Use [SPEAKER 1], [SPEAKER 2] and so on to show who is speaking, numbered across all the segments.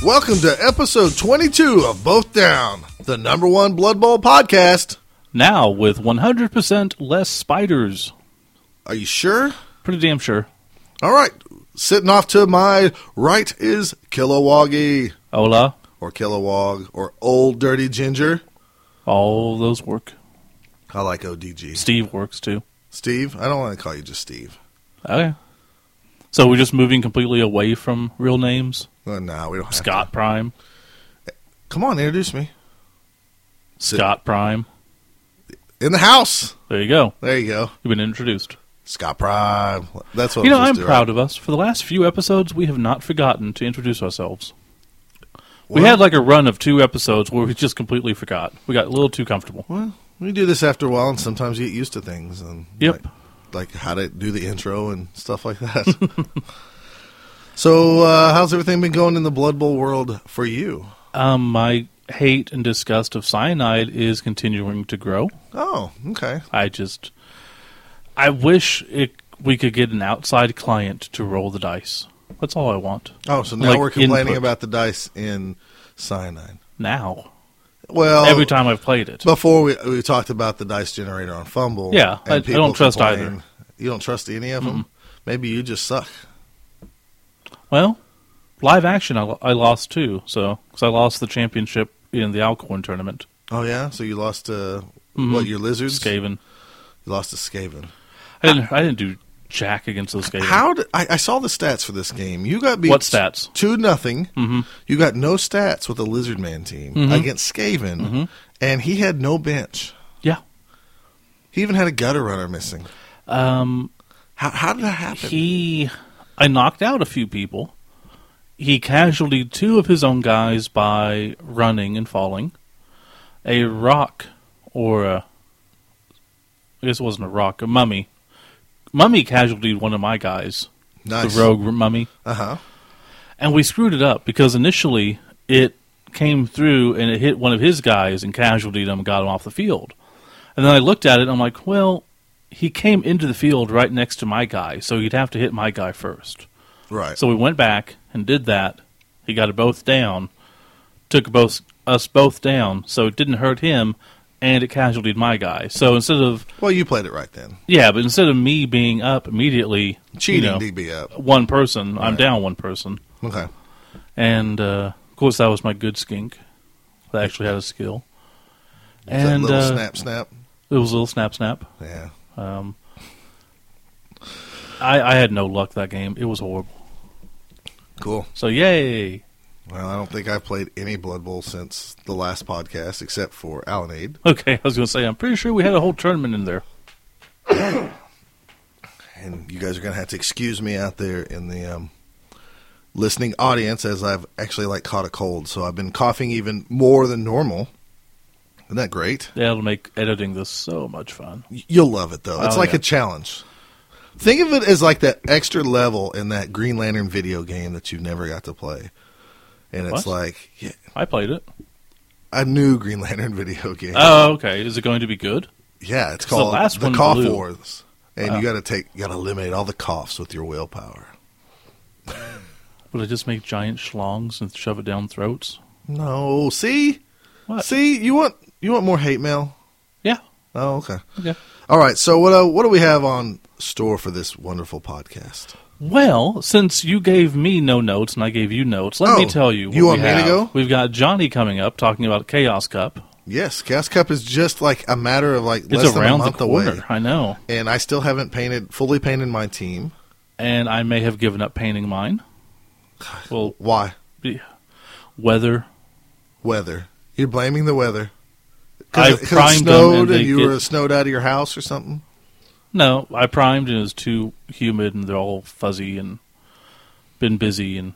[SPEAKER 1] Welcome to episode 22 of Both Down, the number one Blood Bowl podcast.
[SPEAKER 2] Now with 100% less spiders.
[SPEAKER 1] Are you sure?
[SPEAKER 2] Pretty damn sure.
[SPEAKER 1] All right. Sitting off to my right is Kilowoggy,
[SPEAKER 2] Hola.
[SPEAKER 1] or Kilowog, or Old Dirty Ginger.
[SPEAKER 2] All those work.
[SPEAKER 1] I like ODG.
[SPEAKER 2] Steve works too.
[SPEAKER 1] Steve? I don't want to call you just Steve.
[SPEAKER 2] Okay. So we're just moving completely away from real names.
[SPEAKER 1] Well, no, we don't have to.
[SPEAKER 2] Scott Prime.
[SPEAKER 1] Come on, introduce me. Sit-
[SPEAKER 2] Scott Prime.
[SPEAKER 1] In the house.
[SPEAKER 2] There you go.
[SPEAKER 1] There you go.
[SPEAKER 2] You've been introduced.
[SPEAKER 1] Scott Prime. That's what
[SPEAKER 2] you know,
[SPEAKER 1] I'm
[SPEAKER 2] I'm
[SPEAKER 1] supposed to do,
[SPEAKER 2] proud of us. For the last few episodes, we have not forgotten to introduce ourselves.
[SPEAKER 1] right?
[SPEAKER 2] We
[SPEAKER 1] Well,
[SPEAKER 2] had like a run of two episodes where we just completely forgot. We got a little too comfortable.
[SPEAKER 1] Well, we do this after a while, and sometimes you get used to things. And
[SPEAKER 2] Yep.
[SPEAKER 1] Like, like how to do the intro and stuff like that. so, uh, how's everything been going in the Blood Bowl world for you?
[SPEAKER 2] Um, my hate and disgust of cyanide is continuing to grow.
[SPEAKER 1] Oh, okay.
[SPEAKER 2] I just, I wish it we could get an outside client to roll the dice. That's all I want
[SPEAKER 1] Oh, so now
[SPEAKER 2] Like
[SPEAKER 1] we're complaining
[SPEAKER 2] input.
[SPEAKER 1] about the dice in cyanide.
[SPEAKER 2] now.
[SPEAKER 1] Well,
[SPEAKER 2] Every time I've played it,
[SPEAKER 1] before we we talked about the dice generator on Fumble.
[SPEAKER 2] Yeah,
[SPEAKER 1] and
[SPEAKER 2] I- I
[SPEAKER 1] people
[SPEAKER 2] don't trust
[SPEAKER 1] complain.
[SPEAKER 2] either.
[SPEAKER 1] You don't trust any of them. Maybe you just suck.
[SPEAKER 2] well, live action I, lo- I lost too. So because I lost the championship in the Alcorn tournament,
[SPEAKER 1] Oh yeah, so you lost to
[SPEAKER 2] Mm-hmm.
[SPEAKER 1] what your lizards?
[SPEAKER 2] Skaven.
[SPEAKER 1] You lost to Skaven.
[SPEAKER 2] I didn't. I didn't do jack against those Skaven.
[SPEAKER 1] How did I, I saw the stats for this game? You got beat
[SPEAKER 2] What stats? Mm-hmm.
[SPEAKER 1] Two nothing. You got no stats with the Lizard Man team against Skaven, and he had no bench.
[SPEAKER 2] Mm-hmm. Yeah.
[SPEAKER 1] He even had a gutter runner missing.
[SPEAKER 2] Um,
[SPEAKER 1] How, how did that happen?
[SPEAKER 2] he, I knocked out a few people. He casualtied two of his own guys by running and falling. A rock, or a, I guess it wasn't a rock, a mummy. Mummy casualtied one of my guys,
[SPEAKER 1] nice.
[SPEAKER 2] the rogue mummy,
[SPEAKER 1] Uh huh.
[SPEAKER 2] and we screwed it up because initially it came through and it hit one of his guys and casualtied him and got him off the field. And then I looked at it and I'm like, well, he came into the field right next to my guy, so he'd have to hit my guy first.
[SPEAKER 1] Right.
[SPEAKER 2] So we went back and did that. He got it both down, took both us both down, so it didn't hurt him, and it casualtied my guy. So instead of
[SPEAKER 1] well, you played it right then.
[SPEAKER 2] yeah, but instead of me being up immediately,
[SPEAKER 1] Cheating
[SPEAKER 2] you know,
[SPEAKER 1] DB up.
[SPEAKER 2] one person, I'm
[SPEAKER 1] Right.
[SPEAKER 2] down one person,
[SPEAKER 1] Okay.
[SPEAKER 2] and uh, of course that was my good skink that actually had a skill,
[SPEAKER 1] that
[SPEAKER 2] and
[SPEAKER 1] little
[SPEAKER 2] uh,
[SPEAKER 1] snap, snap.
[SPEAKER 2] it was a little snap snap.
[SPEAKER 1] Yeah.
[SPEAKER 2] Um, I, I had no luck that game. It was horrible.
[SPEAKER 1] Cool.
[SPEAKER 2] So yay.
[SPEAKER 1] Well, I don't think I've played any Blood Bowl since the last podcast, except for Alanade.
[SPEAKER 2] Okay, I was going to say, I'm pretty sure we had a whole tournament in there.
[SPEAKER 1] and you guys are going to have to excuse me out there in the um, listening audience as I've actually like caught a cold, so I've been coughing even more than normal. Isn't that great?
[SPEAKER 2] That'll make editing this so much fun.
[SPEAKER 1] Y- You'll love it though. It's
[SPEAKER 2] Oh,
[SPEAKER 1] like
[SPEAKER 2] yeah.
[SPEAKER 1] a challenge. Think of it as like that extra level in that Green Lantern video game that you've never got to play. And it's
[SPEAKER 2] What?
[SPEAKER 1] like yeah,
[SPEAKER 2] I played it.
[SPEAKER 1] a new Green Lantern video game.
[SPEAKER 2] Oh, okay. Is it going to be good?
[SPEAKER 1] yeah, it's
[SPEAKER 2] 'cause the
[SPEAKER 1] called the,
[SPEAKER 2] last one
[SPEAKER 1] Cough
[SPEAKER 2] blew.
[SPEAKER 1] Wars. And you got to take you got to eliminate all the coughs with your willpower.
[SPEAKER 2] Will I just make giant schlongs and shove it down throats?
[SPEAKER 1] No, see?
[SPEAKER 2] What?
[SPEAKER 1] See, you want you want more hate mail?
[SPEAKER 2] Yeah.
[SPEAKER 1] Oh, okay.
[SPEAKER 2] Okay.
[SPEAKER 1] All right. So what uh, what do we have on store for this wonderful podcast?
[SPEAKER 2] Well, since you gave me no notes and I gave you notes, let
[SPEAKER 1] Oh,
[SPEAKER 2] me tell you. What
[SPEAKER 1] you want
[SPEAKER 2] we
[SPEAKER 1] me to
[SPEAKER 2] have.
[SPEAKER 1] go?
[SPEAKER 2] We've got Johnny coming up talking about Chaos Cup.
[SPEAKER 1] Yes, Gas Cup is just like a matter of like
[SPEAKER 2] It's
[SPEAKER 1] less than a
[SPEAKER 2] around
[SPEAKER 1] month
[SPEAKER 2] the corner.
[SPEAKER 1] away,
[SPEAKER 2] I know.
[SPEAKER 1] and I still haven't painted fully painted my team.
[SPEAKER 2] And I may have given up painting mine. Well,
[SPEAKER 1] Why?
[SPEAKER 2] be- weather.
[SPEAKER 1] Weather. You're blaming the weather.
[SPEAKER 2] I've
[SPEAKER 1] it
[SPEAKER 2] primed them
[SPEAKER 1] snowed
[SPEAKER 2] and
[SPEAKER 1] and,
[SPEAKER 2] they
[SPEAKER 1] you
[SPEAKER 2] get-
[SPEAKER 1] were snowed out of your house or something.
[SPEAKER 2] No, I primed and it was too humid and they're all fuzzy and been busy and.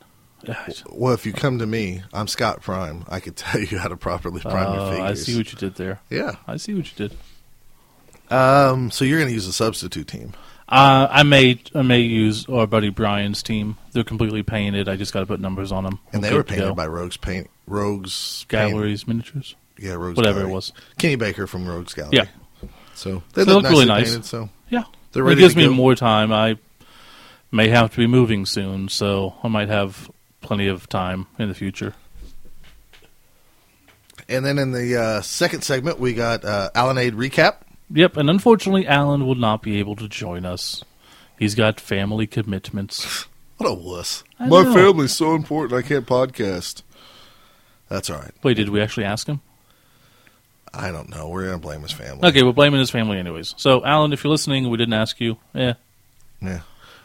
[SPEAKER 2] uh,
[SPEAKER 1] Well, if you come to me, I'm Scott Prime. I could tell you how to properly prime
[SPEAKER 2] Oh,
[SPEAKER 1] your figures.
[SPEAKER 2] I see what you did there.
[SPEAKER 1] yeah.
[SPEAKER 2] I see what you did.
[SPEAKER 1] Um. So you're going to use a substitute team.
[SPEAKER 2] Uh, I may I may use our buddy Brian's team. They're completely painted. I just got to put numbers on them.
[SPEAKER 1] And they were painted by Rogues Paint Rogues Paint-
[SPEAKER 2] Galleries miniatures.
[SPEAKER 1] yeah, Rogues
[SPEAKER 2] whatever
[SPEAKER 1] Gallery.
[SPEAKER 2] it was.
[SPEAKER 1] Kenny Baker from Rogues Gallery.
[SPEAKER 2] Yeah,
[SPEAKER 1] so they
[SPEAKER 2] They
[SPEAKER 1] look,
[SPEAKER 2] look
[SPEAKER 1] nicely
[SPEAKER 2] really nice.
[SPEAKER 1] Painted, so
[SPEAKER 2] yeah.
[SPEAKER 1] they're
[SPEAKER 2] it
[SPEAKER 1] ready.
[SPEAKER 2] gives
[SPEAKER 1] to
[SPEAKER 2] me
[SPEAKER 1] go.
[SPEAKER 2] more time. I may have to be moving soon, so I might have plenty of time in the future.
[SPEAKER 1] And then in the uh, second segment, we got uh, Alanade recap.
[SPEAKER 2] Yep, and unfortunately, Alan will not be able to join us. He's got family commitments.
[SPEAKER 1] What a wuss!
[SPEAKER 2] I My know. family's
[SPEAKER 1] so important, I can't podcast. That's all right.
[SPEAKER 2] Wait, did we actually ask him?
[SPEAKER 1] I don't know. We're gonna blame his family.
[SPEAKER 2] Okay, we're blaming his family anyways. So, Alan, if you're listening, we didn't ask you. Yeah.
[SPEAKER 1] Yeah.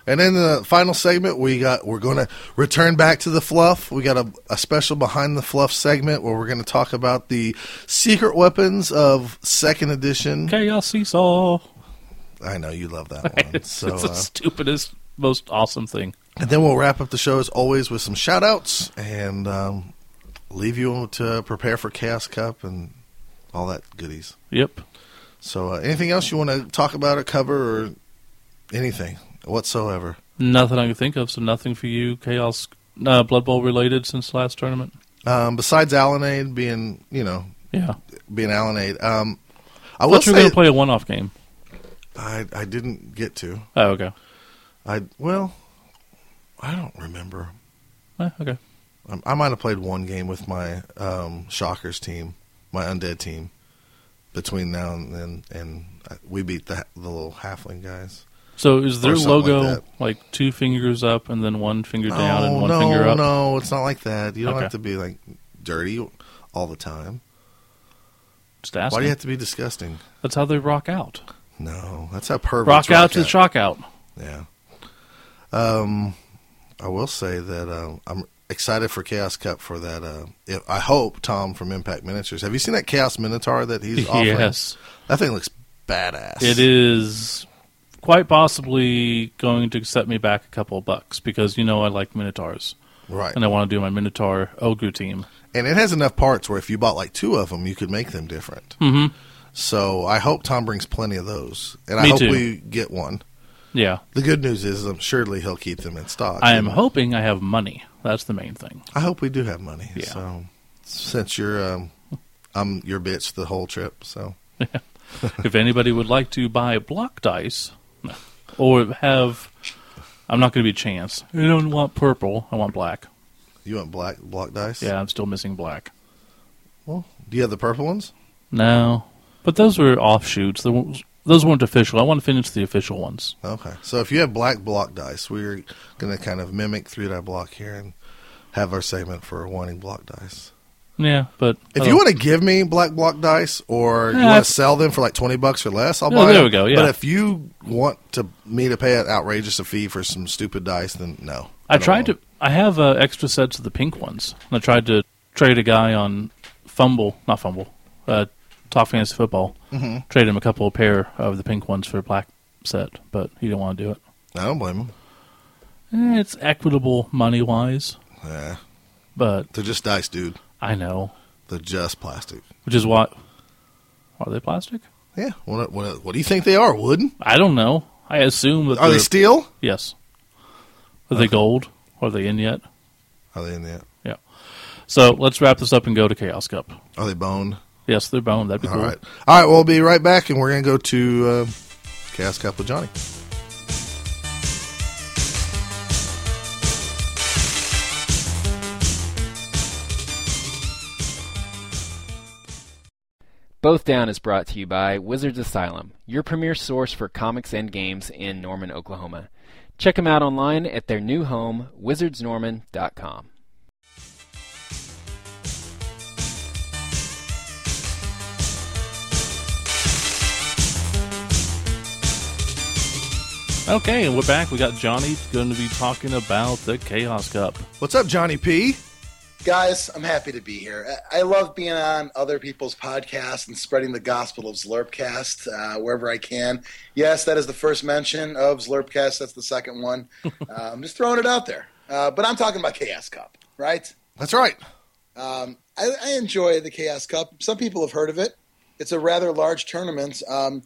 [SPEAKER 1] And then the final segment, we got we're going to return back to the fluff. We got a, a special behind the fluff segment where we're going to talk about the secret weapons of second edition.
[SPEAKER 2] Chaos Seesaw.
[SPEAKER 1] I know you love that one.
[SPEAKER 2] It's,
[SPEAKER 1] So,
[SPEAKER 2] it's the
[SPEAKER 1] uh,
[SPEAKER 2] stupidest, most awesome thing.
[SPEAKER 1] and then we'll wrap up the show as always with some shout outs and um, leave you to prepare for Chaos Cup and all that goodies.
[SPEAKER 2] Yep.
[SPEAKER 1] So, uh, anything else you want to talk about or cover or anything whatsoever?
[SPEAKER 2] Nothing I can think of, so nothing for you, Chaos uh, Blood Bowl related since last tournament.
[SPEAKER 1] Um, besides Alanade being, you know,
[SPEAKER 2] Yeah.
[SPEAKER 1] being Alanade, um, I
[SPEAKER 2] I
[SPEAKER 1] will
[SPEAKER 2] thought you were
[SPEAKER 1] say
[SPEAKER 2] going to play a one off game.
[SPEAKER 1] I, I didn't get to.
[SPEAKER 2] Oh, okay.
[SPEAKER 1] I well, I don't remember.
[SPEAKER 2] Eh, okay.
[SPEAKER 1] Um, I, I might have played one game with my um, Shockers team, my undead team, between now and then, and uh, we beat the the little halfling guys.
[SPEAKER 2] So is their
[SPEAKER 1] Or something like
[SPEAKER 2] logo
[SPEAKER 1] that.
[SPEAKER 2] like, two fingers up and then one finger down and
[SPEAKER 1] no,
[SPEAKER 2] one
[SPEAKER 1] Oh, no,
[SPEAKER 2] finger up?
[SPEAKER 1] no, it's not like that. You don't
[SPEAKER 2] Okay.
[SPEAKER 1] have to be like dirty all the time.
[SPEAKER 2] Just ask
[SPEAKER 1] Why do
[SPEAKER 2] them.
[SPEAKER 1] you have to be disgusting?
[SPEAKER 2] That's how they rock out.
[SPEAKER 1] No, that's how perverts
[SPEAKER 2] rock out to the shock out.
[SPEAKER 1] Yeah. Um, I will say that um, I'm excited for Chaos Cup for that. Uh, if, I hope Tom from Impact Miniatures. Have you seen that Chaos Minotaur that he's offering?
[SPEAKER 2] Yes.
[SPEAKER 1] That thing looks badass.
[SPEAKER 2] It is quite possibly going to set me back a couple of bucks because you know I like Minotaurs
[SPEAKER 1] right,
[SPEAKER 2] and I want to do my Minotaur Ogre team.
[SPEAKER 1] and it has enough parts where if you bought like two of them, you could make them different.
[SPEAKER 2] Mhm.
[SPEAKER 1] So I hope Tom brings plenty of those, and I
[SPEAKER 2] Me
[SPEAKER 1] hope
[SPEAKER 2] too.
[SPEAKER 1] we get one.
[SPEAKER 2] Yeah,
[SPEAKER 1] The good news is, um, surely he'll keep them in stock.
[SPEAKER 2] I am
[SPEAKER 1] And
[SPEAKER 2] hoping I have money. That's the main thing.
[SPEAKER 1] I hope we do have money.
[SPEAKER 2] Yeah.
[SPEAKER 1] So since you're, um, I'm your bitch the whole trip. So.
[SPEAKER 2] if anybody would like to buy block dice no, or have, I'm not going to be chance. I don't want purple. I want black.
[SPEAKER 1] You want black block dice?
[SPEAKER 2] Yeah, I'm still missing black.
[SPEAKER 1] Well, do you have the purple ones?
[SPEAKER 2] No, but those were offshoots. There was- Those weren't official. I want to finish the official ones.
[SPEAKER 1] Okay. So if you have black block dice, we're going to kind of mimic three die block here and have our segment for wanting block dice.
[SPEAKER 2] Yeah, but
[SPEAKER 1] If
[SPEAKER 2] I
[SPEAKER 1] you
[SPEAKER 2] don't-
[SPEAKER 1] want to give me black block dice or you
[SPEAKER 2] Oh. Yeah,
[SPEAKER 1] want
[SPEAKER 2] I've-
[SPEAKER 1] to sell them for like 20 bucks or less, I'll
[SPEAKER 2] Oh,
[SPEAKER 1] buy
[SPEAKER 2] there
[SPEAKER 1] them.
[SPEAKER 2] we go, yeah.
[SPEAKER 1] But if you want to me to pay an outrageous fee for some stupid dice, then no.
[SPEAKER 2] I
[SPEAKER 1] don't
[SPEAKER 2] tried
[SPEAKER 1] want
[SPEAKER 2] to. I have uh, extra sets of the pink ones, and I tried to trade a guy on Fumble, not Fumble, uh, Top Fantasy Football. Mm-hmm. Trade him a couple of pair of the pink ones for a black set, but he didn't want to do it.
[SPEAKER 1] them. I don't blame them.
[SPEAKER 2] Eh, it's equitable money wise,
[SPEAKER 1] Yeah.
[SPEAKER 2] but
[SPEAKER 1] They're just dice, dude.
[SPEAKER 2] I know,
[SPEAKER 1] They're just plastic.
[SPEAKER 2] which is why are they plastic?
[SPEAKER 1] Yeah. What, what, what do you think they are? Wood?
[SPEAKER 2] I don't know. I assume that
[SPEAKER 1] Are they
[SPEAKER 2] they're-
[SPEAKER 1] steel?
[SPEAKER 2] yes. Are they gold? Are they in yet?
[SPEAKER 1] Are they in the?
[SPEAKER 2] Yeah. So let's wrap this up and go to Chaos Cup.
[SPEAKER 1] Are they bone?
[SPEAKER 2] Yes, they're bone. That'd be
[SPEAKER 1] All
[SPEAKER 2] cool.
[SPEAKER 1] right. All right. We'll be right back, and we're going to go to uh, Cast Cup with Johnny.
[SPEAKER 3] Both Down is brought to you by Wizards Asylum, your premier source for comics and games in Norman, Oklahoma. Check them out online at their new home, wizardsnorman.com.
[SPEAKER 2] Okay, and we're back. We got Johnny going to be talking about the Chaos Cup.
[SPEAKER 1] What's up, Johnny P?
[SPEAKER 4] guys i'm happy to be here i I love being on other people's podcasts and spreading the gospel of slurpcast uh, wherever i can yes that is the first mention of slurpcast that's the second one uh, i'm just throwing it out there uh, but i'm talking about chaos cup right
[SPEAKER 1] That's right.
[SPEAKER 4] um, I, I enjoy the Chaos Cup. Some people have heard of it. It's a rather large tournament. Um,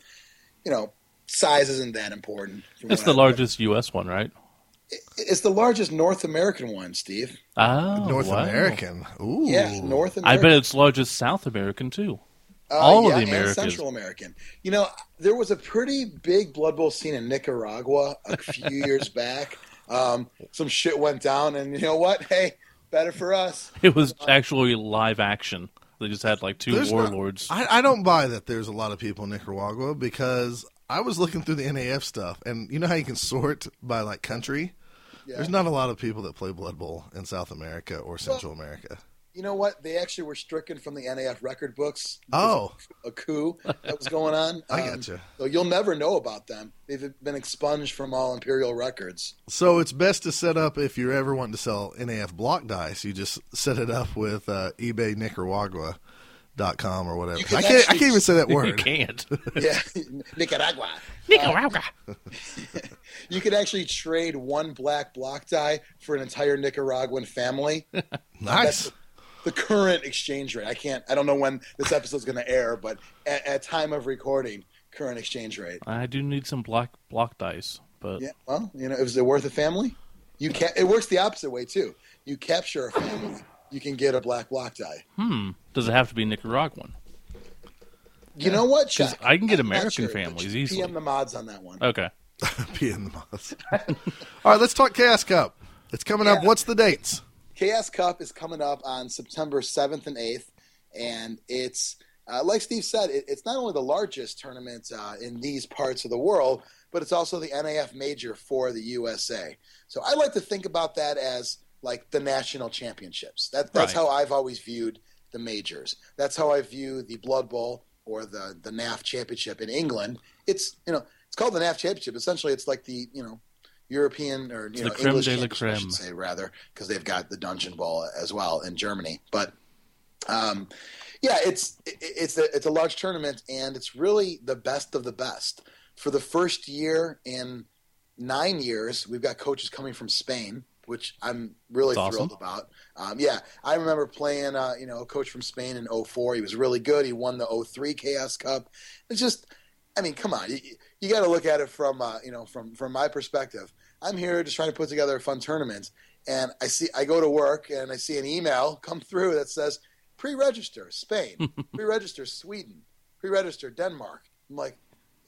[SPEAKER 4] you know, size isn't that important. from
[SPEAKER 2] It's
[SPEAKER 4] what
[SPEAKER 2] the
[SPEAKER 4] I-
[SPEAKER 2] largest U.S. one, right?
[SPEAKER 4] It's the largest North American one, Steve.
[SPEAKER 2] Oh,
[SPEAKER 1] North
[SPEAKER 2] wow.
[SPEAKER 1] American. Ooh.
[SPEAKER 4] Yeah, North
[SPEAKER 2] I
[SPEAKER 4] American.
[SPEAKER 2] bet it's largest South American too.
[SPEAKER 4] Uh,
[SPEAKER 2] all of
[SPEAKER 4] yeah,
[SPEAKER 2] the
[SPEAKER 4] and
[SPEAKER 2] Americas.
[SPEAKER 4] Central American. You know, there was a pretty big Blood Bowl scene in Nicaragua a few years back. Um, some shit went down, and you know what? Hey, better for us.
[SPEAKER 2] It was actually live action. They just had like two
[SPEAKER 1] There's not-
[SPEAKER 2] warlords.
[SPEAKER 1] I, I don't buy that there's a lot of people in Nicaragua because I was looking through the NAF stuff, and you know how you can sort by like country.
[SPEAKER 4] Yeah.
[SPEAKER 1] There's not a lot of people that play Blood Bowl in South America or Central America.
[SPEAKER 4] You know what? They actually were stricken from the NAF record books.
[SPEAKER 1] Oh,
[SPEAKER 4] a coup that was going on.
[SPEAKER 1] I
[SPEAKER 4] Um,
[SPEAKER 1] gotcha.
[SPEAKER 4] So you'll never know about them. They've been expunged from all Imperial records.
[SPEAKER 1] So it's best to set up if you're ever wanting to sell NAF block dice. You just set it up with uh, eBay Nicaragua. Dot com or whatever.
[SPEAKER 4] You can
[SPEAKER 1] I can't. I
[SPEAKER 4] actually-
[SPEAKER 1] can't even say that
[SPEAKER 2] you
[SPEAKER 1] word.
[SPEAKER 2] can't.
[SPEAKER 4] Yeah, Nicaragua.
[SPEAKER 3] Nicaragua.
[SPEAKER 4] You could actually trade one black block die for an entire Nicaraguan family.
[SPEAKER 1] Nice.
[SPEAKER 4] The current exchange rate. I can't. I don't know when this episode's going to air, but at, at time of recording, current exchange rate.
[SPEAKER 2] I do need some block block dice, but
[SPEAKER 4] Yeah. Well, you know, is it worth a family? You can. It works the opposite way too. You capture a family, you can get a black block die.
[SPEAKER 2] does it have to be Nicaraguan?
[SPEAKER 4] You know what? Chuck?
[SPEAKER 2] I can get
[SPEAKER 4] I'm not
[SPEAKER 2] American
[SPEAKER 4] but
[SPEAKER 2] families
[SPEAKER 4] PM
[SPEAKER 2] easily.
[SPEAKER 4] the mods on that one.
[SPEAKER 2] Okay,
[SPEAKER 1] Pee in the mouth. All right, let's talk Chaos Cup. It's coming up.
[SPEAKER 4] Yeah.
[SPEAKER 1] What's the dates?
[SPEAKER 4] Chaos Cup is coming up on September 7th and 8th, and it's uh, like Steve said, it, it's not only the largest tournament uh, in these parts of the world, but it's also the NAF major for the USA. So I like to think about that as like the national championships. That, that's
[SPEAKER 2] Right.
[SPEAKER 4] how I've always viewed the majors. That's how I view the Blood Bowl or the the NAF championship in England. It's you know it's called the NAF championship. Essentially, it's like the you know European or you
[SPEAKER 2] the
[SPEAKER 4] know
[SPEAKER 2] creme
[SPEAKER 4] English
[SPEAKER 2] de la
[SPEAKER 4] championship, I
[SPEAKER 2] creme.
[SPEAKER 4] should say rather because they've got the Dungeon Bowl as well in Germany. But um, yeah, it's it- it's a it's a large tournament and it's really the best of the best. For the first year in nine years, we've got coaches coming from Spain, which I'm really
[SPEAKER 2] That's
[SPEAKER 4] thrilled
[SPEAKER 2] awesome.
[SPEAKER 4] about. Um, yeah, I remember playing, uh, you know, a coach from Spain in 04. He was really good. He won the 03 Chaos Cup. It's just, I mean, come on, you, you got to look at it from, uh, you know, from from my perspective. I'm here just trying to put together a fun tournament, and I see, I go to work and I see an email come through that says pre-register Spain, pre-register Sweden, pre-register Denmark. I'm like,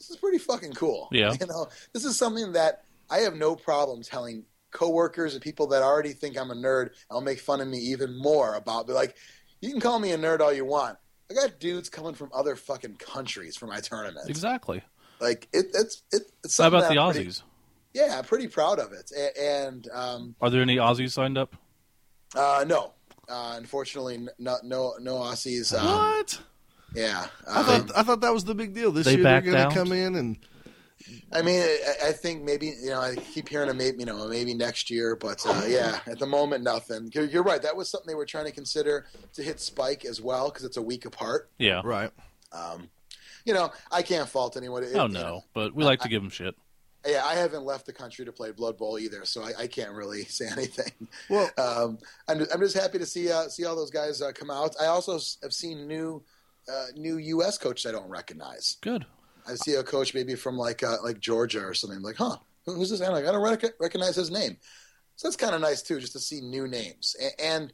[SPEAKER 4] this is pretty fucking cool.
[SPEAKER 2] Yeah.
[SPEAKER 4] you know, this is something that I have no problem telling coworkers and people that already think I'm a nerd. I'll make fun of me even more about. Be like, you can call me a nerd all you want. I got dudes coming from other fucking countries for my tournament.
[SPEAKER 2] exactly.
[SPEAKER 4] Like it, it's it, it's
[SPEAKER 2] How
[SPEAKER 4] something
[SPEAKER 2] about the
[SPEAKER 4] that I'm pretty-
[SPEAKER 2] Aussies?
[SPEAKER 4] yeah, I'm pretty proud of it. A- And um,
[SPEAKER 2] Are there any Aussies signed up?
[SPEAKER 4] uh, no, uh, unfortunately, n- no, no, no Aussies. Um,
[SPEAKER 1] What?
[SPEAKER 4] yeah,
[SPEAKER 1] I
[SPEAKER 4] um,
[SPEAKER 1] thought I thought that was the big deal. This
[SPEAKER 2] They
[SPEAKER 1] year they're
[SPEAKER 2] backed
[SPEAKER 1] going
[SPEAKER 2] out?
[SPEAKER 1] to come in and
[SPEAKER 4] I mean, I, I think maybe you know. I keep hearing a maybe, you know, maybe next year, but uh, yeah, at the moment, nothing. You're, you're right. That was something they were trying to consider to hit Spike as well because it's a week apart.
[SPEAKER 2] Yeah.
[SPEAKER 1] right.
[SPEAKER 4] Um, you know, I can't fault anyone. It-
[SPEAKER 2] Oh
[SPEAKER 4] you know,
[SPEAKER 2] no, but we like to give them shit.
[SPEAKER 4] yeah, I haven't left the country to play Blood Bowl either, so I, I can't really say anything.
[SPEAKER 1] Well,
[SPEAKER 4] um, I'm, I'm just happy to see uh, see all those guys uh, come out. I also s- have seen new uh, new U.S. coaches I don't recognize.
[SPEAKER 2] Good.
[SPEAKER 4] I see a coach maybe from like uh, like Georgia or something. I'm like, huh, who- who's this? guy? like, I don't rec- recognize his name. So that's kind of nice too, just to see new names. A- and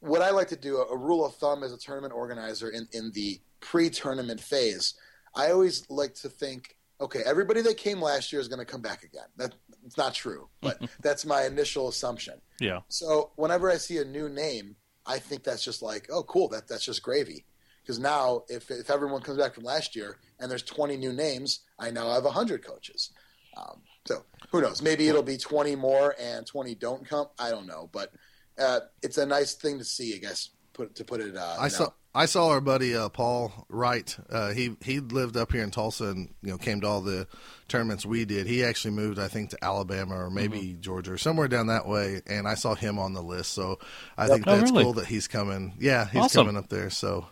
[SPEAKER 4] what I like to do, a, a rule of thumb as a tournament organizer in, in the pre-tournament phase, I always like to think, okay, everybody that came last year is going to come back again. That, it's not true, but that's my initial assumption.
[SPEAKER 2] Yeah.
[SPEAKER 4] So whenever I see a new name, I think that's just like, oh, cool. That that's just gravy. Because now, if if everyone comes back from last year and there's 20 new names, I now have 100 coaches. Um, so who knows? Maybe it'll be 20 more and 20 don't come. I don't know, but uh, it's a nice thing to see. I guess put to put it. Uh,
[SPEAKER 1] I
[SPEAKER 4] you
[SPEAKER 1] saw
[SPEAKER 4] know.
[SPEAKER 1] I saw our buddy uh, Paul Wright. Uh, he he lived up here in Tulsa and you know came to all the tournaments we did. He actually moved, I think, to Alabama or maybe
[SPEAKER 2] Mm-hmm.
[SPEAKER 1] Georgia or somewhere down that way. And I saw him on the list, so I think
[SPEAKER 2] Oh,
[SPEAKER 1] that's
[SPEAKER 2] really?
[SPEAKER 1] cool that he's coming. Yeah, he's
[SPEAKER 2] Awesome.
[SPEAKER 1] coming up there. So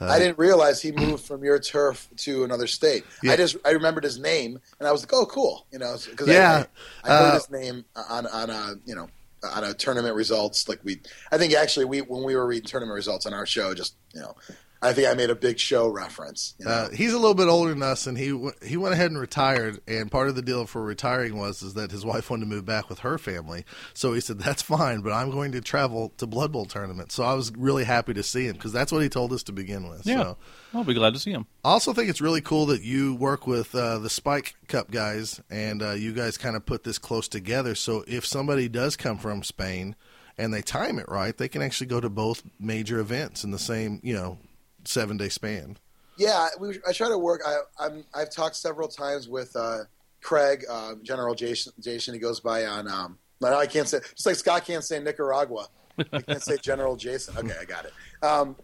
[SPEAKER 1] uh,
[SPEAKER 4] I didn't realize he moved from your turf to another state.
[SPEAKER 1] Yeah.
[SPEAKER 4] I just I remembered his name and I was like, oh, cool, you know, because
[SPEAKER 1] Yeah,
[SPEAKER 4] I, I, heard
[SPEAKER 1] uh,
[SPEAKER 4] his name on on a you know on a tournament results. Like we, I think actually we when we were reading tournament results on our show, just you know, I think I made a big show reference. You know?
[SPEAKER 1] Uh, he's a little bit older than us, and he w- he went ahead and retired. And part of the deal for retiring was is that his wife wanted to move back with her family, so he said that's fine, but I'm going to travel to Blood Bowl tournament. So I was really happy to see him because that's what he told us to begin with.
[SPEAKER 2] Yeah.
[SPEAKER 1] So.
[SPEAKER 2] I'll be glad to see them.
[SPEAKER 1] I also think it's really cool that you work with uh, the Spike Cup guys, and uh, you guys kind of put this close together. So if somebody does come from Spain and they time it right, they can actually go to both major events in the same you know seven day span.
[SPEAKER 4] Yeah, we, I try to work. I, I'm, I've talked several times with uh, Craig, uh, General Jason, Jason. He goes by on. Um, no, I can't say. Just like Scott can't say Nicaragua, I can't say General Jason. Okay, I got it. Um,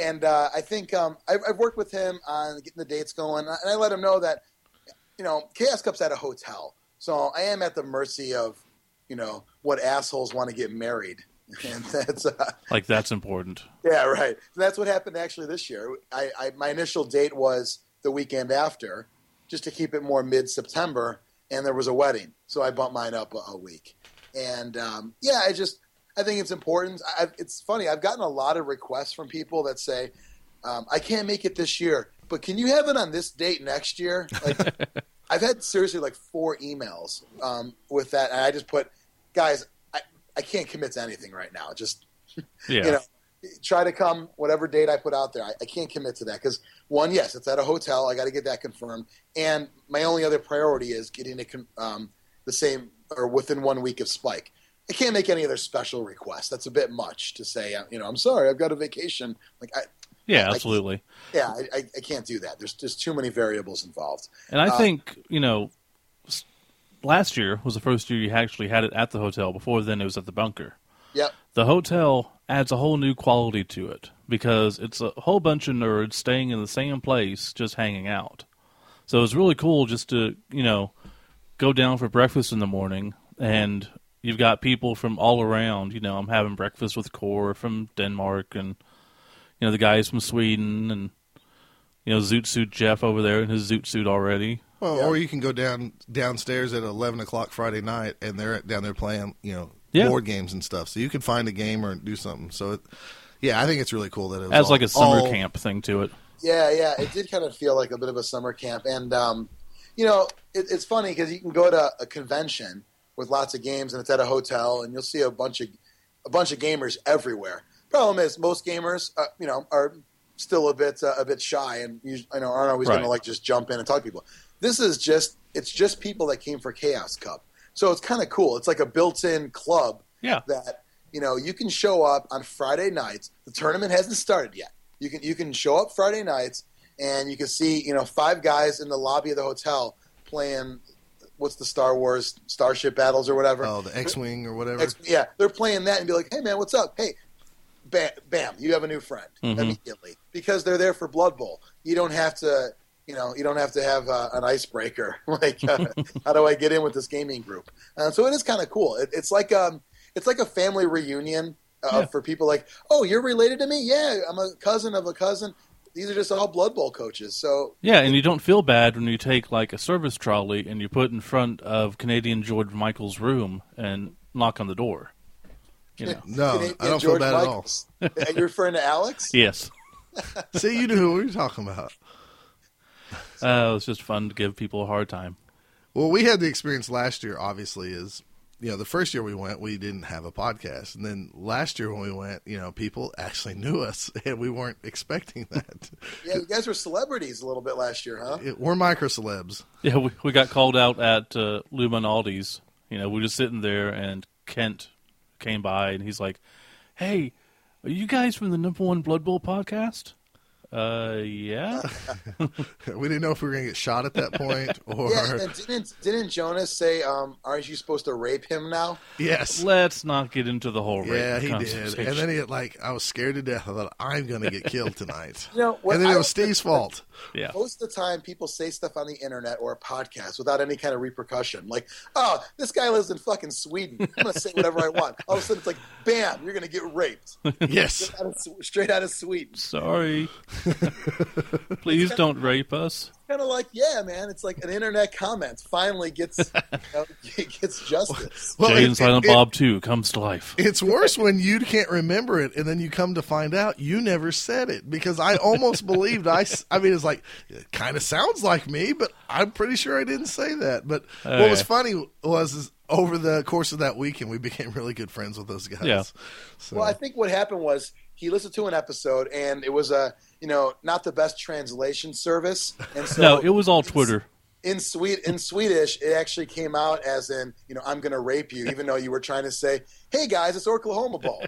[SPEAKER 4] and uh, I think um, I've, I've worked with him on getting the dates going, and I let him know that you know Chaos Cup's at a hotel, so I am at the mercy of you know what assholes want to get married, and that's uh,
[SPEAKER 2] Like that's important.
[SPEAKER 4] yeah, right. So that's what happened actually this year. I, I my initial date was the weekend after, just to keep it more mid September, and there was a wedding, so I bumped mine up a, a week. And um, yeah, I just I think it's important. I, I've- it's funny. I've gotten a lot of requests from people that say, um, "I can't make it this year, but can you have it on this date next year?" Like, I've had seriously like four emails um, with that, and I just put, "Guys, I, I can't commit to anything right now. Just
[SPEAKER 2] Yeah.
[SPEAKER 4] you know, try to come whatever date I put out there. I, I can't commit to that because one, yes, it's at a hotel. I got to get that confirmed, and my only other priority is getting it con- um, the same or within one week of Spike. I can't make any other special request. That's a bit much to say. uh, You know, I'm sorry, I've got a vacation. Like, I,
[SPEAKER 2] yeah,
[SPEAKER 4] I-
[SPEAKER 2] absolutely.
[SPEAKER 4] yeah, I, I, I can't do that. There's just too many variables involved.
[SPEAKER 2] And I
[SPEAKER 4] Uh,
[SPEAKER 2] think you know, s- last year was the first year you actually had it at the hotel. Before then, it was at the bunker.
[SPEAKER 4] Yep.
[SPEAKER 2] The hotel adds a whole new quality to it because it's a whole bunch of nerds staying in the same place, just hanging out. So it's really cool just to you know go down for breakfast in the morning, and you've got people from all around. You know, I'm having breakfast with Core from Denmark, and you know the guys from Sweden, and you know Zoot Suit Jeff over there in his Zoot Suit already.
[SPEAKER 1] Well,
[SPEAKER 4] Yeah.
[SPEAKER 1] or you can go down downstairs at eleven o'clock Friday night, and they're down there playing, you know,
[SPEAKER 2] Yeah.
[SPEAKER 1] board games and stuff. So you can find a game or do something. So, it, yeah, I think it's really cool that it was
[SPEAKER 2] As
[SPEAKER 1] all-
[SPEAKER 2] like a summer
[SPEAKER 1] all-
[SPEAKER 2] camp thing to it.
[SPEAKER 4] Yeah, yeah, it did kind of feel like a bit of a summer camp, and um, you know, it, it's funny because you can go to a convention with lots of games, and it's at a hotel, and you'll see a bunch of a bunch of gamers everywhere. Problem is, most gamers, uh, you know, are still a bit uh, a bit shy, and you, I know aren't always going
[SPEAKER 2] Right.
[SPEAKER 4] to like just jump in and talk to people. This is just it's just people that came for Chaos Cup, so it's kind of cool. It's like a built-in club
[SPEAKER 2] Yeah,
[SPEAKER 4] that you know you can show up on Friday nights. The tournament hasn't started yet. You can you can show up Friday nights and you can see you know five guys in the lobby of the hotel playing what's the Star Wars Starship Battles or whatever.
[SPEAKER 1] oh, the X Wing or whatever.
[SPEAKER 4] Ex- yeah, they're playing that and be like, hey man, what's up? Hey, bam, bam you have a new friend
[SPEAKER 1] Mm-hmm.
[SPEAKER 2] Mhm.
[SPEAKER 4] immediately because they're there for Blood Bowl. You don't have to. You know, you don't have to have uh, an icebreaker. Like, uh, how do I get in with this gaming group? Uh, so it is kind of cool. It, it's like um, it's like a family reunion uh,
[SPEAKER 2] Yeah.
[SPEAKER 4] for people. Like, oh, you're related to me? Yeah, I'm a cousin of a cousin. These are just all Blood Bowl coaches. So
[SPEAKER 2] Yeah, and you don't feel bad when you take like a service trolley and you put in front of Canadian George Michael's room and knock on the door. You know.
[SPEAKER 1] No,
[SPEAKER 4] Canadian
[SPEAKER 1] I don't feel
[SPEAKER 4] George
[SPEAKER 1] bad at all.
[SPEAKER 4] Michaels. You're referring to Alex?
[SPEAKER 2] yes.
[SPEAKER 1] See, you knew who we were talking about.
[SPEAKER 2] Uh, it was just fun to give people a hard time.
[SPEAKER 1] Well, we had the experience last year, obviously, is, you know, the first year we went, we didn't have a podcast. And then last year when we went, you know, people actually knew us and we weren't expecting that.
[SPEAKER 4] Yeah, you guys were celebrities a little bit last year, huh?
[SPEAKER 1] It- we're micro celebs.
[SPEAKER 2] Yeah, we, we got called out at uh, Luminaldi's. You know, we were just sitting there and Kent came by and he's like, "Hey, are you guys from the number one Blood Bowl podcast?" Uh, yeah.
[SPEAKER 1] We didn't know if we were going to get shot at that point or,
[SPEAKER 4] Yeah, and didn't didn't Jonas say, um, "Aren't you supposed to rape him now?"
[SPEAKER 1] yes.
[SPEAKER 2] Let's not get into the whole rape
[SPEAKER 1] Yeah, he did.
[SPEAKER 2] conversation.
[SPEAKER 1] And then he had, like, I was scared to death. I thought, I'm going to get killed tonight.
[SPEAKER 4] You know, what
[SPEAKER 1] and then
[SPEAKER 4] I
[SPEAKER 1] it was
[SPEAKER 4] don't think-
[SPEAKER 1] Steve's fault.
[SPEAKER 2] yeah.
[SPEAKER 4] Most of the time, people say stuff on the internet or a podcast without any kind of repercussion. Like, "Oh, this guy lives in fucking Sweden. I'm gonna say whatever I want." All of a sudden, it's like, "Bam! You're gonna get raped
[SPEAKER 1] Yes.
[SPEAKER 4] Out of Sw- straight out of Sweden."
[SPEAKER 2] Sorry. Please don't rape us.
[SPEAKER 4] Kind of like, yeah, man. It's like an internet comment finally gets you know, gets justice.
[SPEAKER 1] Well,
[SPEAKER 2] Jay
[SPEAKER 1] it-
[SPEAKER 2] and Silent
[SPEAKER 1] it-
[SPEAKER 2] Bob 2 comes to life.
[SPEAKER 1] It's worse when you can't remember it, and then you come to find out you never said it because I almost believed I. s- I mean, it's like it kind of sounds like me, but I'm pretty sure I didn't say that. But
[SPEAKER 2] Oh,
[SPEAKER 1] what was
[SPEAKER 2] yeah.
[SPEAKER 1] funny was is over the course of that weekend, we became really good friends with those guys.
[SPEAKER 2] Yeah.
[SPEAKER 1] So,
[SPEAKER 4] Well, I think what happened was he listened to an episode, and it was a you know not the best translation service, and so
[SPEAKER 2] No, it was all Twitter.
[SPEAKER 4] in Swede in Swedish, it actually came out as in you know I'm going to rape you, even though you were trying to say, "Hey guys, it's Oklahoma Bowl."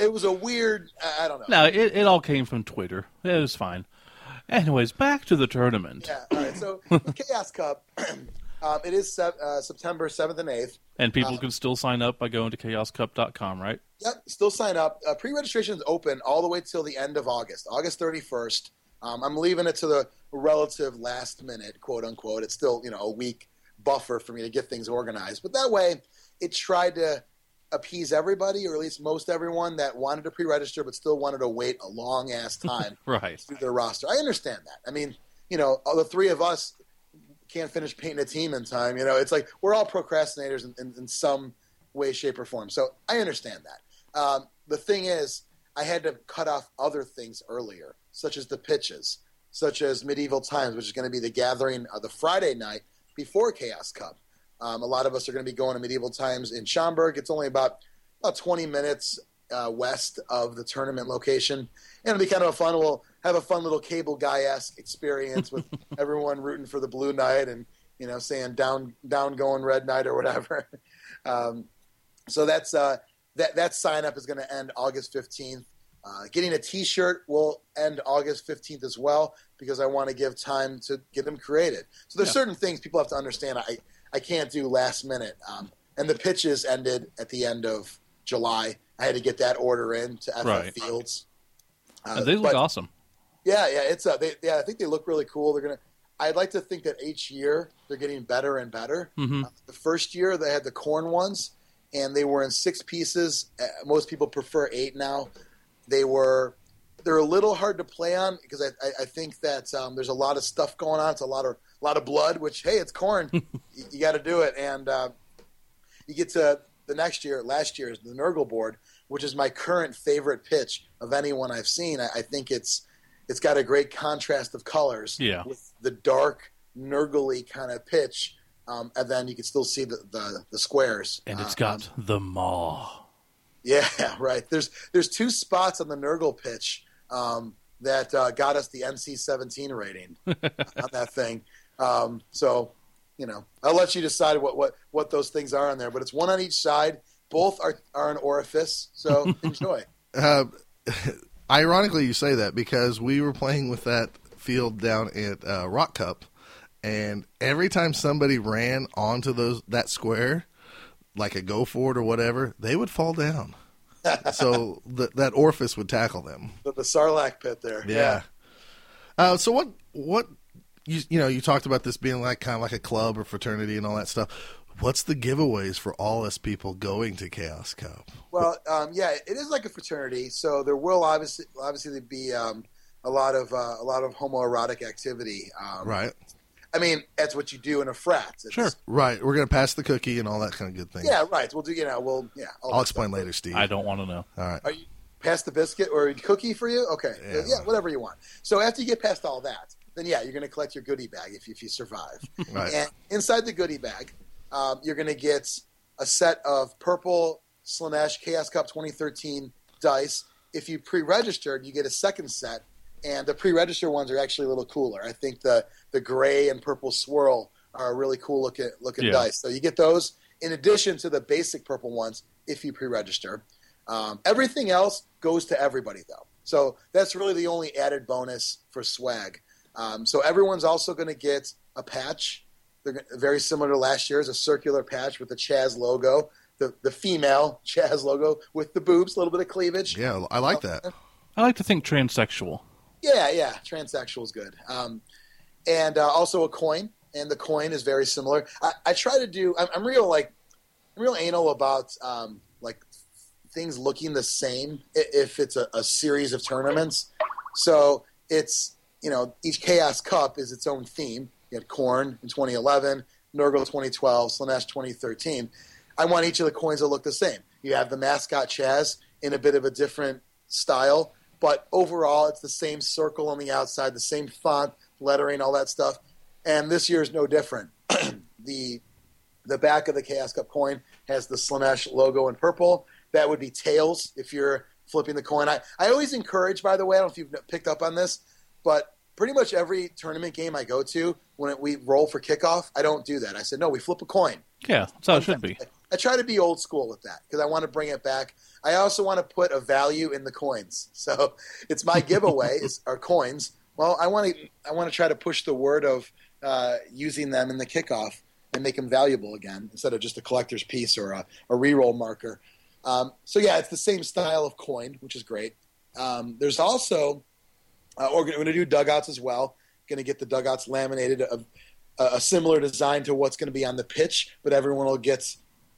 [SPEAKER 4] it was a weird. I, I don't know.
[SPEAKER 2] No, it, it all came from Twitter. It was fine. Anyways, back to the tournament.
[SPEAKER 4] Yeah. All right. So the Chaos Cup. um, it is sep- uh, September seventh and eighth.
[SPEAKER 2] And people can still sign up by going to chaoscup.com, right?
[SPEAKER 4] Yep, still sign up. Uh, pre-registration is open all the way till the end of August, August 31st. Um, I'm leaving it to the relative last minute, quote unquote. It's still you know a week buffer for me to get things organized, but that way it tried to appease everybody, or at least most everyone that wanted to pre-register but still wanted to wait a long ass time
[SPEAKER 2] Right.
[SPEAKER 4] through their roster. I understand that. I mean, you know, all the three of us can't finish painting a team in time. You know, it's like we're all procrastinators in, in, in some way, shape, or form. So I understand that. Um, the thing is, I had to cut off other things earlier, such as the pitches, such as Medieval Times, which is going to be the gathering of the Friday night before Chaos Cup. Um, a lot of us are going to be going to Medieval Times in Schaumburg. It's only about about 20 minutes uh, west of the tournament location, and it'll be kind of a fun. We'll have a fun little cable guy esque experience with everyone rooting for the Blue Knight and you know saying down down going Red Knight or whatever. Um, so that's uh, that that sign up is going to end August 15th. Uh, getting a T-shirt will end August 15th as well because I want to give time to get them created. So there's
[SPEAKER 2] Yeah.
[SPEAKER 4] certain things people have to understand. I I can't do last minute. Um, and the pitches ended at the end of July. I had to get that order in to FF
[SPEAKER 2] Right.
[SPEAKER 4] Fields. Uh,
[SPEAKER 2] And they look
[SPEAKER 4] but-
[SPEAKER 2] awesome.
[SPEAKER 4] yeah, yeah, it's uh, they, yeah. I think they look really cool. They're gonna. I'd like to think that each year they're getting better and better.
[SPEAKER 2] Mhm.
[SPEAKER 4] Uh, the first year they had the corn ones, and they were in six pieces. Uh, most people prefer eight now. They were they're a little hard to play on because I, I, I think that um, there's a lot of stuff going on. It's a lot of a lot of blood. Which hey, it's corn. you you got to do it, and uh, you get to the next year. Last year is the Nurgle board, which is my current favorite pitch of anyone I've seen. I, I think it's it's got a great contrast of colors
[SPEAKER 2] Yeah.
[SPEAKER 4] with the dark nurgly kind of pitch, um, and then you can still see the the, the squares.
[SPEAKER 2] And it's
[SPEAKER 4] Uh,
[SPEAKER 2] got the maw.
[SPEAKER 4] yeah, right. There's there's two spots on the Nurgle pitch um, that uh, got us the NC-17 rating on that thing. Um, so, you know, I'll let you decide what, what what those things are on there. But it's one on each side. Both are are an orifice. So enjoy.
[SPEAKER 1] Uh, ironically, you say that because we were playing with that field down at uh, Rock Cup, and every time somebody ran onto those that square, like a go for it or whatever, they would fall down. so th- that orifice would tackle them.
[SPEAKER 4] the, the Sarlacc pit there.
[SPEAKER 1] Yeah. Uh, so what? What you you know you talked about this being like kind of like a club or fraternity and all that stuff. What's the giveaways for all us people going to Chaos Cup?
[SPEAKER 4] Well, um, yeah, it is like a fraternity, so there will obviously obviously be um, a lot of uh, a lot of homoerotic activity. Um,
[SPEAKER 1] Right,
[SPEAKER 4] I mean, that's what you do in a frat. It's-
[SPEAKER 1] right. We're gonna pass the cookie and all that kind of good thing.
[SPEAKER 4] Yeah, right. We'll do. You know, we'll. Yeah, all
[SPEAKER 1] I'll
[SPEAKER 4] that
[SPEAKER 1] explain
[SPEAKER 4] stuff.
[SPEAKER 1] later, Steve.
[SPEAKER 2] I don't want to know.
[SPEAKER 1] All right.
[SPEAKER 4] Are you past the biscuit or cookie for you? Okay,
[SPEAKER 1] Yeah.
[SPEAKER 4] yeah, whatever you want. So after you get past all that, then yeah, you're going to collect your goodie bag if you, if you survive.
[SPEAKER 1] Right.
[SPEAKER 4] And inside the goodie bag, um, you're going to get a set of purple Slanesh Chaos Cup 2013 dice. If you pre-registered, you get a second set, and the pre-register ones are actually a little cooler. I think the the gray and purple swirl are a really cool looking looking
[SPEAKER 2] Yeah.
[SPEAKER 4] dice. So you get those in addition to the basic purple ones if you pre-register. Um, everything else goes to everybody though, so that's really the only added bonus for swag. Um, so everyone's also going to get a patch. They're gonna- very similar to last year's, a circular patch with the Chaz logo, the the female Chaz logo with the boobs, a little bit of cleavage.
[SPEAKER 1] Yeah, I like that.
[SPEAKER 2] I like to think transsexual.
[SPEAKER 4] Yeah, yeah. Transsexual is good. Um, and uh, also a coin, and the coin is very similar. I, I try to do. I'm, I'm real like, I'm real anal about um, like things looking the same i- if it's a, a series of tournaments. So it's you know each Chaos Cup is its own theme. You had Corn in 2011, Nurgle 2012, Slanesh 2013. I want each of the coins to look the same. You have the mascot Chaz in a bit of a different style, but overall it's the same circle on the outside, the same font, lettering, all that stuff. And this year is no different. the the back of the Chaos Cup coin has the Slanesh logo in purple. That would be tails if you're flipping the coin. I, I always encourage, by the way, I don't know if you've picked up on this, but pretty much every tournament game I go to, when we roll for kickoff, I don't do that. I said, no, we flip a coin.
[SPEAKER 2] Yeah, that's how it should be.
[SPEAKER 4] I try to be old school with that because I want to bring it back. I also want to put a value in the coins. So it's my giveaway is our coins. Well, I want to I want to try to push the word of uh, using them in the kickoff and make them valuable again instead of just a collector's piece or a, a reroll marker. Um, so yeah, it's the same style of coin, which is great. Um, there's also uh, we're going to do dugouts as well. Going to get the dugouts laminated of a, a similar design to what's going to be on the pitch, but everyone will get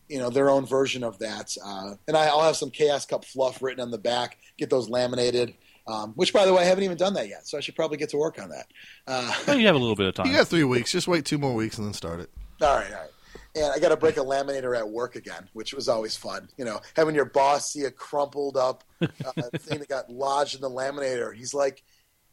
[SPEAKER 4] you know their own version of that. Uh, and I, I'll have some Chaos Cup fluff written on the back. Get those laminated. Um, which, by the way, I haven't even done that yet, so I should probably get to work on that. Uh,
[SPEAKER 2] Well, you have a little bit of time.
[SPEAKER 1] You got three weeks. Just wait two more weeks and then start it.
[SPEAKER 4] All right, all right. And I got to break a laminator at work again, which was always fun. You know, having your boss see a crumpled up uh, thing that got lodged in the laminator. He's like,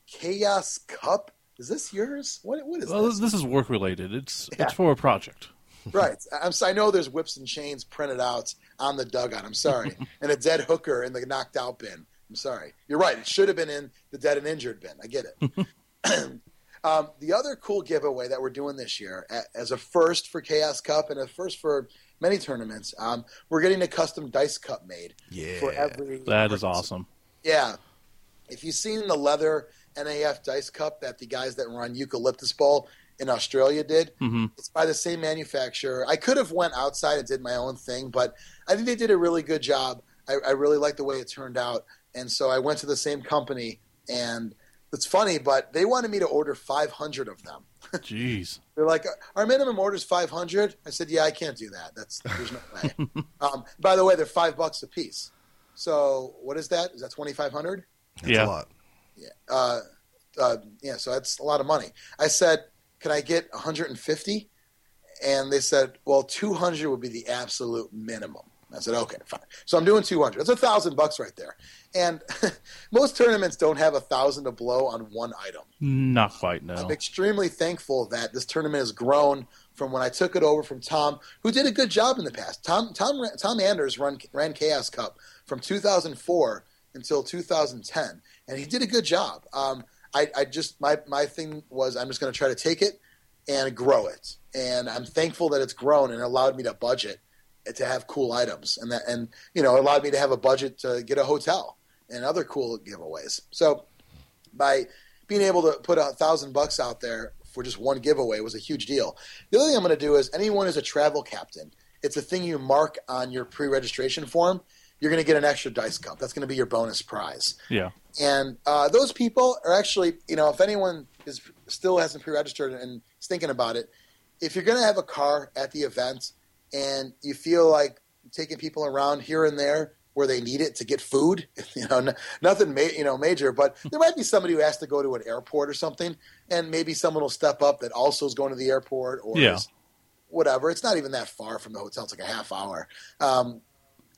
[SPEAKER 4] "Chaos Cup, is this yours? What? What is
[SPEAKER 2] well,
[SPEAKER 4] this?"
[SPEAKER 2] this, this is work related. It's
[SPEAKER 4] Yeah.
[SPEAKER 2] it's for a project.
[SPEAKER 4] right. I'm, so- I know there's whips and chains printed out on the dugout. I'm sorry, and a dead hooker in the knocked out bin. I'm sorry. You're right. It should have been in the dead and injured bin. I get it. um, the other cool giveaway that we're doing this year, a- as a first for Chaos Cup and a first for many tournaments, um, we're getting a custom dice cup made
[SPEAKER 1] Yeah.
[SPEAKER 4] for
[SPEAKER 2] That
[SPEAKER 4] every.
[SPEAKER 2] is
[SPEAKER 4] participant.
[SPEAKER 2] awesome.
[SPEAKER 4] Yeah. If you've seen the leather NAF dice cup that the guys that run Eucalyptus Bowl in Australia did,
[SPEAKER 2] Mhm.
[SPEAKER 4] it's by the same manufacturer. I could have went outside and did my own thing, but I think they did a really good job. I, I really liked the way it turned out, and so I went to the same company. And it's funny, but they wanted me to order 500 of them.
[SPEAKER 2] Jeez.
[SPEAKER 4] They're like, our minimum order is 500. I said, yeah, I can't do that. That's there's no way. um, by the way, they're five bucks a piece. So what is that? Is that 2,500?
[SPEAKER 1] That's
[SPEAKER 2] Yeah.
[SPEAKER 1] a lot.
[SPEAKER 4] Uh, uh, yeah, so that's a lot of money. I said, can I get 150? And they said, well, 200 would be the absolute minimum. I said, okay, fine. So I'm doing 200. That's a thousand bucks right there. And most tournaments don't have a thousand to blow on one item.
[SPEAKER 2] Not quite.
[SPEAKER 4] I'm
[SPEAKER 2] No.
[SPEAKER 4] extremely thankful that this tournament has grown from when I took it over from Tom, who did a good job in the past. Tom Tom Tom Anders run, ran Chaos Cup from 2004 until 2010, and he did a good job. Um, I, I just my my thing was I'm just going to try to take it and grow it, and I'm thankful that it's grown and allowed me to budget to have cool items, and that and you know allowed me to have a budget to get a hotel and other cool giveaways. So by being able to put a thousand bucks out there for just one giveaway was a huge deal. The other thing I'm going to do is anyone who's a travel captain, it's a thing you mark on your pre-registration form. You're going to get an extra dice cup. That's going to be your bonus prize.
[SPEAKER 2] Yeah.
[SPEAKER 4] And uh, those people are actually, you know, if anyone is still hasn't pre-registered and is thinking about it, if you're going to have a car at the event and you feel like taking people around here and there where they need it to get food, you know, n- nothing, ma- you know, major, but there might be somebody who has to go to an airport or something, and maybe someone will step up that also is going to the airport or
[SPEAKER 2] Yeah.
[SPEAKER 4] is- whatever. It's not even that far from the hotel; it's like a half hour. Um,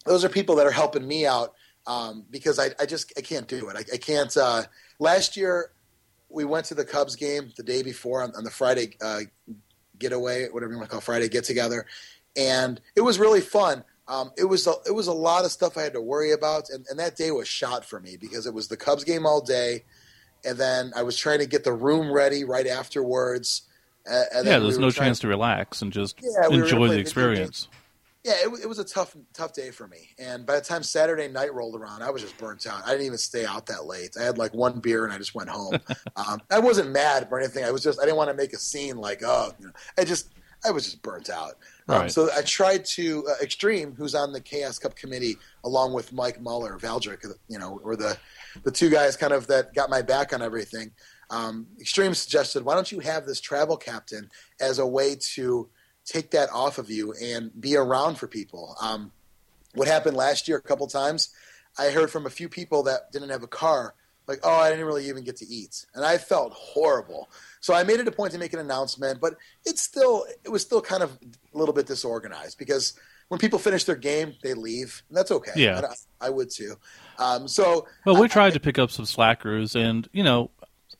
[SPEAKER 4] those are people that are helping me out um, because I, I just I can't do it. I, I can't. Uh, last year, we went to the Cubs game the day before on, on the Friday uh, getaway, whatever you want to call it, Friday get together, and it was really fun. Um, it was a, it was a lot of stuff I had to worry about, and, and that day was shot for me because it was the Cubs game all day, and then I was trying to get the room ready right afterwards. Uh, and
[SPEAKER 2] Yeah.
[SPEAKER 4] then
[SPEAKER 2] There's
[SPEAKER 4] we were
[SPEAKER 2] no
[SPEAKER 4] trying-
[SPEAKER 2] chance to relax and just
[SPEAKER 4] Yeah, we were gonna
[SPEAKER 2] enjoy
[SPEAKER 4] play
[SPEAKER 2] the
[SPEAKER 4] video
[SPEAKER 2] experience.
[SPEAKER 4] yeah, it, wa- it was a tough, tough day for me. And by the time Saturday night rolled around, I was just burnt out. I didn't even stay out that late. I had like one beer and I just went home. um, I wasn't mad or anything. I was just I didn't want to make a scene like oh, you know, I just I was just burnt out. Um,
[SPEAKER 2] Right.
[SPEAKER 4] so I tried to uh, Extreme, who's on the Chaos Cup committee, along with Mike Muller, Valdrick, you know, or the the two guys kind of that got my back on everything. Um, Extreme suggested, why don't you have this travel captain as a way to take that off of you and be around for people. Um, what happened last year a couple times, I heard from a few people that didn't have a car, like, oh, I didn't really even get to eat. And I felt horrible. So I made it a point to make an announcement, but it's still, it was still kind of a little bit disorganized because when people finish their game, they leave. And that's okay.
[SPEAKER 2] Yeah.
[SPEAKER 4] And I, I would too. Um, so
[SPEAKER 2] Well, we tried to pick up some slackers, and you know,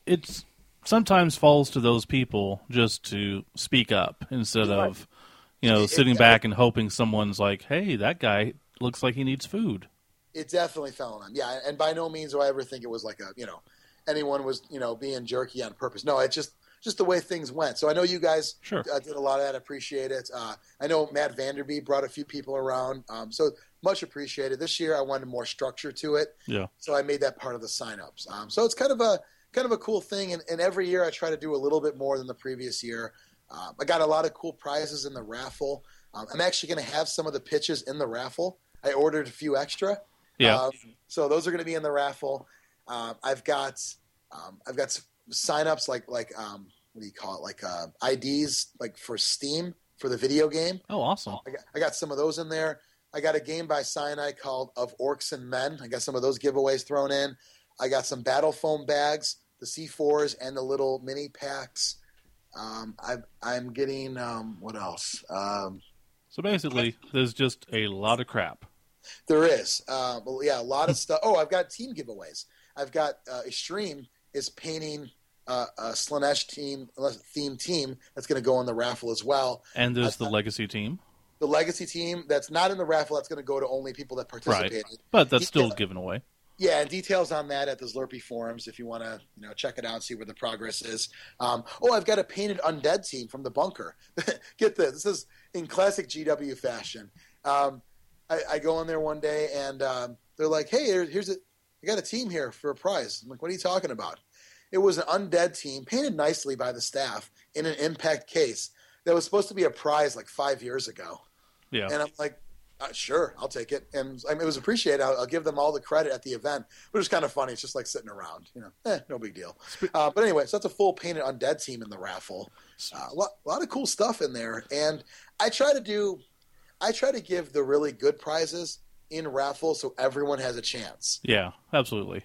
[SPEAKER 2] it's sometimes falls to those people just to speak up instead of, you know, sitting back and hoping someone's like, "Hey, that guy looks like he needs food."
[SPEAKER 4] It definitely fell on him. Yeah, and by no means do I ever think it was like a you know anyone was you know being jerky on purpose. No, it's just just the way things went. So I know you guys
[SPEAKER 2] Sure.
[SPEAKER 4] uh, did a lot of that. Appreciate it. Uh, I know Matt Vanderby brought a few people around, um, so much appreciated. This year I wanted more structure to it,
[SPEAKER 2] Yeah.
[SPEAKER 4] so I made that part of the signups. Um, so it's kind of a kind of a cool thing, and, and every year I try to do a little bit more than the previous year. Um, I got a lot of cool prizes in the raffle. Um, I'm actually going to have some of the pitches in the raffle. I ordered a few extra.
[SPEAKER 2] Yeah.
[SPEAKER 4] Um, so those are going to be in the raffle. Um, I've got um, I've got s- signups like like um, what do you call it like uh, IDs like for Steam for the video game.
[SPEAKER 2] oh, awesome.
[SPEAKER 4] I got, I got some of those in there. I got a game by Sinai called Of Orcs and Men. I got some of those giveaways thrown in. I got some battle foam bags, the C4s, and the little mini packs. Um, I, I'm getting um, what else? Um,
[SPEAKER 2] So basically, there's just a lot of crap.
[SPEAKER 4] there is, uh, well, yeah, a lot of stuff. Oh, I've got team giveaways. I've got uh, Extreme is painting uh, a Slanesh team theme team that's going to go on the raffle as well.
[SPEAKER 2] And there's the legacy team.
[SPEAKER 4] The legacy team that's not in the raffle that's going to go to only people that participated.
[SPEAKER 2] Right. But that's
[SPEAKER 4] He-
[SPEAKER 2] still given away.
[SPEAKER 4] Yeah, and details on that at the Slurpee forums if you want to, you know, check it out and see where the progress is. Um, oh, I've got a painted undead team from the bunker. Get this. This is in classic GW fashion. Um, I, I go in there one day and um, they're like, "Hey, here, here's a, I got a team here for a prize." I'm like, "What are you talking about?" It was an undead team painted nicely by the staff in an impact case that was supposed to be a prize like five years ago.
[SPEAKER 2] Yeah.
[SPEAKER 4] And I'm like, uh, sure, I'll take it. And I mean, it was appreciated. I'll, I'll give them all the credit at the event, which is kind of funny. It's just like sitting around, you know, eh, no big deal. Uh, but anyway, so that's a full painted undead team in the raffle. Uh, a, lot, a lot of cool stuff in there. And I try to do, I try to give the really good prizes in raffle so everyone has a chance.
[SPEAKER 2] yeah, absolutely.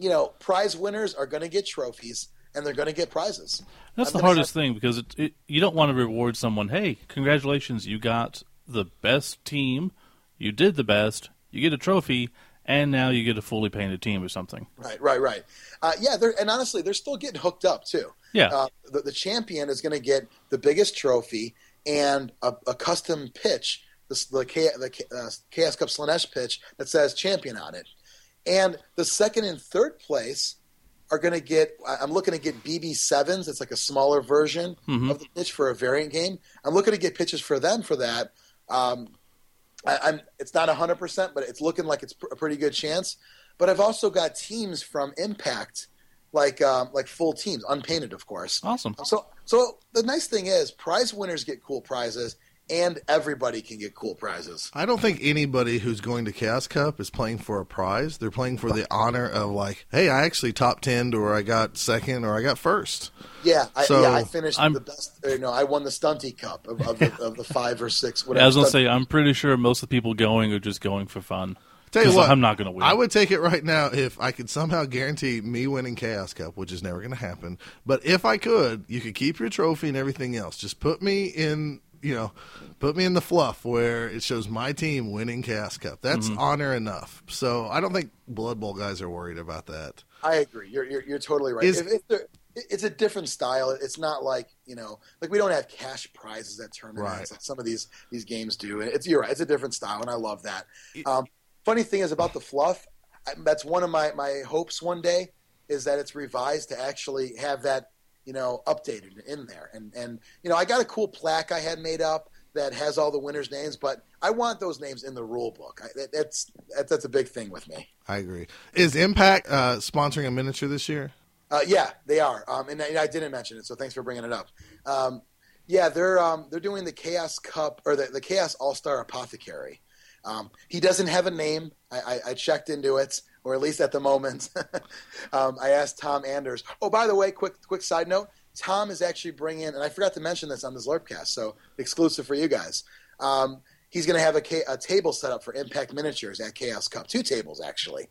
[SPEAKER 4] You know, prize winners are going to get trophies and they're going to get prizes.
[SPEAKER 2] That's
[SPEAKER 4] I'm
[SPEAKER 2] the
[SPEAKER 4] gonna
[SPEAKER 2] hardest thing because it, it, you don't want to reward someone. Hey, congratulations, you got the best team. You did the best. You get a trophy, and now you get a fully painted team or something.
[SPEAKER 4] Right, right, right. Uh, yeah, they're, and honestly, they're still getting hooked up too.
[SPEAKER 2] Yeah.
[SPEAKER 4] Uh, the, the champion is going to get the biggest trophy and a, a custom pitch, this, the, Cha- the Cha- uh, Chaos Cup Slanesh pitch that says champion on it. And the second and third place are going to get, I- I'm looking to get BB7s. It's like a smaller version
[SPEAKER 2] Mm-hmm.
[SPEAKER 4] of the pitch for a variant game. I'm looking to get pitches for them for that. Um, I, I'm, it's not 100%, but it's looking like it's pr- a pretty good chance. But I've also got teams from Impact, like um, like full teams, unpainted, of course.
[SPEAKER 2] Awesome.
[SPEAKER 4] So, so the nice thing is, prize winners get cool prizes, and everybody can get cool prizes.
[SPEAKER 1] I don't think anybody who's going to Chaos Cup is playing for a prize. They're playing for the honor of like, hey, I actually top ten, or I got second, or I got first.
[SPEAKER 4] Yeah, I,
[SPEAKER 1] So,
[SPEAKER 4] yeah, I finished
[SPEAKER 2] I'm-
[SPEAKER 4] the best. Or, no, I won the Stunty Cup of, of, the, of the five or six. Whatever.
[SPEAKER 2] Yeah, I was gonna
[SPEAKER 4] Stunt-
[SPEAKER 2] say I'm pretty sure most of the people going are just going for fun.
[SPEAKER 1] Tell you
[SPEAKER 2] 'Cause
[SPEAKER 1] what,
[SPEAKER 2] I'm not gonna win.
[SPEAKER 1] I would take it right now if I could somehow guarantee me winning Chaos Cup, which is never going to happen. But if I could, you could keep your trophy and everything else. Just put me in, you know, put me in the fluff where it shows my team winning Chaos Cup. That's
[SPEAKER 2] Mm-hmm.
[SPEAKER 1] honor enough. So I don't think Blood Bowl guys are worried about that.
[SPEAKER 4] I agree. You're you're, you're totally right.
[SPEAKER 1] Is-
[SPEAKER 4] if, if there- it's a different style. It's not like you know, like we don't have cash prizes at tournaments
[SPEAKER 1] Right.
[SPEAKER 4] like some of these these games do. And it's you're right. It's a different style, and I love that. Um, funny thing is about the fluff. I, that's one of my my hopes one day is that it's revised to actually have that you know updated in there. And and you know, I got a cool plaque I had made up. That has all the winners' names, but I want those names in the rule book. I, that, that's that, that's a big thing with me.
[SPEAKER 1] I agree. Is Impact uh, sponsoring a miniature this year?
[SPEAKER 4] Uh, yeah, they are, um, and, I, and I didn't mention it, so thanks for bringing it up. Um, yeah, they're um, they're doing the Chaos Cup or the, the Chaos All Star Apothecary. Um, he doesn't have a name. I, I, I checked into it, or at least at the moment. um, I asked Tom Anders. Oh, by the way, quick quick side note: Tom is actually bringing, and I forgot to mention this on this Lurpcast, so exclusive for you guys. Um, he's going to have a, ca- a table set up for Impact Miniatures at Chaos Cup, two tables actually.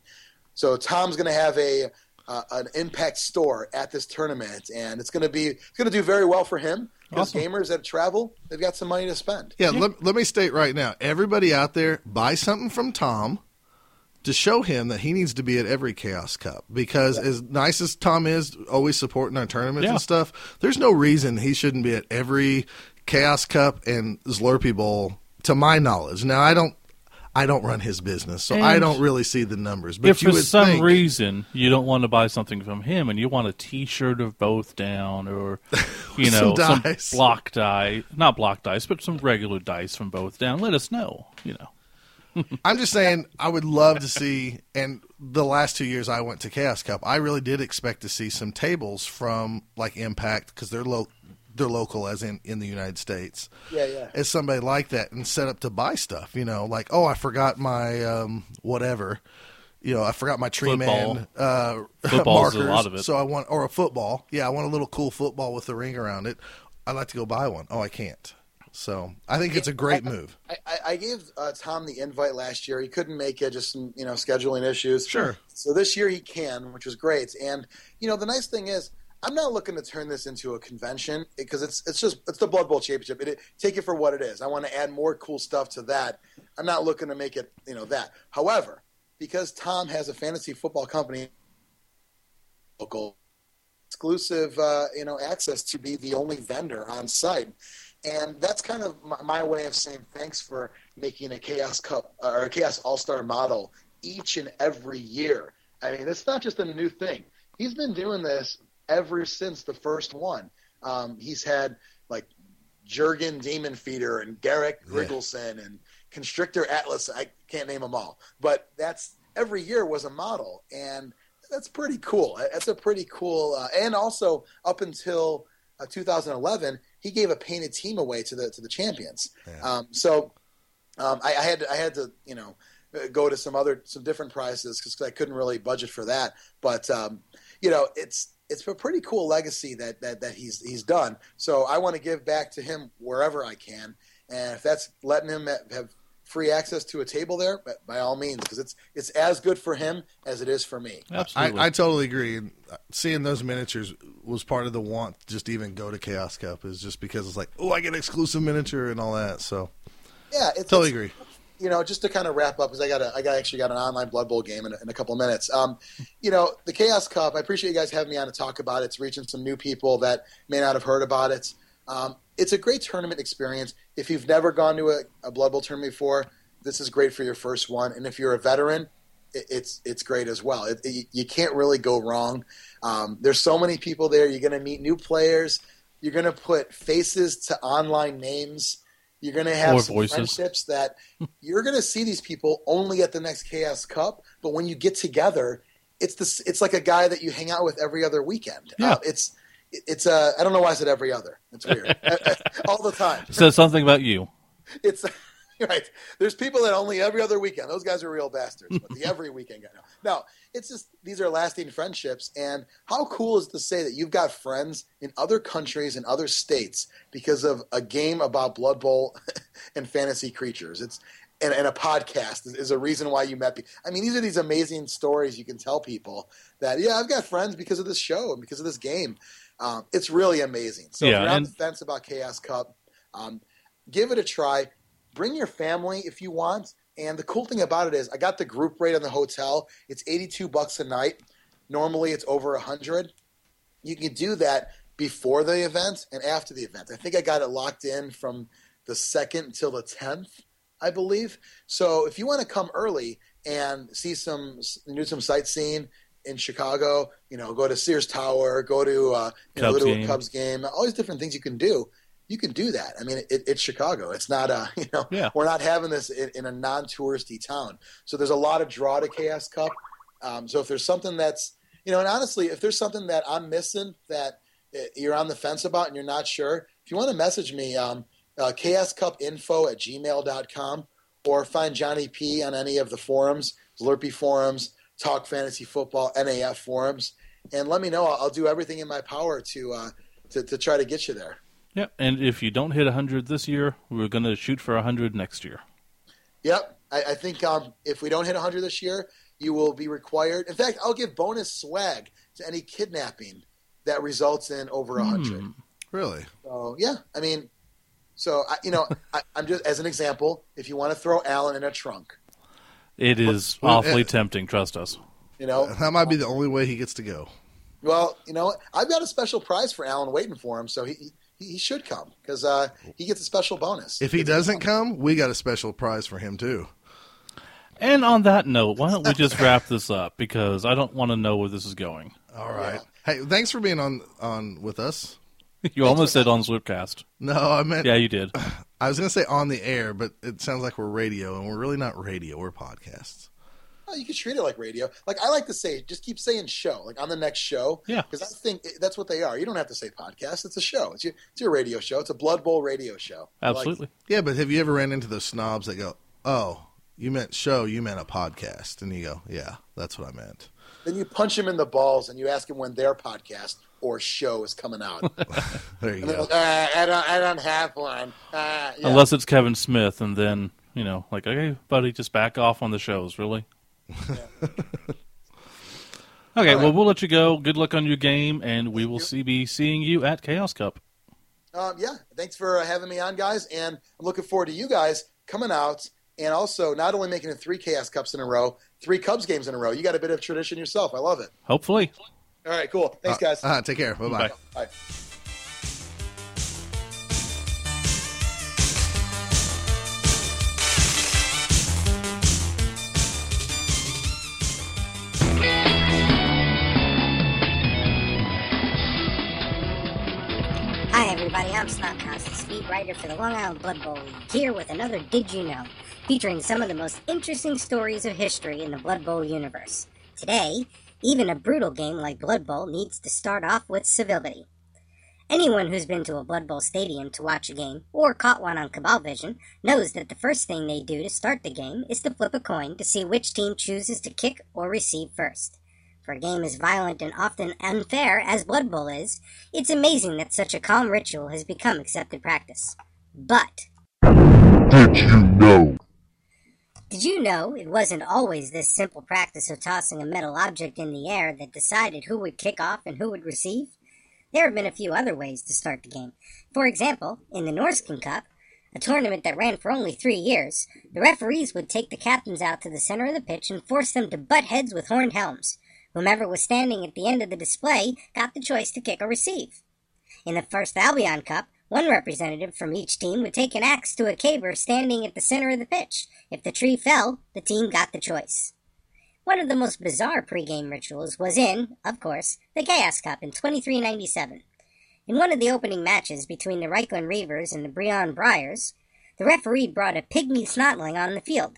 [SPEAKER 4] So Tom's going to have a uh, an impact store at this tournament, and it's going to be it's going to do very well for him because
[SPEAKER 2] Awesome.
[SPEAKER 4] gamers that travel they've got some money to spend.
[SPEAKER 1] Yeah, Let, let me state right now everybody out there, buy something from Tom to show him that he needs to be at every Chaos Cup because, as nice as Tom is, always supporting our tournaments
[SPEAKER 2] Yeah.
[SPEAKER 1] and stuff, there's no reason he shouldn't be at every Chaos Cup and Slurpee Bowl, to my knowledge. Now, I don't. I don't run his business, so
[SPEAKER 2] And
[SPEAKER 1] I don't really see the numbers. But
[SPEAKER 2] if
[SPEAKER 1] you
[SPEAKER 2] for
[SPEAKER 1] would
[SPEAKER 2] some
[SPEAKER 1] think,
[SPEAKER 2] reason you don't want to buy something from him and you want a T-shirt of both down, or you
[SPEAKER 1] Some
[SPEAKER 2] know some,
[SPEAKER 1] dice.
[SPEAKER 2] block die, not block dice, but some regular dice from both down, let us know. You know,
[SPEAKER 1] I'm just saying, I would love to see. And the last two years I went to Chaos Cup, I really did expect to see some tables from like Impact because they're lo- they're local, as in in the United States.
[SPEAKER 4] Yeah, yeah.
[SPEAKER 1] As somebody like that, and set up to buy stuff. You know, like oh, I forgot my um, whatever. You know, I forgot my tree man uh,
[SPEAKER 2] Football's a
[SPEAKER 1] markers,
[SPEAKER 2] lot of it.
[SPEAKER 1] So I want or a football. Yeah, I want a little cool football with the ring around it. I'd like to go buy one. Oh, I can't. So I think it's a great move.
[SPEAKER 4] I, I- I gave uh, Tom the invite last year. He couldn't make it, just some, you know scheduling issues.
[SPEAKER 1] Sure.
[SPEAKER 4] So this year he can, which was great. And you know the nice thing is, I'm not looking to turn this into a convention because it's it's just it's the Blood Bowl championship. It, it- take it for what it is. I want to add more cool stuff to that. I'm not looking to make it you know that. However, because Tom has a fantasy football company, local exclusive uh, you know access to be the only vendor on site and that's kind of my, my way of saying thanks for making a chaos cup or a chaos all-star model each and every year i mean it's not just a new thing he's been doing this ever since the first one um, he's had like jurgen demon feeder and garrick
[SPEAKER 1] Yeah.
[SPEAKER 4] Grigelson and constrictor atlas i can't name them all but that's every year was a model and that's pretty cool that's a pretty cool uh, and also up until uh, 2011, he gave a painted team away to the to the champions.
[SPEAKER 1] Yeah.
[SPEAKER 4] Um, so um, I, I had to, I had to you know uh, go to some other some different prizes because I couldn't really budget for that. But um, you know it's it's a pretty cool legacy that that that he's he's done. So I want to give back to him wherever I can, and if that's letting him ha- have free access to a table there, by- by all means, because it's it's as good for him as it is for me.
[SPEAKER 2] absolutely.
[SPEAKER 1] I, I totally agree. And uh, seeing those miniatures was part of the want to just even go to Chaos Cup is just because it's like, oh, I get exclusive miniature and all that. So
[SPEAKER 4] Yeah, it's,
[SPEAKER 1] totally
[SPEAKER 4] it's-
[SPEAKER 1] agree.
[SPEAKER 4] you know, just to kind of wrap up, because I got a, I got actually got an online Blood Bowl game in a, in a couple of minutes. Um, you know, the Chaos Cup. I appreciate you guys having me on to talk about it. It's reaching some new people that may not have heard about it. Um, it's a great tournament experience. If you've never gone to a, a Blood Bowl tournament before, this is great for your first one. And if you're a veteran, it, it's it's great as well. It, it, you can't really go wrong. Um, there's so many people there. You're going to meet new players. You're going to put faces to online names. You're going to have
[SPEAKER 2] Or
[SPEAKER 4] some
[SPEAKER 2] voices.
[SPEAKER 4] friendships that you're going to see these people only at the next Chaos Cup. But when you get together, it's this. It's like a guy that you hang out with every other weekend.
[SPEAKER 2] Yeah.
[SPEAKER 4] Uh, it's it's uh, I don't know why I said every other. It's weird. All the time.
[SPEAKER 2] Says something about you.
[SPEAKER 4] It's right. There's people that only every other weekend. Those guys are real bastards. But the every weekend guy. No, no. It's just these are lasting friendships. And how cool is it to say that you've got friends in other countries and other states because of a game about Blood Bowl and fantasy creatures. It's and, and a podcast is, is a reason why you met people. I mean, these are these amazing stories you can tell people that yeah, I've got friends because of this show and because of this game. Um, it's really amazing. So
[SPEAKER 2] Yeah,
[SPEAKER 4] if you're on
[SPEAKER 2] and-
[SPEAKER 4] the fence about Chaos Cup, um, give it a try. Bring your family if you want. And the cool thing about it is, I got the group rate on the hotel. It's eighty-two bucks a night. Normally, it's over a hundred. You can do that before the event and after the event. I think I got it locked in from the second till the tenth, I believe. So if you want to come early and see some, do some sightseeing in Chicago, you know, go to Sears Tower, go to uh, you know, go
[SPEAKER 2] Cubs
[SPEAKER 4] to a
[SPEAKER 2] game.
[SPEAKER 4] Cubs game, all these different things you can do. You can do that. I mean, it, it's Chicago. It's not a you know
[SPEAKER 2] Yeah.
[SPEAKER 4] we're not having this in, in a non-touristy town. So there's a lot of draw to Chaos Cup. Um, so if there's something that's you know, and honestly, if there's something that I'm missing that uh, you're on the fence about and you're not sure, if you want to message me, um, uh, chaoscupinfo at gmail.com or find Johnny P on any of the forums, Slurpee forums, Talk Fantasy Football, NAF forums, and let me know. I'll, I'll do everything in my power to, uh, to to try to get you there.
[SPEAKER 2] Yeah, and if you don't hit 100 this year, we're going to shoot for 100 next year.
[SPEAKER 4] Yep. I, I think um, if we don't hit 100 this year, you will be required. In fact, I'll give bonus swag to any kidnapping that results in over 100.
[SPEAKER 1] Really?
[SPEAKER 4] So, yeah, I mean, so, I, you know, I, I'm just, as an example, if you want to throw Alan in a trunk,
[SPEAKER 2] It is
[SPEAKER 1] Well,
[SPEAKER 2] awfully
[SPEAKER 1] uh,
[SPEAKER 2] tempting, trust us.
[SPEAKER 4] you know,
[SPEAKER 1] That might be the only way he gets to go.
[SPEAKER 4] well, you know, I've got a special prize for Alan waiting for him, so he, he, he should come because uh, he gets a special bonus.
[SPEAKER 1] If he doesn't come, we got a special prize for him too.
[SPEAKER 2] And on that note, why don't we just wrap this up because I don't want to know where this is going.
[SPEAKER 1] All right. Hey, thanks for being on on with us.
[SPEAKER 2] You almost said on Slipcast.
[SPEAKER 1] No, I meant
[SPEAKER 2] Yeah, you did.
[SPEAKER 1] I was gonna say on the air, but it sounds like we're radio, and we're really not radio. We're podcasts.
[SPEAKER 4] Oh, you can treat it like radio. Like I like to say, just keep saying show, like on the next show.
[SPEAKER 2] Yeah.
[SPEAKER 4] Because I think it- that's what they are. You don't have to say podcast. It's a show. It's your, it's your radio show. It's a Blood Bowl radio show. I like
[SPEAKER 2] Absolutely.
[SPEAKER 4] it.
[SPEAKER 1] Yeah, but have you ever ran into those snobs that go, "Oh, you meant show, you meant a podcast," and you go, "Yeah, that's what I meant."
[SPEAKER 4] Then you punch them in the balls and you ask them when their podcast or show is coming out. and
[SPEAKER 1] There you
[SPEAKER 4] they're
[SPEAKER 1] go.
[SPEAKER 4] like, uh, I, don't, I don't have one. Uh, yeah.
[SPEAKER 2] Unless it's Kevin Smith, and then you know, like, okay, buddy, just back off on the shows, really. okay, well, we'll let you go. Good luck on your game, and we will see, be seeing you at Chaos Cup.
[SPEAKER 4] Um, yeah, thanks for uh, having me on, guys, and I'm looking forward to you guys coming out and also not only making it three Chaos Cups in a row, three Cubs games in a row. You got a bit of tradition yourself. I love it.
[SPEAKER 2] Hopefully.
[SPEAKER 4] All right, cool. Thanks, guys.
[SPEAKER 1] Uh, take care. Bye bye.
[SPEAKER 2] Bye.
[SPEAKER 4] Bye.
[SPEAKER 5] Hi, everybody. I'm Snotcast, the speed writer for the Long Island Blood Bowl League, here with another Did You Know, featuring some of the most interesting stories of history in the Blood Bowl universe. Today, even a brutal game like Blood Bowl needs to start off with civility. Anyone who's been to a Blood Bowl stadium to watch a game, or caught one on Cabal Vision, knows that the first thing they do to start the game is to flip a coin to see which team chooses to kick or receive first. For a game as violent and often unfair as Blood Bowl is, it's amazing that such a calm ritual has become accepted practice. But,
[SPEAKER 6] Did you know?
[SPEAKER 5] did you know it wasn't always this simple practice of tossing a metal object in the air that decided who would kick off and who would receive? There have been a few other ways to start the game. For example, in the Norskin Cup, a tournament that ran for only three years, the referees would take the captains out to the center of the pitch and force them to butt heads with horned helms. Whomever was standing at the end of the display got the choice to kick or receive. In the first Albion Cup, one representative from each team would take an axe to a caber standing at the center of the pitch. If the tree fell, the team got the choice. One of the most bizarre pregame rituals was in, of course, the Chaos Cup in 2397. In one of the opening matches between the Reichland Reavers and the Breon Briars, the referee brought a pygmy snotling on the field.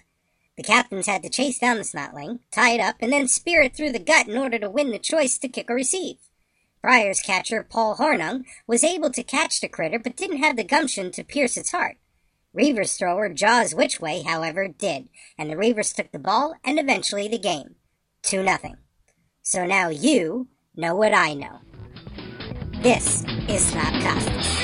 [SPEAKER 5] The captains had to chase down the snotling, tie it up, and then spear it through the gut in order to win the choice to kick or receive. Briar's catcher, Paul Hornung, was able to catch the critter but didn't have the gumption to pierce its heart. Reavers thrower Jaws Whichway, however, did, and the Reavers took the ball and eventually the game. 2 nothing. So now you know what I know. This is Snopcastus.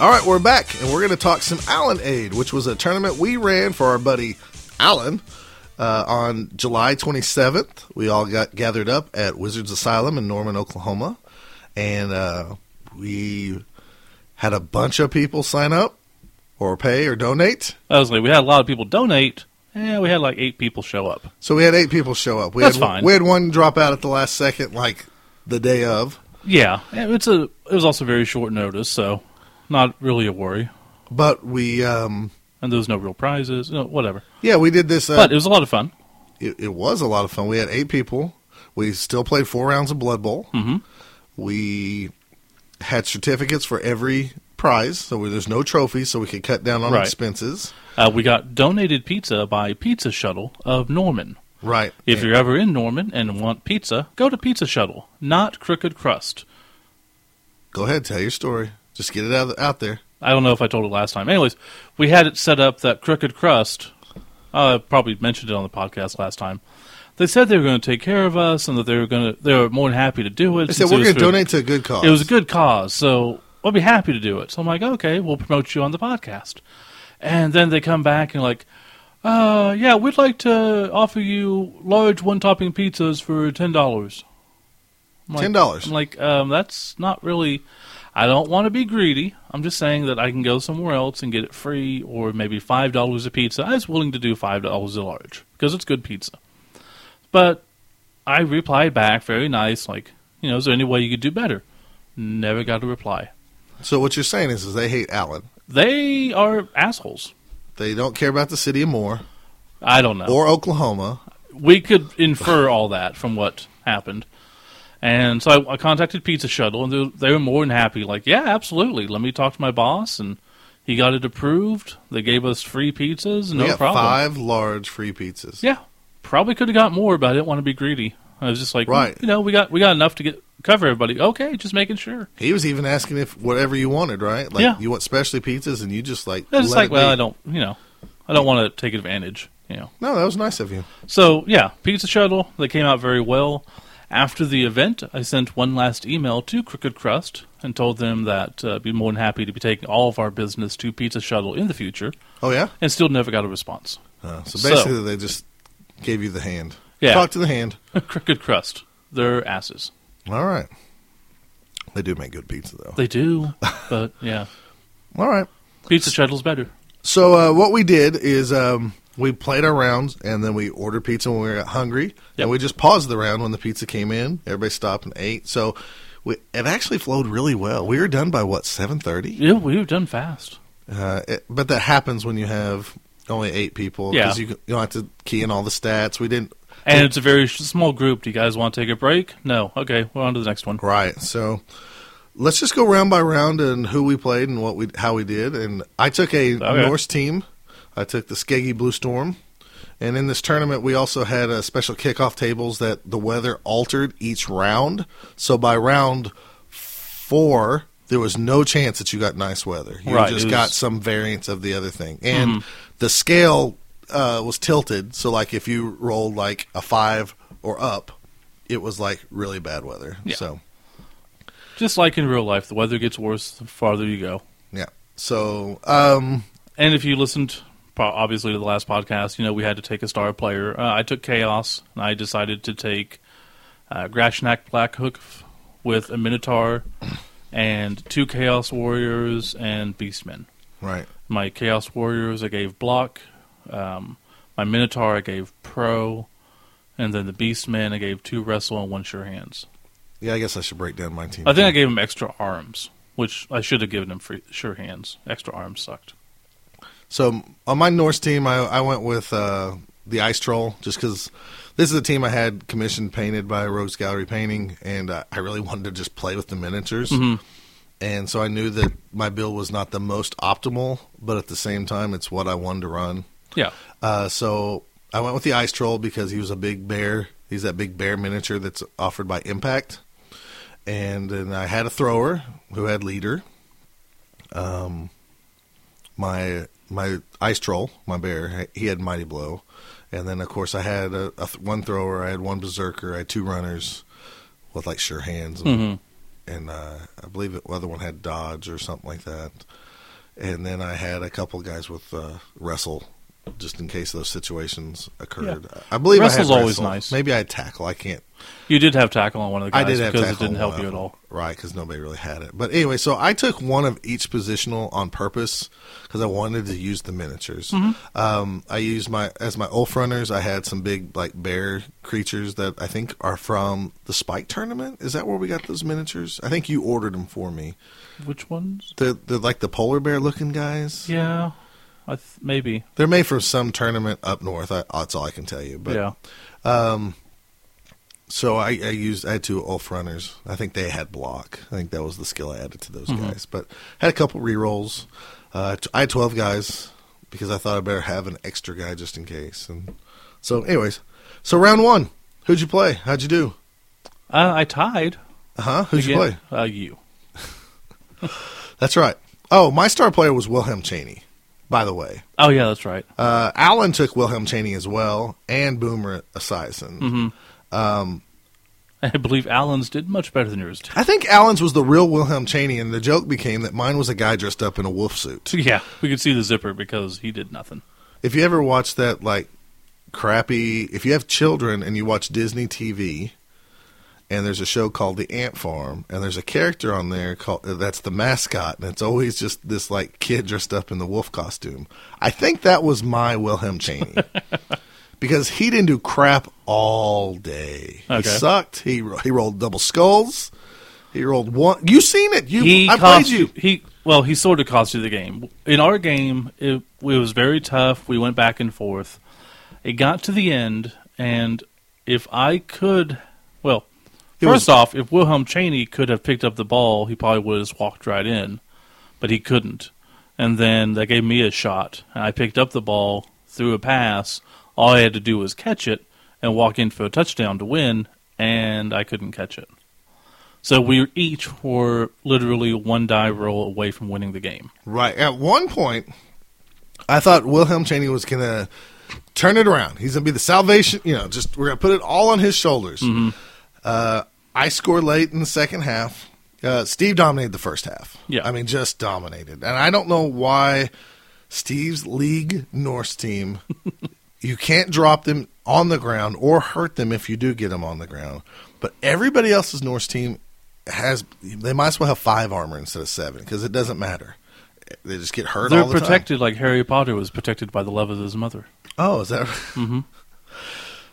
[SPEAKER 1] All right, we're back, and we're going to talk some Allen Aid, which was a tournament we ran for our buddy Allen uh, on July 27th. We all got gathered up at Wizards Asylum in Norman, Oklahoma, and uh, we had a bunch of people sign up or pay or donate.
[SPEAKER 2] I was like, we had a lot of people donate, and we had like eight people show up.
[SPEAKER 1] So we had eight people show up. We
[SPEAKER 2] That's
[SPEAKER 1] had,
[SPEAKER 2] fine.
[SPEAKER 1] We had one drop out at the last second, like the day of.
[SPEAKER 2] Yeah, it's a. It was also very short notice, so not really a worry.
[SPEAKER 1] But we, um,
[SPEAKER 2] And there was no real prizes, no, whatever.
[SPEAKER 1] yeah, we did this. Uh,
[SPEAKER 2] But it was a lot of fun.
[SPEAKER 1] it, it was a lot of fun. We had eight people. We still played four rounds of Blood Bowl. Mm-hmm. We had certificates for every prize, so we, there's no trophies, so we could cut down on
[SPEAKER 2] Right.
[SPEAKER 1] expenses.
[SPEAKER 2] Uh, we got donated pizza by Pizza Shuttle of Norman.
[SPEAKER 1] Right.
[SPEAKER 2] If you're ever in Norman and want pizza, go to Pizza Shuttle, not Crooked Crust.
[SPEAKER 1] Go ahead, tell your story. Just get it out, out there.
[SPEAKER 2] I don't know if I told it last time. Anyways, we had it set up that Crooked Crust. uh, I probably mentioned it on the podcast last time. They said they were going to take care of us and that they were going to. They were more than happy to do it.
[SPEAKER 1] They said
[SPEAKER 2] since
[SPEAKER 1] we're
[SPEAKER 2] it was
[SPEAKER 1] going to
[SPEAKER 2] for-
[SPEAKER 1] donate to a good cause.
[SPEAKER 2] It was a good cause, so I'll be happy to do it. So I'm like, okay, we'll promote you on the podcast. And then they come back and like, uh, yeah, we'd like to offer you large one-topping pizzas for ten dollars.
[SPEAKER 1] $10.
[SPEAKER 2] I'm like, um, that's not really. I don't want to be greedy. I'm just saying that I can go somewhere else and get it free or maybe $5 a pizza. I was willing to do $5 a large because it's good pizza. But I replied back very nice, like, you know, is there any way you could do better? Never got a reply.
[SPEAKER 1] So what you're saying is, is they hate Allen.
[SPEAKER 2] They are assholes.
[SPEAKER 1] They don't care about the city of Moore
[SPEAKER 2] I don't know.
[SPEAKER 1] or Oklahoma.
[SPEAKER 2] we could infer all that from what happened. And so I, I contacted Pizza Shuttle, and they, they were more than happy. Like, yeah, absolutely. Let me talk to my boss, and he got it approved. They gave us free pizzas, no
[SPEAKER 1] we got
[SPEAKER 2] problem.
[SPEAKER 1] five large free pizzas.
[SPEAKER 2] Yeah, probably could have got more, but I didn't want to be greedy. I was just like,
[SPEAKER 1] Right.
[SPEAKER 2] you know, we got we got enough to get cover everybody. Okay, just making sure.
[SPEAKER 1] He was even asking if whatever you wanted, right? Like
[SPEAKER 2] Yeah.
[SPEAKER 1] you want specialty pizzas, and you just like.
[SPEAKER 2] I was just
[SPEAKER 1] let
[SPEAKER 2] like,
[SPEAKER 1] it
[SPEAKER 2] well,
[SPEAKER 1] be.
[SPEAKER 2] I don't, you know, I don't want to take advantage. You know,
[SPEAKER 1] No, that was nice of you.
[SPEAKER 2] So yeah, Pizza Shuttle they came out very well. After the event, I sent one last email to Crooked Crust and told them that uh, I'd be more than happy to be taking all of our business to Pizza Shuttle in the future,
[SPEAKER 1] Oh yeah.
[SPEAKER 2] and still never got a response.
[SPEAKER 1] Uh, so
[SPEAKER 2] So-
[SPEAKER 1] basically, they just gave you the hand.
[SPEAKER 2] Yeah.
[SPEAKER 1] Talk to the hand.
[SPEAKER 2] Crooked Crust, they're asses.
[SPEAKER 1] All right. They do make good pizza though.
[SPEAKER 2] They do, but yeah,
[SPEAKER 1] All right.
[SPEAKER 2] Pizza Shuttle's better.
[SPEAKER 1] So uh, what we did is um, we played our rounds, and then we ordered pizza when we got hungry, and we just paused the round when the pizza came in. Everybody stopped and ate. So we, it actually flowed really well. We were done by what seven thirty,
[SPEAKER 2] Yeah, we've done fast.
[SPEAKER 1] uh, it- but that happens when you have only eight people
[SPEAKER 2] Yeah.
[SPEAKER 1] you, you don't have to key in all the stats. We didn't
[SPEAKER 2] And it's a very sh- small group. Do you guys want to take a break? No. Okay, we're on to the next one.
[SPEAKER 1] Right. So let's just go round by round and who we played and what we how we did. And I took a
[SPEAKER 2] Okay.
[SPEAKER 1] Norse team. I took the Skeggy Blue Storm. And in this tournament, we also had a special kickoff tables that the weather altered each round. So by round four, there was no chance that you got nice weather. You
[SPEAKER 2] Right,
[SPEAKER 1] just
[SPEAKER 2] it was- Mm-hmm.
[SPEAKER 1] got some variance of the other thing. And the scale uh, was tilted. So, like, if you rolled like a five or up, it was like really bad weather.
[SPEAKER 2] Yeah.
[SPEAKER 1] So,
[SPEAKER 2] Just like in real life, the weather gets worse the farther you go.
[SPEAKER 1] Yeah. So, um,
[SPEAKER 2] And if you listened, pro- obviously, to the last podcast, you know we had to take a star player. Uh, I took Chaos, and I decided to take uh, Grashnak Blackhook f- with a Minotaur and two Chaos Warriors and Beastmen.
[SPEAKER 1] right.
[SPEAKER 2] My Chaos Warriors I gave Block. Um, my Minotaur I gave Pro. And then the Beastmen I gave two Wrestle and one Sure Hands.
[SPEAKER 1] Yeah, I guess I should break down my team.
[SPEAKER 2] I think I gave him extra arms, which I should have given him free, Sure Hands. Extra arms sucked.
[SPEAKER 1] so on my Norse team, I, I went with uh, the Ice Troll just because this is a team I had commissioned painted by Rose Gallery Painting, and uh, I really wanted to just play with the miniatures.
[SPEAKER 2] Mm-hmm.
[SPEAKER 1] And so I knew that my build was not the most optimal, but at the same time, it's what I wanted to run.
[SPEAKER 2] Yeah.
[SPEAKER 1] Uh, so I went with the Ice Troll because he was a big bear. He's that big bear miniature that's offered by Impact. And then I had a thrower who had leader. Um, my my Ice Troll, my bear, he had Mighty Blow. And then of course I had a, a th- one thrower, I had one berserker, I had two runners with like sure hands, and,
[SPEAKER 2] Mm-hmm.
[SPEAKER 1] and uh, I believe the other one had dodge or something like that. And then I had a couple guys with uh, wrestle, just in case those situations occurred. I believe
[SPEAKER 2] Wrestle's
[SPEAKER 1] I had
[SPEAKER 2] always
[SPEAKER 1] wrestle.
[SPEAKER 2] nice.
[SPEAKER 1] Maybe I had tackle. I can't
[SPEAKER 2] You did have tackle on one of the guys
[SPEAKER 1] I did have
[SPEAKER 2] because it
[SPEAKER 1] tackle
[SPEAKER 2] didn't help
[SPEAKER 1] on
[SPEAKER 2] you at
[SPEAKER 1] that.
[SPEAKER 2] all.
[SPEAKER 1] Right, because nobody really had it. But anyway, so I took one of each positional on purpose because I wanted to use the miniatures.
[SPEAKER 2] Mm-hmm.
[SPEAKER 1] Um, I used my as my Ulf runners. I had some big like bear creatures that I think are from the Spike tournament. Is that where we got those miniatures? I think you ordered them for me.
[SPEAKER 2] Which ones?
[SPEAKER 1] They're, they're like the polar bear looking guys.
[SPEAKER 2] Yeah, I th- maybe.
[SPEAKER 1] They're made from some tournament up north. I, that's all I can tell you. But
[SPEAKER 2] yeah,
[SPEAKER 1] So I, I used I had two Ulf runners. I think they had block. I think that was the skill I added to those guys. But had a couple rerolls. Uh, t- I had twelve guys because I thought I better have an extra guy just in case. And so, anyways, so round one, who'd you play? How'd you do?
[SPEAKER 2] uh, I tied.
[SPEAKER 1] Uh huh. Who'd you play?
[SPEAKER 2] Again, Uh, you.
[SPEAKER 1] That's right. Oh, my star player was Wilhelm Cheney. By the way,
[SPEAKER 2] Oh yeah, that's right.
[SPEAKER 1] Uh, Allen took Wilhelm Cheney as well, and Boomer Esiason.
[SPEAKER 2] I believe Allen's did much better than yours. did.
[SPEAKER 1] I think Allen's was the real Wilhelm Cheney, and the joke became that mine was a guy dressed up in a wolf suit.
[SPEAKER 2] Yeah, we could see the zipper because he did nothing.
[SPEAKER 1] if you ever watch that like crappy if you have children and you watch disney tv and there's a show called The Ant Farm, and there's a character on there called uh, that's the mascot, and it's always just this like kid dressed up in the wolf costume. I think that was my Wilhelm Cheney. Because he didn't do crap all day. He
[SPEAKER 2] Okay.
[SPEAKER 1] sucked. He he rolled double skulls. He rolled one. You seen it? You
[SPEAKER 2] he
[SPEAKER 1] I
[SPEAKER 2] cost
[SPEAKER 1] played you.
[SPEAKER 2] He well, he sort of cost you the game. In our game, it, it was very tough. We went back and forth. It got to the end, and if I could, well,
[SPEAKER 1] It
[SPEAKER 2] first
[SPEAKER 1] was-
[SPEAKER 2] off, if Wilhelm Cheney could have picked up the ball, he probably would have just walked right in, but he couldn't. And then they gave me a shot, and I picked up the ball, threw a pass. All I had to do was catch it and walk in for a touchdown to win, and I couldn't catch it. So we each were literally one die roll away from winning the game.
[SPEAKER 1] Right. At one point, I thought Wilhelm Cheney was going to turn it around. He's going to be the salvation. You know, just we're going to put it all on his shoulders. Uh, I scored late in the second half. Uh, Steve dominated the first half.
[SPEAKER 2] Yeah.
[SPEAKER 1] I mean, just dominated. And I don't know why Steve's league Norse team, you can't drop them on the ground or hurt them if you do get them on the ground. But everybody else's Norse team has, they might as well have five armor instead of seven because it doesn't matter. They just get hurt
[SPEAKER 2] They're
[SPEAKER 1] all the time.
[SPEAKER 2] protected like Harry Potter was protected by the love of his mother.
[SPEAKER 1] Oh, is that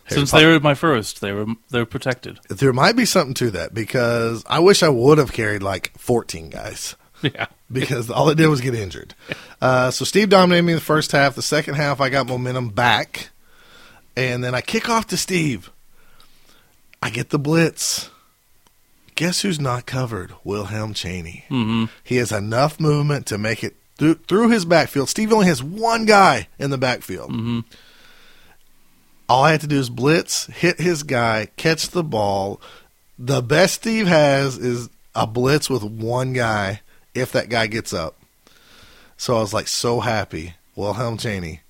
[SPEAKER 2] Since they were my first, they were they're protected.
[SPEAKER 1] there might be something to that because I wish I would have carried like 14 guys
[SPEAKER 2] Yeah.
[SPEAKER 1] because all I did was get injured. Uh, so Steve dominated me in the first half. The second half, I got momentum back, and then I kick off to Steve. I get the blitz. Guess who's not covered? Wilhelm Cheney.
[SPEAKER 2] hmm
[SPEAKER 1] He has enough movement to make it through, through his backfield. Steve only has one guy in the backfield.
[SPEAKER 2] Mhm.
[SPEAKER 1] All I had to do is blitz, hit his guy, catch the ball. The best Steve has is a blitz with one guy if that guy gets up. So I was like so happy. Wilhelm Cheney.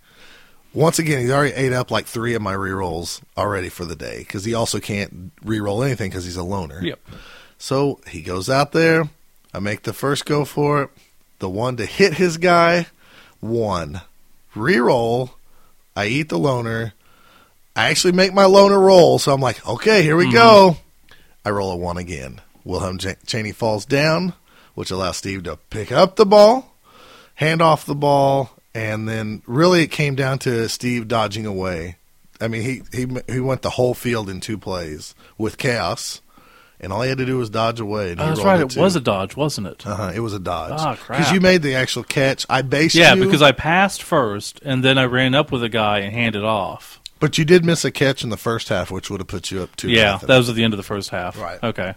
[SPEAKER 1] Once again, he's already ate up like three of my rerolls already for the day because he also can't reroll anything because he's a loner.
[SPEAKER 2] Yep.
[SPEAKER 1] So he goes out there. I make the first go for it. The one to hit his guy, one. Reroll. I eat the loner. I actually make my loner roll. So I'm like, okay, here we go. I roll a one again. Wilhelm Ch- Cheney falls down, which allows Steve to pick up the ball, hand off the ball, and then really it came down to Steve dodging away. I mean, he, he, he went the whole field in two plays with chaos, and all he had to do was dodge away. And he
[SPEAKER 2] Oh, that's
[SPEAKER 1] rolled
[SPEAKER 2] right.
[SPEAKER 1] a
[SPEAKER 2] It
[SPEAKER 1] two.
[SPEAKER 2] was a dodge, wasn't it?
[SPEAKER 1] Uh-huh, it was a dodge.
[SPEAKER 2] Ah, crap.
[SPEAKER 1] you made the actual catch. I based
[SPEAKER 2] yeah,
[SPEAKER 1] you,
[SPEAKER 2] because I passed first, and then I ran up with a guy and handed off.
[SPEAKER 1] but you did miss a catch in the first half, which would have put you up two.
[SPEAKER 2] yeah,
[SPEAKER 1] nothing.
[SPEAKER 2] that was at the end of the first half.
[SPEAKER 1] Right.
[SPEAKER 2] Okay.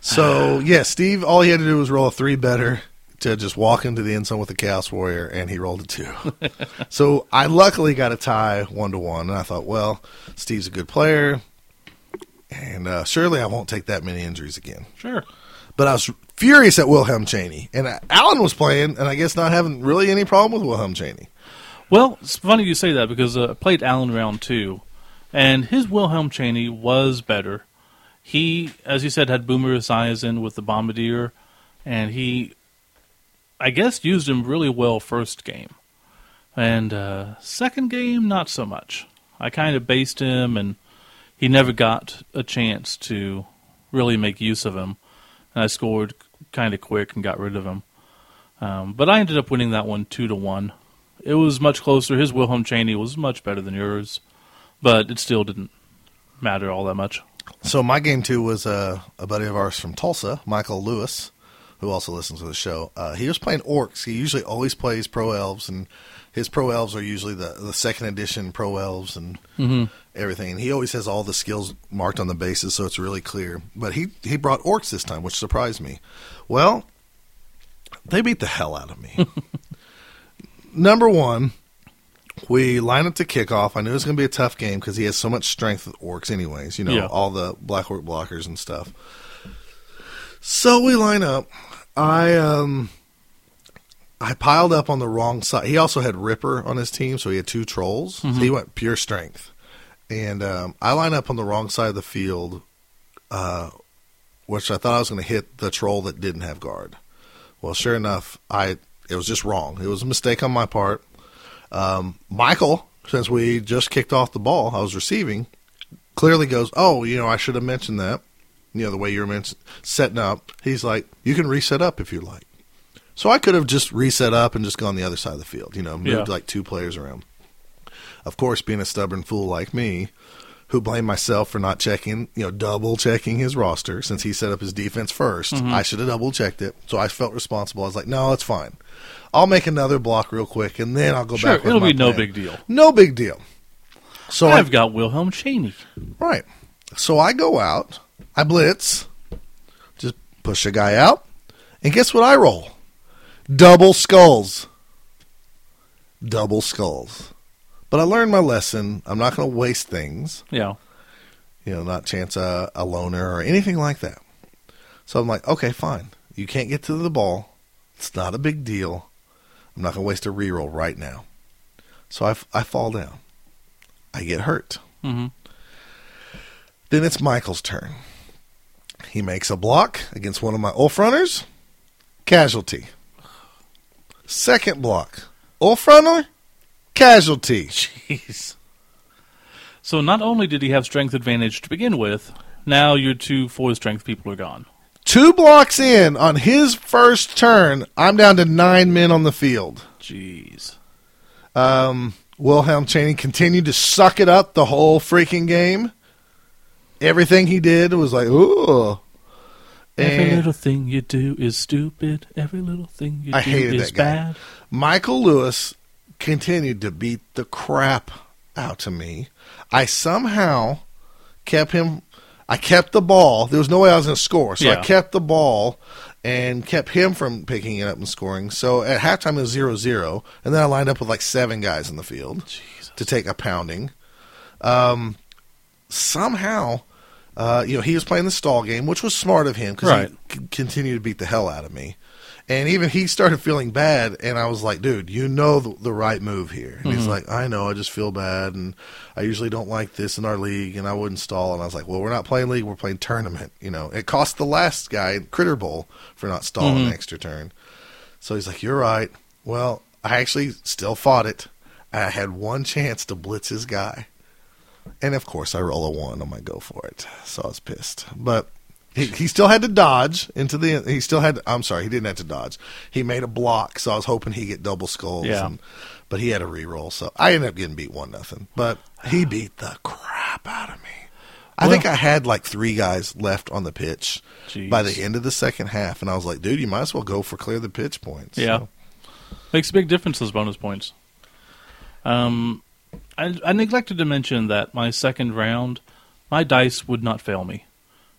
[SPEAKER 1] So yeah, Steve, all he had to do was roll a three better to just walk into the end zone with the Chaos Warrior, and he rolled a two. so I luckily got a tie one to one, and I thought, well, Steve's a good player, and uh, surely I won't take that many injuries again.
[SPEAKER 2] Sure.
[SPEAKER 1] But I was furious at Wilhelm Cheney, and uh, Allen was playing, and I guess not having really any problem with Wilhelm Cheney.
[SPEAKER 2] Well, it's funny you say that because uh, I played Allen round two, and his Wilhelm Cheney was better. He, as you said, had Boomer Esiason with the Bombardier, and he, I guess, used him really well first game. And uh, second game, not so much. I kind of based him, and he never got a chance to really make use of him. And I scored kind of quick and got rid of him. Um, but I ended up winning that one two to one. It was much closer. His Wilhelm Cheney was much better than yours, but it still didn't matter all that much.
[SPEAKER 1] So my game two was uh, a buddy of ours from Tulsa, Michael Lewis, who also listens to the show. Uh, he was playing orcs. He usually always plays pro elves, and his pro elves are usually the, the second edition pro elves and everything. And he always has all the skills marked on the bases, so it's really clear. But he he brought orcs this time, which surprised me. Well, they beat the hell out of me. Number one. We line up to kickoff. I knew it was going to be a tough game because he has so much strength with orcs, anyways. You know,
[SPEAKER 2] Yeah.
[SPEAKER 1] all the black orc blockers and stuff. So we line up. I um, I piled up on the wrong side. He also had Ripper on his team, so he had two trolls. So he went pure strength, and um, I line up on the wrong side of the field, uh, which I thought I was going to hit the troll that didn't have guard. Well, sure enough, I it was just wrong. It was a mistake on my part. Um, Michael, since we just kicked off the ball, I was receiving, clearly goes, "Oh, you know, I should have mentioned that." You know, the way you're men- setting up, he's like, "You can reset up if you like." So I could have just reset up and just gone the other side of the field. You know, moved
[SPEAKER 2] Yeah.
[SPEAKER 1] like two players around. Of course, being a stubborn fool like me, who blamed myself for not checking, you know, double checking his roster since he set up his defense 1st
[SPEAKER 2] Mm-hmm.
[SPEAKER 1] I should have double checked it. So I felt responsible. I was like, no, it's fine. I'll make another block real quick and then I'll go
[SPEAKER 2] Sure,
[SPEAKER 1] back. with
[SPEAKER 2] it'll
[SPEAKER 1] my
[SPEAKER 2] be no
[SPEAKER 1] plan.
[SPEAKER 2] big deal.
[SPEAKER 1] No big deal. So I,
[SPEAKER 2] I've got Wilhelm Cheney.
[SPEAKER 1] right. So I go out, I blitz, just push a guy out, and guess what I roll? Double skulls. Double skulls. But I learned my lesson. I'm not going to waste things
[SPEAKER 2] Yeah.
[SPEAKER 1] you know, not chance a, a loner or anything like that. So I'm like, okay, fine. You can't get to the ball. It's not a big deal. I'm not going to waste a reroll right now. So I, f- I fall down. I get hurt.
[SPEAKER 2] Mhm.
[SPEAKER 1] Then it's Michael's turn. He makes a block against one of my Ulf runners. Casualty. Second block. Ulf runner. Casualty.
[SPEAKER 2] Jeez. So not only did he have strength advantage to begin with, now your two four strength people are gone.
[SPEAKER 1] Two blocks in on his first turn, I'm down to nine men on the field.
[SPEAKER 2] Jeez.
[SPEAKER 1] Um, Wilhelm Cheney continued to suck it up the whole freaking game. Everything he did was like, ooh.
[SPEAKER 2] Every
[SPEAKER 1] And
[SPEAKER 2] little thing you do is stupid. Every little thing you
[SPEAKER 1] I
[SPEAKER 2] do
[SPEAKER 1] hated
[SPEAKER 2] is
[SPEAKER 1] that guy.
[SPEAKER 2] bad.
[SPEAKER 1] Michael Lewis continued to beat the crap out of me. I somehow kept him. I kept the ball. There was no way I was going to score, so
[SPEAKER 2] Yeah.
[SPEAKER 1] I kept the ball and kept him from picking it up and scoring. So at halftime it was 0-0, and then I lined up with like seven guys in the field to take a pounding. Um, somehow, uh, you know, he was playing the stall game, which was smart of him because
[SPEAKER 2] Right.
[SPEAKER 1] he c- continued to beat the hell out of me. And even he started feeling bad, and I was like, "Dude, you know the, the right move here." And he's like, "I know, I just feel bad, and I usually don't like this in our league, and I wouldn't stall." And I was like, "Well, we're not playing league; we're playing tournament." You know, it cost the last guy Critter Bowl for not stalling an extra turn. So he's like, "You're right." Well, I actually still fought it. I had one chance to blitz his guy, and of course, I roll a one. I'm like, "Go for it." So I was pissed, but he, he still had to dodge into the. He still had. I'm sorry, he didn't have to dodge. He made a block, so I was hoping he get double skulls.
[SPEAKER 2] Yeah.
[SPEAKER 1] and- but he had a reroll, so I ended up getting beat one nothing. But he beat the crap out of me. I think I had like three guys left on the pitch by
[SPEAKER 2] Jeez.
[SPEAKER 1] the end of the second half, and I was like, "Dude, you might as well go for clear the pitch points."
[SPEAKER 2] Yeah.
[SPEAKER 1] So-
[SPEAKER 2] Makes a big difference, those bonus points. Um, I, I neglected to mention that my second round, my dice would not fail me.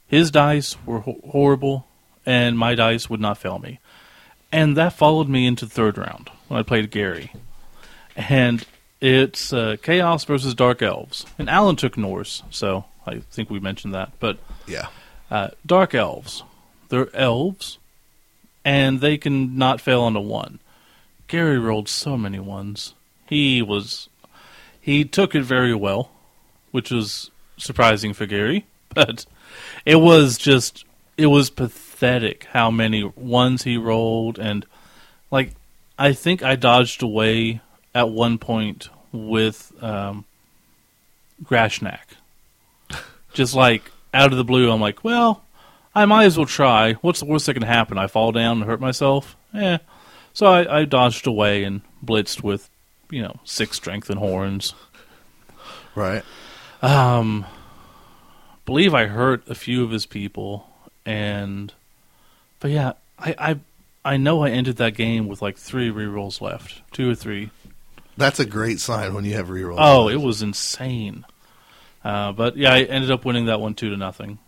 [SPEAKER 2] His dice were ho- horrible, and my dice would not fail me. And that followed me into the third round when I played Gary. And it's uh, Chaos versus Dark Elves. And Alan took Norse, so I think we mentioned that. But
[SPEAKER 1] yeah,
[SPEAKER 2] uh, dark elves. They're elves, and they can not fail on a one. Gary rolled so many ones. He was, he took it very well, which was surprising for Gary. But it was just, it was pathetic how many ones he rolled, and like, I think I dodged away at one point with um, Grashnak just like out of the blue, I'm like, well, I might as well try. What's the worst that can happen? I fall down and hurt myself. Eh. So I, I dodged away and blitzed with, you know, six strength and horns.
[SPEAKER 1] right.
[SPEAKER 2] Um, believe I hurt a few of his people, and but yeah, I I, I know I ended that game with like three rerolls left, two or three.
[SPEAKER 1] That's a great sign when you have rerolls.
[SPEAKER 2] Oh, it was insane. Uh, but yeah, I ended up winning that one two to nothing.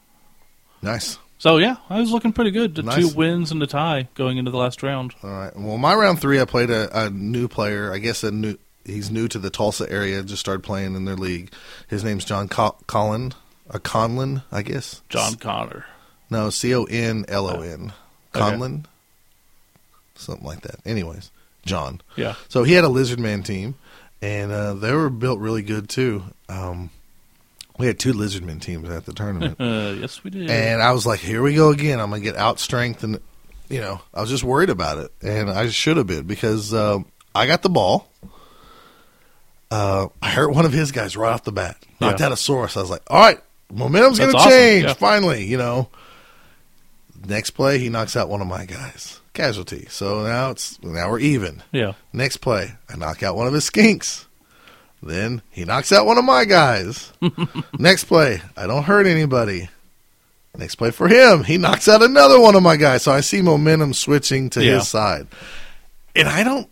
[SPEAKER 1] nice.
[SPEAKER 2] So yeah, I was looking pretty good. The
[SPEAKER 1] Nice.
[SPEAKER 2] two wins and a tie going into the last round.
[SPEAKER 1] All right. Well, my round three, I played a, a new player. I guess a new. He's new to the Tulsa area. Just started playing in their league. His name's John Co- Collin, a Conlin, I guess.
[SPEAKER 2] John Connor.
[SPEAKER 1] No, C O N L O N.
[SPEAKER 2] Uh, Okay.
[SPEAKER 1] Conlin? Something like that. Anyways, John.
[SPEAKER 2] Yeah.
[SPEAKER 1] So he had a Lizard Man team, and uh, they were built really good too. Um, we had two Lizard Man teams at the tournament.
[SPEAKER 2] Uh, yes, we did.
[SPEAKER 1] And I was like, here we go again. I'm going to get out strength. And, you know, I was just worried about it. And I should have been because Uh, um, I got the ball. Uh, I hurt one of his guys right off the bat. knocked
[SPEAKER 2] Yeah.
[SPEAKER 1] out a source. I was like, all right, momentum's going
[SPEAKER 2] That's
[SPEAKER 1] to
[SPEAKER 2] awesome,
[SPEAKER 1] change
[SPEAKER 2] yeah.
[SPEAKER 1] finally, you know. Next play, he knocks out one of my guys. Casualty. So now it's now we're even.
[SPEAKER 2] Yeah.
[SPEAKER 1] Next play, I knock out one of his skinks. Then he knocks out one of my guys. Next play, I don't hurt anybody. Next play for him, he knocks out another one of my guys. So I see momentum switching to
[SPEAKER 2] Yeah.
[SPEAKER 1] his side. And I don't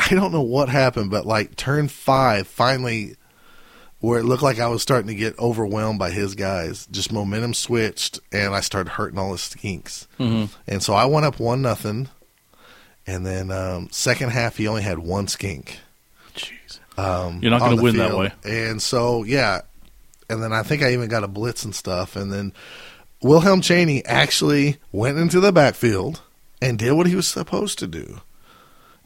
[SPEAKER 1] I don't know what happened, but like turn 5 finally where it looked like I was starting to get overwhelmed by his guys, just momentum switched and I started hurting all his skinks.
[SPEAKER 2] Mhm.
[SPEAKER 1] And so I went up one nothing. And then um, second half, he only had one skink.
[SPEAKER 2] Jeez.
[SPEAKER 1] Um,
[SPEAKER 2] You're not gonna
[SPEAKER 1] on the
[SPEAKER 2] win that
[SPEAKER 1] field.
[SPEAKER 2] way.
[SPEAKER 1] And so yeah, and then I think I even got a blitz and stuff. And then Wilhelm Cheney actually went into the backfield and did what he was supposed to do,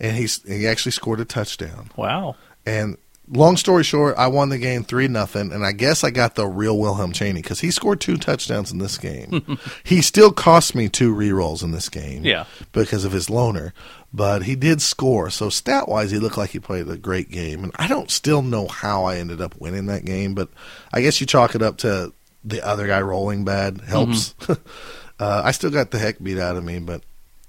[SPEAKER 1] and he s- he actually scored a touchdown.
[SPEAKER 2] Wow.
[SPEAKER 1] And long story short, I won the game three nothing, and I guess I got the real Wilhelm Cheney because he scored two touchdowns in this game. he still cost me two rerolls in this game,
[SPEAKER 2] Yeah.
[SPEAKER 1] because of his loner. But he did score, so stat wise, he looked like he played a great game. And I don't still know how I ended up winning that game, but I guess you chalk it up to the other guy rolling bad helps.
[SPEAKER 2] Mm-hmm.
[SPEAKER 1] uh, I still got the heck beat out of me, but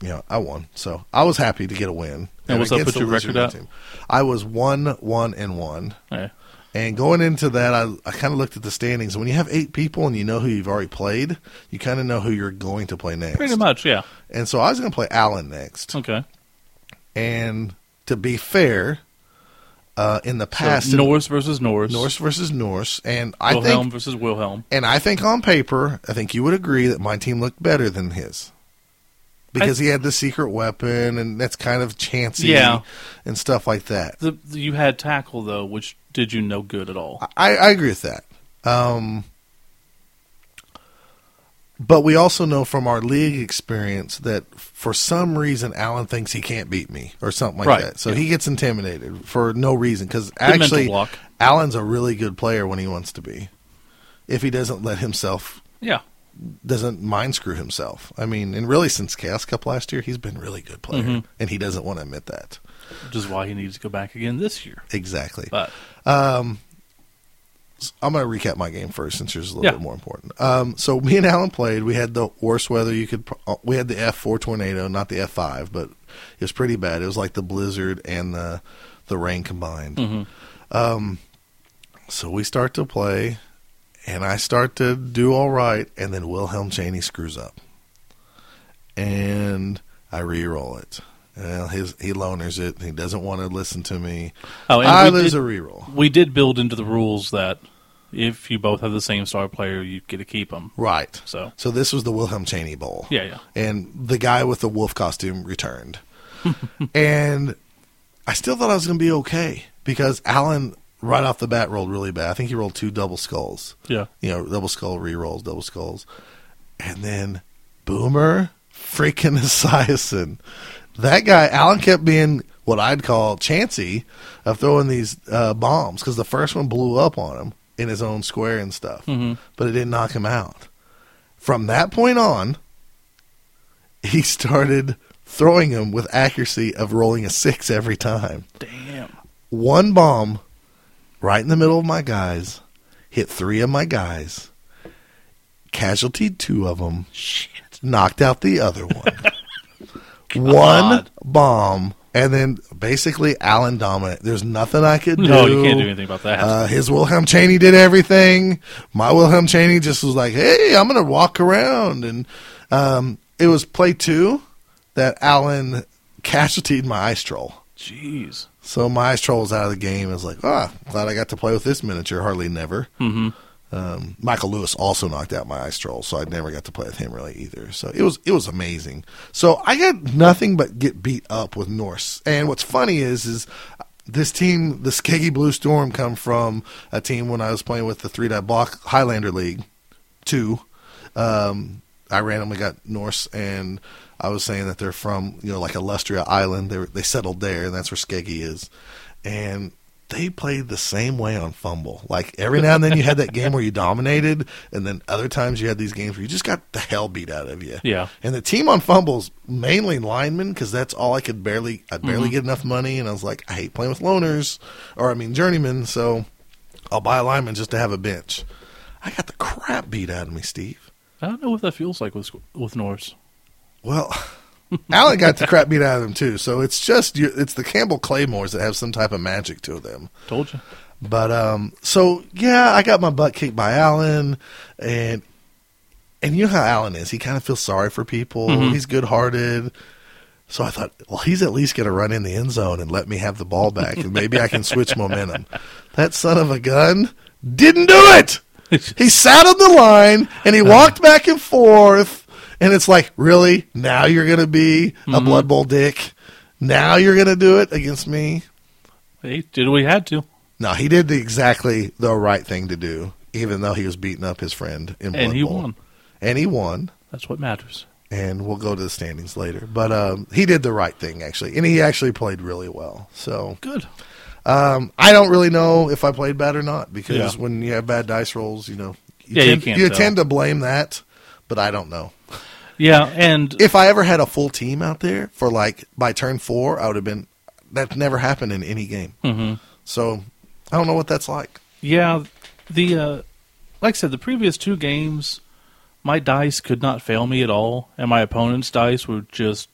[SPEAKER 1] you know I won, so I was happy to get a win.
[SPEAKER 2] And what's that
[SPEAKER 1] against
[SPEAKER 2] put
[SPEAKER 1] the
[SPEAKER 2] your record
[SPEAKER 1] losing
[SPEAKER 2] at?
[SPEAKER 1] team. I was one, one, and one.
[SPEAKER 2] Yeah.
[SPEAKER 1] And going into that, I, I kind of looked at the standings. When you have eight people and you know who you've already played, you kind of know who you're going to play next.
[SPEAKER 2] Pretty much, yeah.
[SPEAKER 1] And so I was going to play Allen next.
[SPEAKER 2] Okay.
[SPEAKER 1] And to be fair, uh, in the past,
[SPEAKER 2] So Norse versus Norse.
[SPEAKER 1] Norse versus Norse, and I
[SPEAKER 2] Wilhelm
[SPEAKER 1] think,
[SPEAKER 2] versus Wilhelm.
[SPEAKER 1] and I think on paper, I think you would agree that my team looked better than his because he had the secret weapon, and that's kind of chancy,
[SPEAKER 2] Yeah.
[SPEAKER 1] and stuff like that.
[SPEAKER 2] The, the- you had tackle though, which did you no good at all.
[SPEAKER 1] I, I agree with that. Um, but we also know from our league experience that for some reason Allen thinks he can't beat me or something like
[SPEAKER 2] Right,
[SPEAKER 1] that. So
[SPEAKER 2] yeah.
[SPEAKER 1] he gets intimidated for no reason because
[SPEAKER 2] mental
[SPEAKER 1] actually
[SPEAKER 2] block.
[SPEAKER 1] Allen's a really good player when he wants to be. If he doesn't let himself
[SPEAKER 2] Yeah.
[SPEAKER 1] doesn't mind screw himself. I mean, and really since Chaos Cup last year, he's been a really good player
[SPEAKER 2] Mm-hmm.
[SPEAKER 1] and he doesn't want to admit that.
[SPEAKER 2] Which is why he needs to go back again this year.
[SPEAKER 1] Exactly.
[SPEAKER 2] But
[SPEAKER 1] I'm going to recap my game first since yours is a little
[SPEAKER 2] Yeah.
[SPEAKER 1] bit more important. Um, so me and Alan played. We had the worst weather you could. pro- uh, We had the F4 tornado, not the F5, but it was pretty bad. It was like the blizzard and the the rain combined.
[SPEAKER 2] Mm-hmm.
[SPEAKER 1] Um, so we start to play, and I start to do all right, and then Wilhelm Cheney screws up, and I re-roll it. Well, his he loners it. He doesn't want to listen to me.
[SPEAKER 2] oh, and
[SPEAKER 1] I
[SPEAKER 2] we
[SPEAKER 1] lose
[SPEAKER 2] did,
[SPEAKER 1] a re-roll.
[SPEAKER 2] we did build into the rules that if you both have the same star player, you get to keep them.
[SPEAKER 1] Right.
[SPEAKER 2] So
[SPEAKER 1] So this was the Wilhelm Cheney Bowl.
[SPEAKER 2] yeah, yeah,
[SPEAKER 1] and the guy with the wolf costume returned. and I still thought I was going to be okay because Allen right off the bat rolled really bad. I think he rolled two double skulls,
[SPEAKER 2] yeah.
[SPEAKER 1] you know, double skull re rolls, double skulls, and then Boomer freaking Esiason. That guy Allen kept being what I'd call chancy of throwing these uh, bombs because the first one blew up on him in his own square and stuff,
[SPEAKER 2] Mm-hmm.
[SPEAKER 1] but it didn't knock him out. From that point on, he started throwing him with accuracy of rolling a six every time.
[SPEAKER 2] Damn.
[SPEAKER 1] One bomb right in the middle of my guys, hit three of my guys, casualty two of them,
[SPEAKER 2] Shit.
[SPEAKER 1] knocked out the other one. one
[SPEAKER 2] God.
[SPEAKER 1] bomb, and then basically Allen dominant. There's nothing I could do.
[SPEAKER 2] No, you can't do anything about that.
[SPEAKER 1] Uh, his Wilhelm Cheney did everything. My Wilhelm Cheney just was like, "Hey, I'm gonna walk around," and um, it was play two that Allen casualtied my ice troll.
[SPEAKER 2] Jeez.
[SPEAKER 1] So my ice troll was out of the game. I was like, ah, glad I got to play with this miniature. Hardly never. Mm-hmm. Um, Michael Lewis also knocked out my ice troll, so I never got to play with him really either. So it was it was amazing. So I got nothing but get beat up with Norse. And what's funny is is this team, the Skeggy Blue Storm, come from a team when I was playing with the Three Dot Block Highlander League two. Um, I randomly got Norse, and I was saying that they're from you know like Illustria Island. They were- they settled there, and that's where Skeggy is. And they played the same way on Fumble. Like every now and then you had that game where you dominated, and then other times you had these games where you just got the hell beat out of you.
[SPEAKER 2] Yeah.
[SPEAKER 1] And the team on fumbles mainly linemen because that's all I could barely I barely get enough money, and I was like, I hate playing with loners, or I mean journeymen. So I'll buy a lineman just to have a bench. I got the crap beat out of me, Steve.
[SPEAKER 2] I don't know what that feels like with with Norse.
[SPEAKER 1] Well, Allen got the crap beat out of him too. So it's just your- it's the Campbell Claymores that have some type of magic to them.
[SPEAKER 2] Told you.
[SPEAKER 1] But um, so yeah, I got my butt kicked by Allen, and and you know how Allen is. He kind of feels sorry for people. He's good hearted. So I thought, well, he's at least going to run in the end zone and let me have the ball back, and maybe I can switch momentum. That son of a gun didn't do it. He sat on the line and he walked back and forth, and it's like, really? Now you're going to be a Blood Bowl dick? Now you're going to do it against me?
[SPEAKER 2] He did what he had to,
[SPEAKER 1] No, he did the exactly the right thing to do, even though he was beating up his friend in
[SPEAKER 2] and
[SPEAKER 1] Blood
[SPEAKER 2] he
[SPEAKER 1] Bowl.
[SPEAKER 2] won.
[SPEAKER 1] And he won.
[SPEAKER 2] That's what matters.
[SPEAKER 1] And we'll go to the standings later. But um, he did the right thing actually, and he actually played really well. So
[SPEAKER 2] Good.
[SPEAKER 1] um, I don't really know if I played bad or not because
[SPEAKER 2] Yeah.
[SPEAKER 1] when you have bad dice rolls, you know, you
[SPEAKER 2] Yeah, you
[SPEAKER 1] tend,
[SPEAKER 2] can't tell.
[SPEAKER 1] tend to blame that. But I don't know
[SPEAKER 2] Yeah, and
[SPEAKER 1] if I ever had a full team out there for like by turn four, I would have been. That's never happened in any game. Mm-hmm. So I don't know what that's like.
[SPEAKER 2] yeah, the uh, like I said, the previous two games, my dice could not fail me at all, and my opponent's dice were just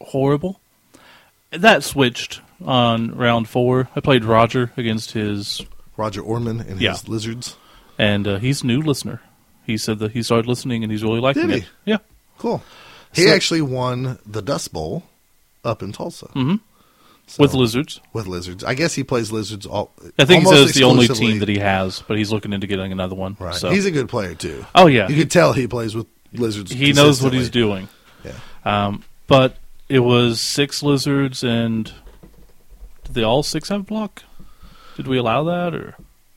[SPEAKER 2] horrible. That switched on round four. I played Roger against his
[SPEAKER 1] Roger Orman and
[SPEAKER 2] Yeah.
[SPEAKER 1] his lizards.
[SPEAKER 2] and uh, he's a new listener. He said that he started listening and he's really liking
[SPEAKER 1] Did
[SPEAKER 2] it.
[SPEAKER 1] he?
[SPEAKER 2] Yeah,
[SPEAKER 1] Cool. He
[SPEAKER 2] So-
[SPEAKER 1] actually won the Dust Bowl up in Tulsa
[SPEAKER 2] Mhm.
[SPEAKER 1] So-
[SPEAKER 2] with lizards.
[SPEAKER 1] with lizards. I guess he plays lizards all.
[SPEAKER 2] I think he
[SPEAKER 1] almost
[SPEAKER 2] says it's the only
[SPEAKER 1] exclusively.
[SPEAKER 2] team that he has, but he's looking into getting another one.
[SPEAKER 1] Right.
[SPEAKER 2] So
[SPEAKER 1] He's a good player too.
[SPEAKER 2] oh yeah,
[SPEAKER 1] You could tell he plays with lizards.
[SPEAKER 2] he knows what he's doing.
[SPEAKER 1] Yeah.
[SPEAKER 2] Um, but it was six lizards, and did they all six have block? Did we allow that or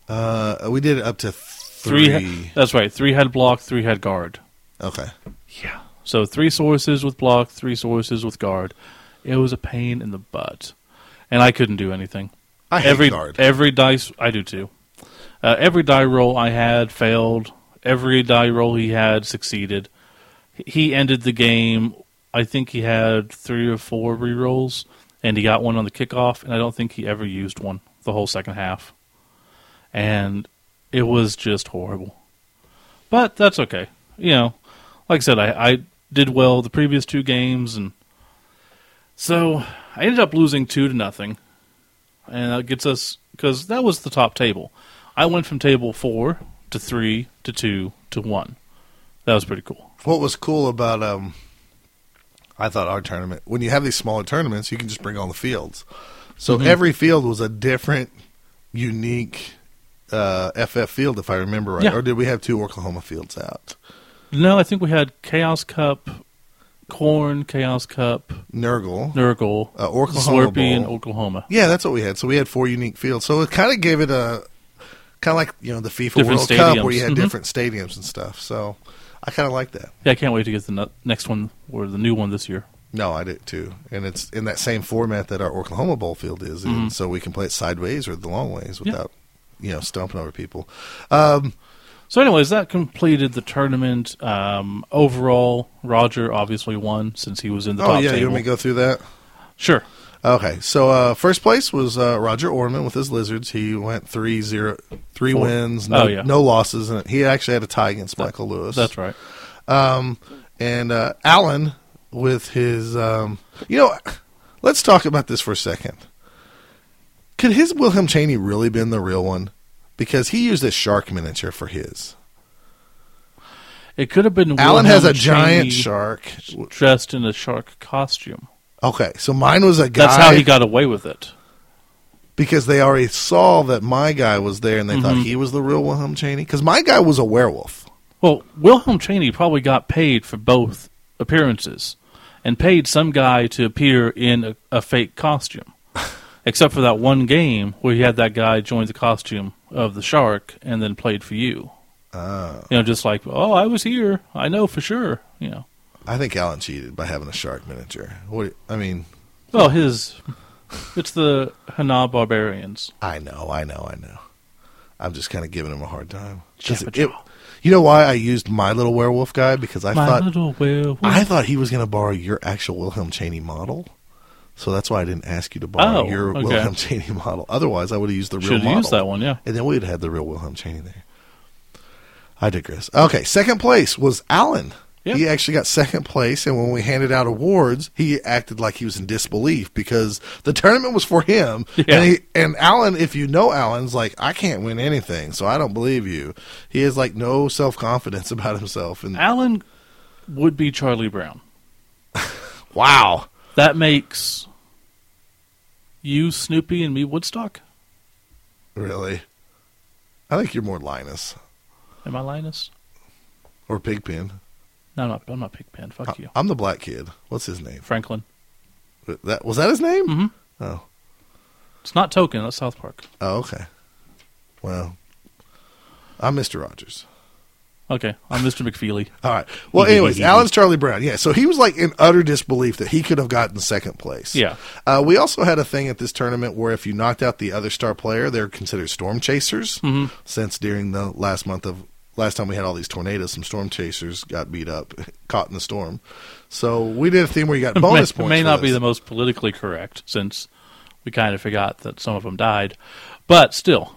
[SPEAKER 1] Uh, we did it up to
[SPEAKER 2] three?
[SPEAKER 1] three.
[SPEAKER 2] ha- that's right. Three had block. Three had guard.
[SPEAKER 1] Okay.
[SPEAKER 2] Yeah. So three sources with block, three sources with guard. It was a pain in the butt, and I couldn't do anything.
[SPEAKER 1] I hate
[SPEAKER 2] every
[SPEAKER 1] guard.
[SPEAKER 2] every dice I do too. Uh, every die roll I had failed. Every die roll he had succeeded. H- He ended the game. I think he had three or four re rolls, and he got one on the kickoff. And I don't think he ever used one the whole second half. And it was just horrible. But that's okay. You know, like I said, I, I did well the previous two games, and so I ended up losing two to nothing, and that gets us because that was the top table. I went from table four to three to two to one. That was pretty cool.
[SPEAKER 1] What was cool about um, I thought our tournament when you have these smaller tournaments, you can just bring all the fields. So
[SPEAKER 2] Mm-hmm.
[SPEAKER 1] every field was a different, unique uh, FF field, if I remember right.
[SPEAKER 2] Yeah.
[SPEAKER 1] Or did we have two Oklahoma fields out?
[SPEAKER 2] No, I think we had Chaos Cup, Corn, Chaos Cup,
[SPEAKER 1] Nurgle.
[SPEAKER 2] Nurgle,
[SPEAKER 1] Uh, Oklahoma
[SPEAKER 2] Slurpee, and
[SPEAKER 1] Bowl.
[SPEAKER 2] Oklahoma.
[SPEAKER 1] Yeah, that's what we had. So we had four unique fields. So it kind of gave it a kind of like you know the FIFA
[SPEAKER 2] Different
[SPEAKER 1] World Cup where
[SPEAKER 2] stadiums.
[SPEAKER 1] you had
[SPEAKER 2] Mhm.
[SPEAKER 1] different stadiums and stuff. So I kind of like that.
[SPEAKER 2] Yeah, I can't wait to get the nu- next one or the new one this year.
[SPEAKER 1] No, I did too, and it's in that same format that our Oklahoma Bowl field is,
[SPEAKER 2] Mm-hmm.
[SPEAKER 1] in, so we can play it sideways or the long ways without you know stomping over people. Um,
[SPEAKER 2] So, anyways, that completed the tournament. Um, overall, Roger obviously won since he was in the
[SPEAKER 1] oh
[SPEAKER 2] top
[SPEAKER 1] yeah, you
[SPEAKER 2] table.
[SPEAKER 1] want me to go through that?
[SPEAKER 2] Sure.
[SPEAKER 1] Okay, so uh, first place was uh, Roger Orman with his Lizards. He went three zero, three
[SPEAKER 2] Four.
[SPEAKER 1] wins, no,
[SPEAKER 2] Oh, yeah.
[SPEAKER 1] no losses, and he actually had a tie against Michael Lewis.
[SPEAKER 2] That's right.
[SPEAKER 1] and uh, Allen with his. Um, you know, let's talk about this for a second. Could his Wilhelm Cheney really been the real one? Because he used a shark miniature for his.
[SPEAKER 2] It could have been
[SPEAKER 1] Allen has a
[SPEAKER 2] Wilhelm
[SPEAKER 1] giant
[SPEAKER 2] Cheney
[SPEAKER 1] shark.
[SPEAKER 2] dressed in a shark costume.
[SPEAKER 1] Okay, so mine was a guy.
[SPEAKER 2] That's how he got away with it.
[SPEAKER 1] because they already saw that my guy was there, and they
[SPEAKER 2] Mm-hmm.
[SPEAKER 1] thought he was the real Wilhelm Cheney. Because my guy was a werewolf.
[SPEAKER 2] Well, Wilhelm Cheney probably got paid for both appearances and paid some guy to appear in a, a fake costume. Except for that one game where he had that guy join the costume of the shark and then played for you.
[SPEAKER 1] Oh.
[SPEAKER 2] You know, just like, oh, I was here. I know for sure. You know,
[SPEAKER 1] I think Allen cheated by having a shark miniature. What do- I mean,
[SPEAKER 2] well, his. It's the Hana Barbarians.
[SPEAKER 1] I know, I know, I know. I'm just kind of giving him a hard time. 'Cause
[SPEAKER 2] Jabba
[SPEAKER 1] it-
[SPEAKER 2] Jabba.
[SPEAKER 1] you know why I used my little werewolf guy because I
[SPEAKER 2] My
[SPEAKER 1] thought
[SPEAKER 2] little werewolf.
[SPEAKER 1] I thought he was going to borrow your actual Wilhelm Cheney model. So that's why I didn't ask you to borrow
[SPEAKER 2] Oh,
[SPEAKER 1] your
[SPEAKER 2] okay.
[SPEAKER 1] Wilhelm Cheney model. Otherwise, I would have used the real
[SPEAKER 2] Should
[SPEAKER 1] model.
[SPEAKER 2] use that one, yeah.
[SPEAKER 1] And then we'd have had the real Wilhelm Cheney there. I digress. Okay, second place was Alan.
[SPEAKER 2] Yeah.
[SPEAKER 1] He actually got second place, and when we handed out awards, he acted like he was in disbelief because the tournament was for him.
[SPEAKER 2] Yeah.
[SPEAKER 1] And, he, and Alan, if you know Alan's like, I can't win anything, so I don't believe you. He has like no self confidence about himself. And
[SPEAKER 2] Alan would be Charlie Brown.
[SPEAKER 1] wow,
[SPEAKER 2] That makes you Snoopy and me Woodstock.
[SPEAKER 1] really? I think you're more Linus
[SPEAKER 2] Am I Linus?
[SPEAKER 1] or Pigpen.
[SPEAKER 2] No, I'm not. I'm not Pigpen. Fuck you,
[SPEAKER 1] I- I'm the black kid. What's his name?
[SPEAKER 2] Franklin.
[SPEAKER 1] That was that his name?
[SPEAKER 2] Mhm.
[SPEAKER 1] Oh,
[SPEAKER 2] It's not Token. That's South Park.
[SPEAKER 1] oh, okay. Well, I'm Mister Rogers.
[SPEAKER 2] Okay, I'm Mr. McFeely.
[SPEAKER 1] All right. Well, anyways, Alan's Charlie Brown. Yeah. So he was like in utter disbelief that he could have gotten second place.
[SPEAKER 2] Yeah.
[SPEAKER 1] Uh, we also had a thing at this tournament where if you knocked out the other star player, they're considered storm chasers. Mm-hmm. Since during the last month of last time we had all these tornadoes, some storm chasers got beat up, caught in the storm. So we did a thing where you got bonus
[SPEAKER 2] may,
[SPEAKER 1] points.
[SPEAKER 2] May
[SPEAKER 1] for
[SPEAKER 2] not be
[SPEAKER 1] this.
[SPEAKER 2] the most politically correct since we kind of forgot that some of them died, but still,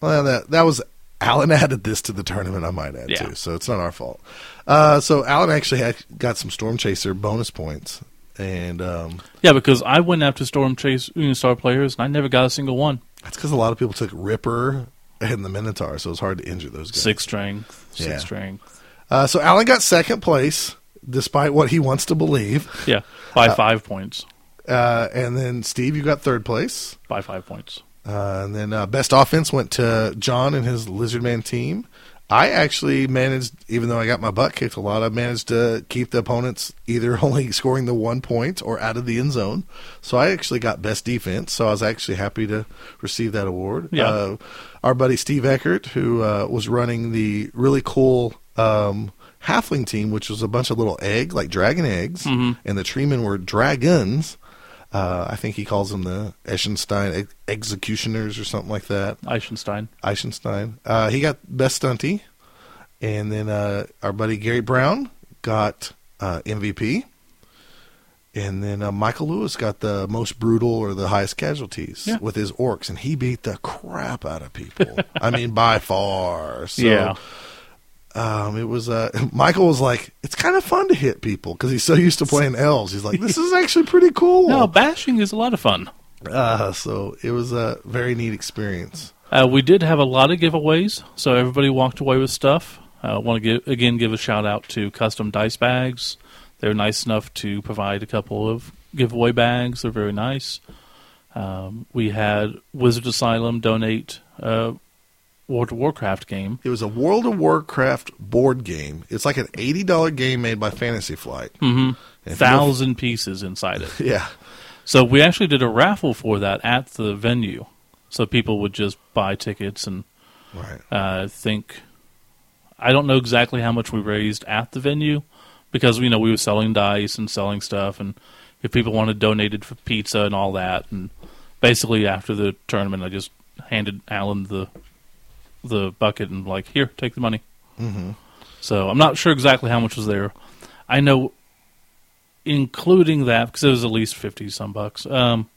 [SPEAKER 1] Well, that that was Alan added this to the tournament. I might add
[SPEAKER 2] Yeah.
[SPEAKER 1] too, so it's not our fault. Uh, so Alan actually had, got some storm chaser bonus points, and um,
[SPEAKER 2] yeah, because I went after Storm Chase Unistar players and I never got a single one.
[SPEAKER 1] that's because a lot of people took Ripper and the Minotaur, so it was hard to injure those guys.
[SPEAKER 2] Six strength, six
[SPEAKER 1] Yeah.
[SPEAKER 2] strength,
[SPEAKER 1] Uh, so Alan got second place, despite what he wants to believe.
[SPEAKER 2] yeah, by five points,
[SPEAKER 1] Uh, and then Steve, you got third place.
[SPEAKER 2] by five points.
[SPEAKER 1] Uh, and then uh, best offense went to John and his Lizardman team. I actually managed, even though I got my butt kicked a lot, I managed to keep the opponents either only scoring the one point or out of the end zone. So I actually got best defense. So I was actually happy to receive that award.
[SPEAKER 2] Yeah.
[SPEAKER 1] Uh, our buddy Steve Eckert, who uh, was running the really cool um, halfling team, which was a bunch of little egg, like dragon eggs, and the treemen were dragons. Uh, I think he calls them the Eschenstein ex- executioners or something like that.
[SPEAKER 2] Eichenstein,
[SPEAKER 1] Eichenstein. Uh, he got best stunty, and then uh, our buddy Gary Brown got uh, MVP, and then uh, Michael Lewis got the most brutal or the highest casualties
[SPEAKER 2] Yeah.
[SPEAKER 1] with his orcs, and he beat the crap out of people. I mean, by far. So,
[SPEAKER 2] yeah,
[SPEAKER 1] um, it was uh, Michael was like, "It's kind of fun to hit people because he's so used to playing elves." He's like, "This is actually pretty cool."
[SPEAKER 2] no, bashing is a lot of fun.
[SPEAKER 1] Uh, so it was a very neat experience.
[SPEAKER 2] Uh, we did have a lot of giveaways, so everybody walked away with stuff. I uh, want to give, again give a shout out to Custom Dice Bags. They're nice enough to provide a couple of giveaway bags. They're very nice. Um, we had Wizard Asylum donate a World of Warcraft game.
[SPEAKER 1] It was a World of Warcraft board game. It's like an eighty dollar game made by Fantasy Flight.
[SPEAKER 2] Mm-hmm.
[SPEAKER 1] If you don't-
[SPEAKER 2] Thousand pieces inside it.
[SPEAKER 1] Yeah,
[SPEAKER 2] So we actually did a raffle for that at the venue. So people would just buy tickets and
[SPEAKER 1] right.
[SPEAKER 2] I uh, think I don't know exactly how much we raised at the venue because you know we were selling dice and selling stuff, and if people wanted donated for pizza and all that, and basically after the tournament, I just handed Alan the the bucket and like here, take the money. Mm-hmm. So I'm not sure exactly how much was there. I know, including that because it was at least fifty some bucks. Um,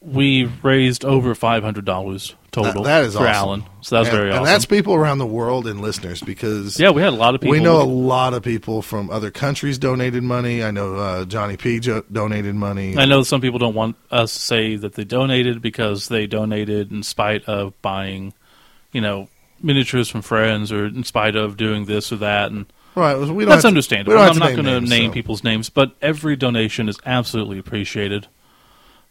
[SPEAKER 2] we raised over five hundred dollars total.
[SPEAKER 1] That- that is
[SPEAKER 2] for
[SPEAKER 1] awesome.
[SPEAKER 2] Alan. So that was
[SPEAKER 1] and,
[SPEAKER 2] very
[SPEAKER 1] and
[SPEAKER 2] awesome.
[SPEAKER 1] that's people around the world and listeners because
[SPEAKER 2] yeah, we had a lot of people.
[SPEAKER 1] we know a lot of people from other countries donated money. I know uh, Johnny P jo- donated money.
[SPEAKER 2] I know some people don't want us to say that they donated because they donated in spite of buying, you know, miniatures from friends or in spite of doing this or that. And
[SPEAKER 1] Right, we don't have
[SPEAKER 2] that's
[SPEAKER 1] to-
[SPEAKER 2] understandable.
[SPEAKER 1] we don't
[SPEAKER 2] I'm
[SPEAKER 1] have
[SPEAKER 2] not going to
[SPEAKER 1] names,
[SPEAKER 2] name
[SPEAKER 1] so.
[SPEAKER 2] people's names, but every donation is absolutely appreciated.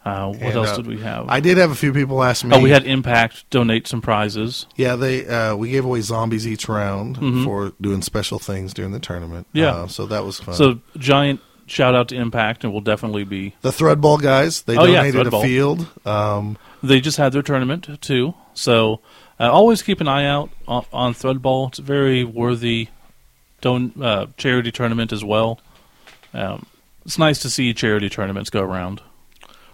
[SPEAKER 2] Uh, what
[SPEAKER 1] And,
[SPEAKER 2] else
[SPEAKER 1] uh,
[SPEAKER 2] did we have?
[SPEAKER 1] I did have a few people ask me.
[SPEAKER 2] oh, we had Impact donate some prizes.
[SPEAKER 1] Yeah, they uh, we gave away zombies each round for doing special things during the tournament.
[SPEAKER 2] Mm-hmm. Yeah.
[SPEAKER 1] Uh, so that was fun.
[SPEAKER 2] So giant shout out to Impact, and we'll definitely be.
[SPEAKER 1] the Threadball guys, they
[SPEAKER 2] Oh, yeah,
[SPEAKER 1] donated a
[SPEAKER 2] Threadball.
[SPEAKER 1] field. Um,
[SPEAKER 2] They just had their tournament too, so uh, always keep an eye out on, on Threadball. It's a very worthy don- uh, charity tournament as well. Um, it's nice to see charity tournaments go around.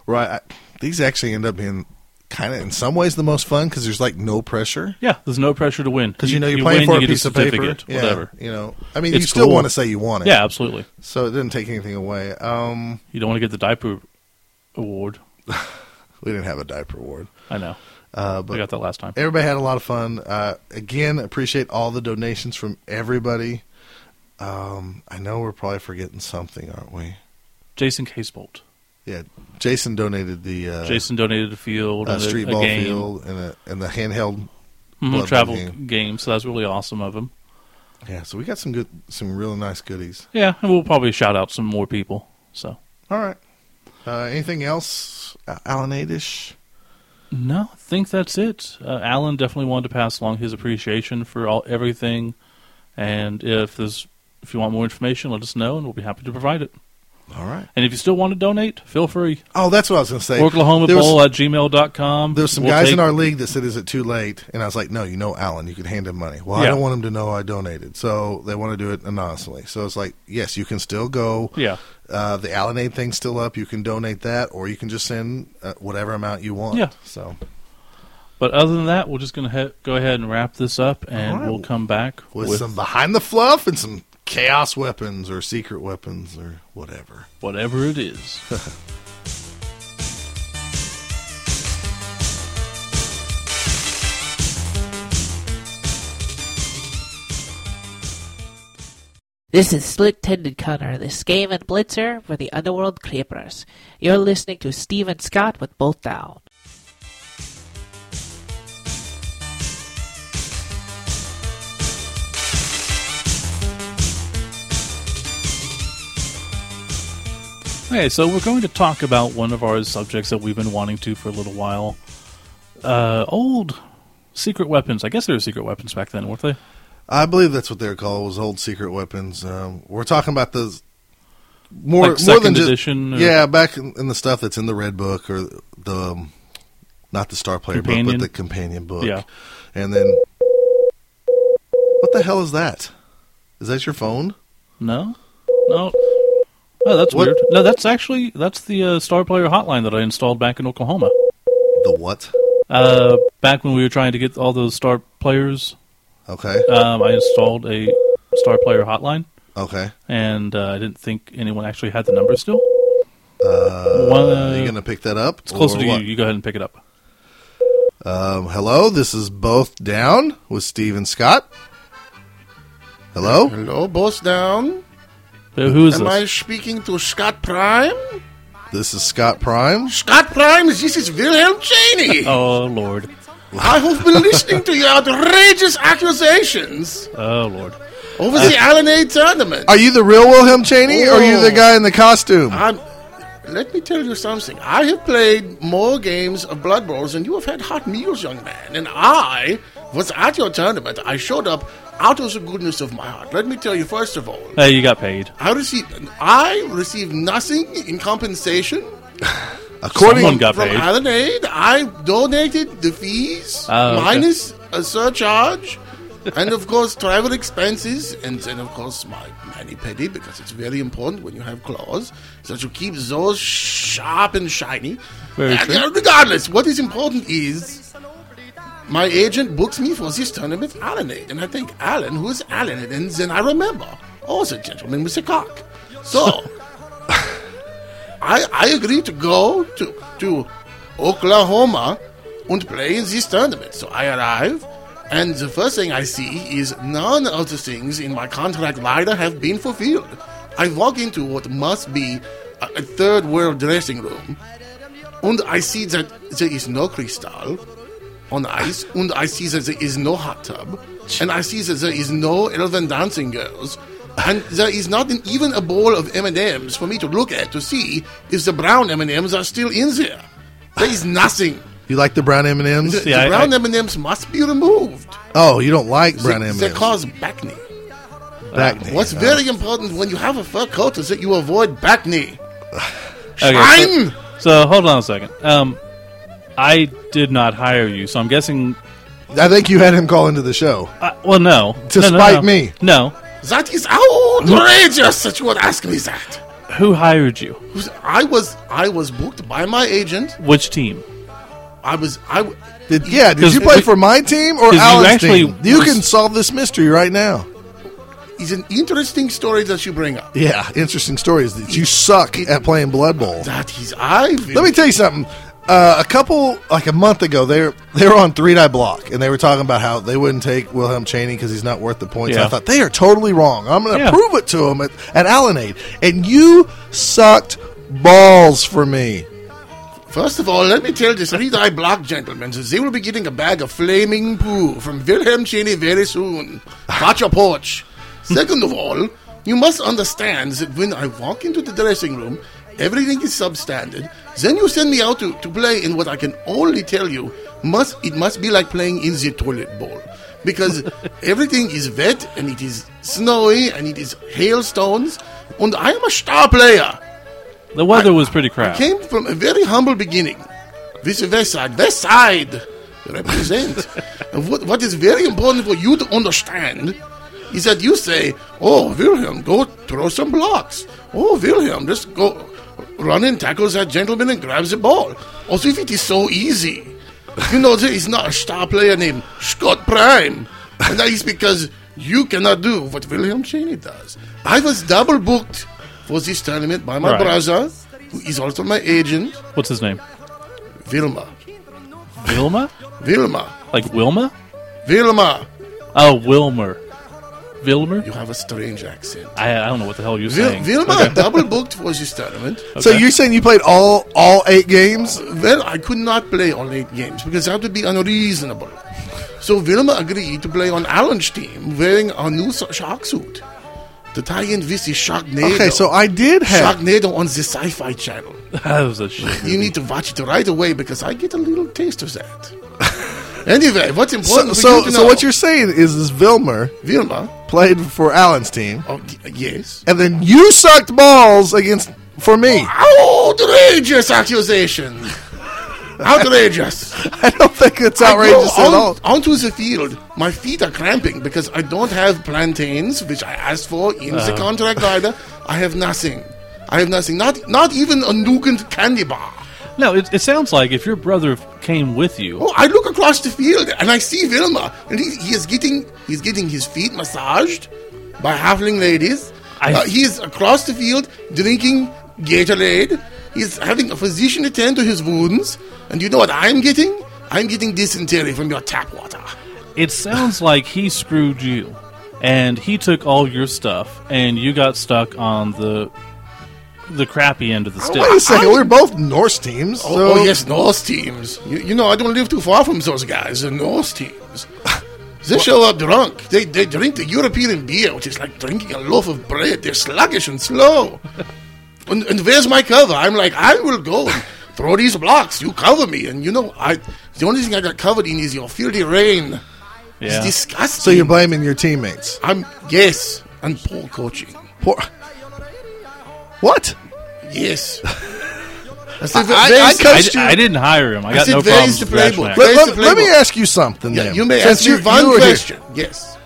[SPEAKER 1] right, I, these actually end up being kind of in some ways the most fun because there's like no pressure
[SPEAKER 2] Yeah, there's no pressure to win
[SPEAKER 1] because you know you're
[SPEAKER 2] win,
[SPEAKER 1] playing for a
[SPEAKER 2] get
[SPEAKER 1] piece of paper.
[SPEAKER 2] certificate,
[SPEAKER 1] Yeah,
[SPEAKER 2] whatever.
[SPEAKER 1] You know, I mean, you
[SPEAKER 2] It's
[SPEAKER 1] still
[SPEAKER 2] cool.
[SPEAKER 1] want to say you want it.
[SPEAKER 2] Yeah, absolutely.
[SPEAKER 1] So it didn't take anything away. Um,
[SPEAKER 2] You don't want to get the diaper award.
[SPEAKER 1] We didn't have a diaper award.
[SPEAKER 2] I know.
[SPEAKER 1] Uh,
[SPEAKER 2] I
[SPEAKER 1] but
[SPEAKER 2] got that last time.
[SPEAKER 1] everybody had a lot of fun. Uh, again, appreciate all the donations from everybody. Um, I know we're probably forgetting something, aren't we?
[SPEAKER 2] Jason Casebolt.
[SPEAKER 1] Yeah, Jason donated the uh,
[SPEAKER 2] Jason donated a field,
[SPEAKER 1] uh,
[SPEAKER 2] and
[SPEAKER 1] street
[SPEAKER 2] a, a
[SPEAKER 1] ball
[SPEAKER 2] game,
[SPEAKER 1] field and, a, and the handheld.
[SPEAKER 2] Mhm,
[SPEAKER 1] blood
[SPEAKER 2] travel
[SPEAKER 1] game.
[SPEAKER 2] game. So that's really awesome of him.
[SPEAKER 1] Yeah, so we got some good, some really nice goodies.
[SPEAKER 2] Yeah, and we'll probably shout out some more people. So
[SPEAKER 1] All right. Uh, anything else, uh, Alan Adish?
[SPEAKER 2] no, I think that's it. Uh, Alan definitely wanted to pass along his appreciation for all everything, and if there's if you want more information, let us know, and we'll be happy to provide it.
[SPEAKER 1] All right.
[SPEAKER 2] And if you still want to donate, feel free.
[SPEAKER 1] Oh, that's what I was going to say.
[SPEAKER 2] Oklahoma
[SPEAKER 1] There was-
[SPEAKER 2] Bowl at gmail.com.
[SPEAKER 1] There's some
[SPEAKER 2] We'll
[SPEAKER 1] guys
[SPEAKER 2] take-
[SPEAKER 1] in our league that said, "Is it too late?" And I was like, "No, you know, Alan, you can hand him money." Well, I
[SPEAKER 2] Yeah.
[SPEAKER 1] don't want him to know I donated, so they want to do it anonymously. So it's like, yes, you can still go.
[SPEAKER 2] Yeah.
[SPEAKER 1] Uh, the Alan Aid thing's still up. You can donate that, or you can just send uh, whatever amount you want.
[SPEAKER 2] Yeah.
[SPEAKER 1] So
[SPEAKER 2] But other than that, we're just going to he- go ahead and wrap this up, and
[SPEAKER 1] All right.
[SPEAKER 2] we'll come back
[SPEAKER 1] with,
[SPEAKER 2] with,
[SPEAKER 1] some behind the fluff and some chaos weapons or secret weapons or whatever.
[SPEAKER 2] whatever it is.
[SPEAKER 7] This is Split Tended Connor, the Skaven Blitzer for the Underworld Creepers. You're listening to Stephen Scott with Bolt Down.
[SPEAKER 2] Okay, so we're going to talk about one of our subjects that we've been wanting to for a little while. Uh, old secret weapons. I guess there were secret weapons back then, weren't they?
[SPEAKER 1] I believe that's what they're called. Was old secret weapons. Um, we're talking about those more
[SPEAKER 2] Like
[SPEAKER 1] more than
[SPEAKER 2] second
[SPEAKER 1] just
[SPEAKER 2] edition or-
[SPEAKER 1] yeah, back in, in the stuff that's in the red book or the um, not the star player book,
[SPEAKER 2] Companion?
[SPEAKER 1] but the companion book.
[SPEAKER 2] Yeah.
[SPEAKER 1] and then what the hell is that? Is that your phone?
[SPEAKER 2] No, no. Oh, that's
[SPEAKER 1] What-
[SPEAKER 2] weird. No, that's actually that's the uh, Star Player Hotline that I installed back in Oklahoma.
[SPEAKER 1] The what?
[SPEAKER 2] Uh, back when we were trying to get all those Star Players,
[SPEAKER 1] Okay,
[SPEAKER 2] um, I installed a Star Player Hotline,
[SPEAKER 1] okay.
[SPEAKER 2] and uh, I didn't think anyone actually had the number still.
[SPEAKER 1] Uh,
[SPEAKER 2] One,
[SPEAKER 1] are
[SPEAKER 2] uh,
[SPEAKER 1] you gonna pick that up?
[SPEAKER 2] It's closer to you. You go ahead and pick it up.
[SPEAKER 1] Um, hello, this is both down with Steve and Scott. Hello.
[SPEAKER 8] Hello, boss down.
[SPEAKER 2] Uh, who is
[SPEAKER 8] Am I
[SPEAKER 2] this?
[SPEAKER 8] speaking to Scott Prime?
[SPEAKER 1] This is Scott Prime.
[SPEAKER 8] Scott Prime, this is Wilhelm Cheney.
[SPEAKER 2] Oh Lord.
[SPEAKER 8] I have been listening to your outrageous accusations
[SPEAKER 2] Oh Lord.
[SPEAKER 8] over the Allen A tournament.
[SPEAKER 1] Are you the real Wilhelm Cheney, or are you the
[SPEAKER 8] Oh.
[SPEAKER 1] guy in the costume?
[SPEAKER 8] I'm, let me tell you something. I have played more games of Blood Bowls than you have had hot meals, young man. And I was at your tournament. I showed up out of the goodness of my heart. Let me tell you, first of all,
[SPEAKER 2] Hey, you got paid.
[SPEAKER 8] I received, I received nothing in compensation.
[SPEAKER 2] Someone
[SPEAKER 1] According,
[SPEAKER 2] got
[SPEAKER 8] from
[SPEAKER 2] paid.
[SPEAKER 8] Island Aid. I donated the fees
[SPEAKER 2] Oh, okay.
[SPEAKER 8] minus a surcharge, and of course travel expenses, and then of course my mani pedi because it's very important when you have claws that you keep those sharp and shiny.
[SPEAKER 2] Very
[SPEAKER 8] And,
[SPEAKER 2] true.
[SPEAKER 8] uh, regardless, what is important is. My agent books me for this tournament, Allen Aid, and I think Alan, who is Allen Aid? And then I remember, oh, the gentleman with the cock. So, I, I agreed to go to, to Oklahoma and play in this tournament. So I arrive, and the first thing I see is none of the things in my contract later have been fulfilled. I walk into what must be a, a third world dressing room, and I see that there is no crystal on ice, and I see that there is no hot tub, and I see that there is no elven dancing girls, and there is not an, even a bowl of M and M's for me to look at to see if the brown M and M's are still in there. There is nothing.
[SPEAKER 1] you like the brown M and
[SPEAKER 8] The,
[SPEAKER 1] M's?
[SPEAKER 8] the
[SPEAKER 2] Yeah, I-
[SPEAKER 8] brown M and M's must be removed.
[SPEAKER 1] Oh, you don't like brown
[SPEAKER 8] they,
[SPEAKER 1] M and
[SPEAKER 8] they
[SPEAKER 1] M's?
[SPEAKER 8] cause back knee.
[SPEAKER 1] back knee.
[SPEAKER 8] What's very important when you have a fur coat is that you avoid back knee.
[SPEAKER 2] Okay,
[SPEAKER 8] Shine!
[SPEAKER 2] so, so hold on a second. Um, I did not hire you, so I'm guessing.
[SPEAKER 1] I think you had him call into the show.
[SPEAKER 2] I, Uh, well, no.
[SPEAKER 1] To
[SPEAKER 2] No, no,
[SPEAKER 1] spite
[SPEAKER 2] no.
[SPEAKER 1] me.
[SPEAKER 2] No.
[SPEAKER 8] That is outrageous that you would ask me that.
[SPEAKER 2] Who hired you?
[SPEAKER 8] I was I was booked by my agent.
[SPEAKER 2] Which team?
[SPEAKER 8] I was I w-
[SPEAKER 1] Did, yeah, did
[SPEAKER 2] 'Cause
[SPEAKER 1] you play
[SPEAKER 2] we-
[SPEAKER 1] for my team or
[SPEAKER 2] 'cause you
[SPEAKER 1] Alan's
[SPEAKER 2] actually
[SPEAKER 1] team? You
[SPEAKER 2] was-
[SPEAKER 1] can solve this mystery right now.
[SPEAKER 8] is an interesting story that you bring up.
[SPEAKER 1] Yeah, interesting stories that you suck at playing Blood Bowl.
[SPEAKER 8] That is, I
[SPEAKER 1] Let me tell you something. Uh, a couple, like a month ago, they were, they were on Three Die Block, and they were talking about how they wouldn't take Wilhelm Cheney because he's not worth the points.
[SPEAKER 2] Yeah.
[SPEAKER 1] I thought they are totally wrong. I'm going to
[SPEAKER 2] Yeah.
[SPEAKER 1] prove it to them at, at Allenade. And you sucked balls for me.
[SPEAKER 8] First of all, let me tell this three die block gentlemen that they will be getting a bag of flaming poo from Wilhelm Cheney very soon. Watch your porch. Second of all, you must understand that when I walk into the dressing room, everything is substandard. Then you send me out to, to play in what I can only tell you must it must be like playing in the toilet bowl. Because everything is wet and it is snowy and it is hailstones. And I am a star player.
[SPEAKER 2] The weather was pretty crap.
[SPEAKER 8] Came from a very humble beginning. This is West Side. West Side represent. and what, what is very important for you to understand is that you say, Oh, Wilhelm, go throw some blocks. Oh, Wilhelm, just go run and tackles that gentleman and grabs the ball. Also, if it is so easy, you know, there is not a star player named Scott Prime. And that is because you cannot do what Wilhelm Cheney does. I was double booked for this tournament by my
[SPEAKER 2] Right.
[SPEAKER 8] brother, who is also my agent,
[SPEAKER 2] What's his name?
[SPEAKER 8] Vilma.
[SPEAKER 2] Wilma?
[SPEAKER 8] Vilma.
[SPEAKER 2] Like Wilma?
[SPEAKER 8] Vilma.
[SPEAKER 2] Oh, Wilmer. Wilmer?
[SPEAKER 8] You have a strange accent.
[SPEAKER 2] I, I don't know what the hell you're
[SPEAKER 8] Vil-
[SPEAKER 2] saying.
[SPEAKER 8] Vilma double booked for this tournament.
[SPEAKER 1] So you're saying you played all all eight games?
[SPEAKER 8] Well, I could not play all eight games because that would be unreasonable. So Vilma agreed to play on Alan's team wearing a new so- shark suit to tie in with the Sharknado.
[SPEAKER 1] Okay, so I did have.
[SPEAKER 8] Sharknado on the Sci Fi Channel.
[SPEAKER 2] that was a shit.
[SPEAKER 8] You need to watch it right away because I get a little taste of that. anyway, what's
[SPEAKER 1] So,
[SPEAKER 8] important for you
[SPEAKER 1] so,
[SPEAKER 8] to
[SPEAKER 1] so
[SPEAKER 8] know-
[SPEAKER 1] what you're saying is this Vilmer
[SPEAKER 8] Vilma?
[SPEAKER 1] played for Allen's team,
[SPEAKER 8] Oh, y- yes.
[SPEAKER 1] and then you sucked balls against for me.
[SPEAKER 8] Outrageous accusation! Outrageous!
[SPEAKER 1] I don't think it's
[SPEAKER 8] I go
[SPEAKER 1] outrageous at
[SPEAKER 8] on-
[SPEAKER 1] all.
[SPEAKER 8] Onto the field. My feet are cramping because I don't have plantains, which I asked for in
[SPEAKER 1] Uh-huh.
[SPEAKER 8] the contract either. I have nothing. I have nothing. Not not even a nougat candy bar.
[SPEAKER 2] No, it, it sounds like if your brother came with you,
[SPEAKER 8] Oh, I look across the field and I see Vilma, and he, he is getting he's getting his feet massaged by halfling ladies.
[SPEAKER 2] I-
[SPEAKER 8] Uh, he is across the field drinking Gatorade. He's having a physician attend to his wounds, and you know what I'm getting? I'm getting dysentery from your tap water.
[SPEAKER 2] it sounds like he screwed you. And he took all your stuff, and you got stuck on the the crappy end of the stick.
[SPEAKER 1] Wait a second, we're both Norse teams.
[SPEAKER 8] Oh,
[SPEAKER 1] so-
[SPEAKER 8] oh, yes, Norse teams. You, you know, I don't live too far from those guys. The Norse teams. They show up drunk. They, they drink the European beer, which is like drinking a loaf of bread. They're sluggish and slow. and, and where's my cover? I'm like, I will go and throw these blocks. You cover me. And you know, I the only thing I got covered in is your filthy rain.
[SPEAKER 2] Yeah.
[SPEAKER 8] It's disgusting.
[SPEAKER 1] So you're blaming your teammates.
[SPEAKER 8] I'm, yes, and poor coaching.
[SPEAKER 1] Poor- What?
[SPEAKER 8] Yes. I, said,
[SPEAKER 1] I-
[SPEAKER 8] very
[SPEAKER 1] I
[SPEAKER 8] simple.
[SPEAKER 2] I,
[SPEAKER 1] coached
[SPEAKER 2] d-
[SPEAKER 1] you.
[SPEAKER 2] I didn't hire him. I got
[SPEAKER 8] said
[SPEAKER 2] no
[SPEAKER 8] there
[SPEAKER 2] problems
[SPEAKER 8] is
[SPEAKER 2] with
[SPEAKER 8] the
[SPEAKER 2] Rash
[SPEAKER 8] playbook.
[SPEAKER 2] Mac.
[SPEAKER 8] Where
[SPEAKER 1] Let,
[SPEAKER 8] is
[SPEAKER 1] let-
[SPEAKER 8] the
[SPEAKER 1] let me
[SPEAKER 8] playbook?
[SPEAKER 1] ask you something.
[SPEAKER 8] Yeah,
[SPEAKER 1] then.
[SPEAKER 8] you may
[SPEAKER 1] Since
[SPEAKER 8] ask me
[SPEAKER 1] you- you were
[SPEAKER 8] one
[SPEAKER 1] here.
[SPEAKER 8] question. Yes.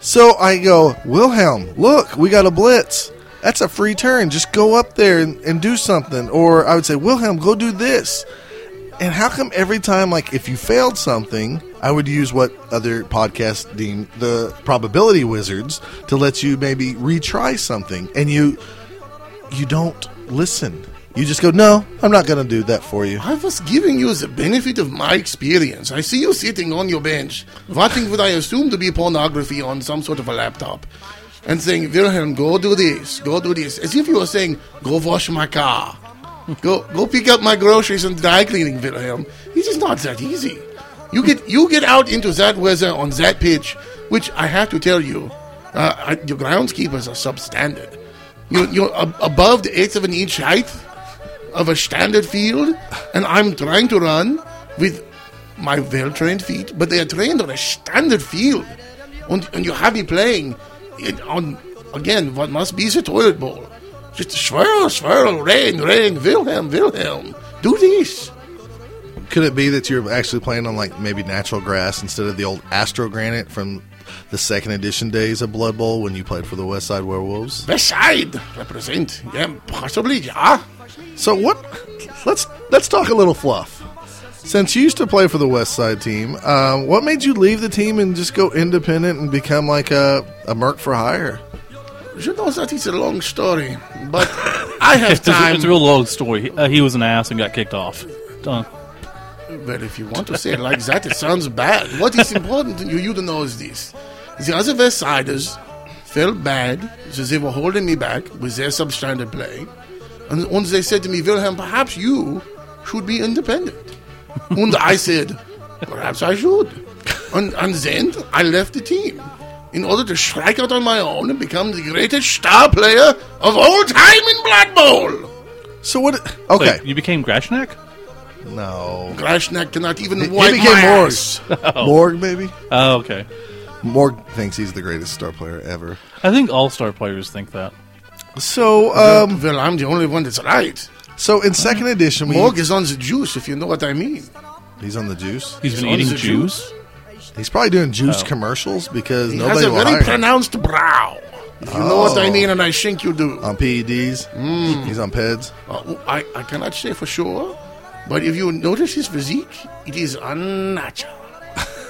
[SPEAKER 1] So I go, Wilhelm, look, we got a blitz. That's a free turn. Just go up there and, and do something. Or I would say, Wilhelm, go do this. And how come every time, like, if you failed something, I would use what other podcasts deem the probability wizards to let you maybe retry something, and you you don't listen. You just go, no, I'm not going to do that for you.
[SPEAKER 8] I was giving you the benefit of my experience. I see you sitting on your bench, watching what I assume to be pornography on some sort of a laptop, and saying, Wilhelm, go do this, go do this, as if you were saying, go wash my car, go go pick up my groceries and dry cleaning, Wilhelm. This is not that easy. You get you get out into that weather on that pitch, which I have to tell you, uh, I, your groundskeepers are substandard. You're, you're ab- above the eighth of an inch height of a standard field, and I'm trying to run with my well trained feet, but they are trained on a standard field. And, and you have me playing it on, again, what must be the toilet bowl. Just swirl, swirl, rain, rain, Wilhelm, Wilhelm, do this.
[SPEAKER 1] Could it be that you're actually playing on like maybe natural grass instead of the old astrogranite from the second edition days of Blood Bowl when you played for the West Side Werewolves?
[SPEAKER 8] West side represent. Yeah, possibly, yeah.
[SPEAKER 1] So what? Let's let's talk a little fluff. Since you used to play for the West Side team, um, what made you leave the team and just go independent and become like a, a merc for hire?
[SPEAKER 8] You know that it's a long story, but I have
[SPEAKER 2] It's, a-
[SPEAKER 8] time.
[SPEAKER 2] it's a real long story. He, uh, he was an ass and got kicked off. Uh, Done.
[SPEAKER 8] Well, if you want to say it like that, it sounds bad. What is important to you, you to know is this. The other West Siders felt bad, so they were holding me back with their substandard play. And once they said to me, Wilhelm, perhaps you should be independent. and I said, perhaps I should. And, and then I left the team in order to strike out on my own and become the greatest star player of all time in Blood Bowl.
[SPEAKER 1] So what? Okay,
[SPEAKER 2] Wait, you became Grashnak?
[SPEAKER 1] no,
[SPEAKER 8] Grashnak cannot even
[SPEAKER 1] he
[SPEAKER 8] wipe
[SPEAKER 1] became
[SPEAKER 8] my
[SPEAKER 1] Morg.
[SPEAKER 8] ass.
[SPEAKER 1] Morg maybe.
[SPEAKER 2] Oh, okay.
[SPEAKER 1] Morg thinks he's the greatest star player ever.
[SPEAKER 2] I think all star players think that.
[SPEAKER 1] So, um,
[SPEAKER 8] well, I'm the only one that's right.
[SPEAKER 1] so in second edition, we,
[SPEAKER 8] Morg is on the juice, if you know what I mean.
[SPEAKER 1] he's on the juice.
[SPEAKER 2] He's been
[SPEAKER 8] on
[SPEAKER 2] eating
[SPEAKER 8] the
[SPEAKER 2] juice.
[SPEAKER 1] He's probably doing juice commercials because
[SPEAKER 8] He
[SPEAKER 1] nobody Oh.
[SPEAKER 8] has a
[SPEAKER 1] will
[SPEAKER 8] very
[SPEAKER 1] hire him.
[SPEAKER 8] pronounced brow. If you know what I mean, and I think you do.
[SPEAKER 1] on PEDs. He's on E PEDs.
[SPEAKER 8] Uh, I, I cannot say for sure, but if you notice his physique, it is unnatural.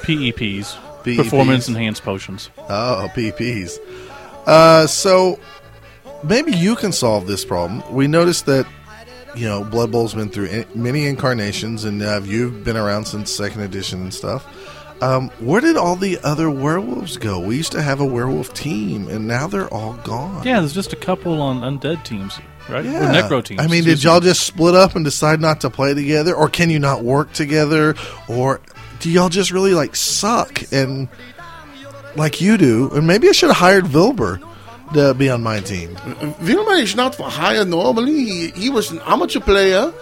[SPEAKER 2] PEPs.
[SPEAKER 1] PEPs.
[SPEAKER 2] E Performance enhanced potions.
[SPEAKER 1] Oh, PPs. Uh, so maybe you can solve this problem. We noticed that you know Blood Bowl's been through in- many incarnations, and uh, you've been around since second edition and stuff. Um, where did all the other werewolves go? We used to have a werewolf team, and now they're all gone.
[SPEAKER 2] Yeah, there's just a couple on undead teams, right?
[SPEAKER 1] Yeah.
[SPEAKER 2] Or necro teams.
[SPEAKER 1] I mean,
[SPEAKER 2] excuse
[SPEAKER 1] did y'all just split up and decide not to play together, or can you not work together, or do y'all just really like suck and like you do? And maybe I should have hired Vilber to be on my team.
[SPEAKER 8] Vilma is not for hire normally. He, he was an amateur player,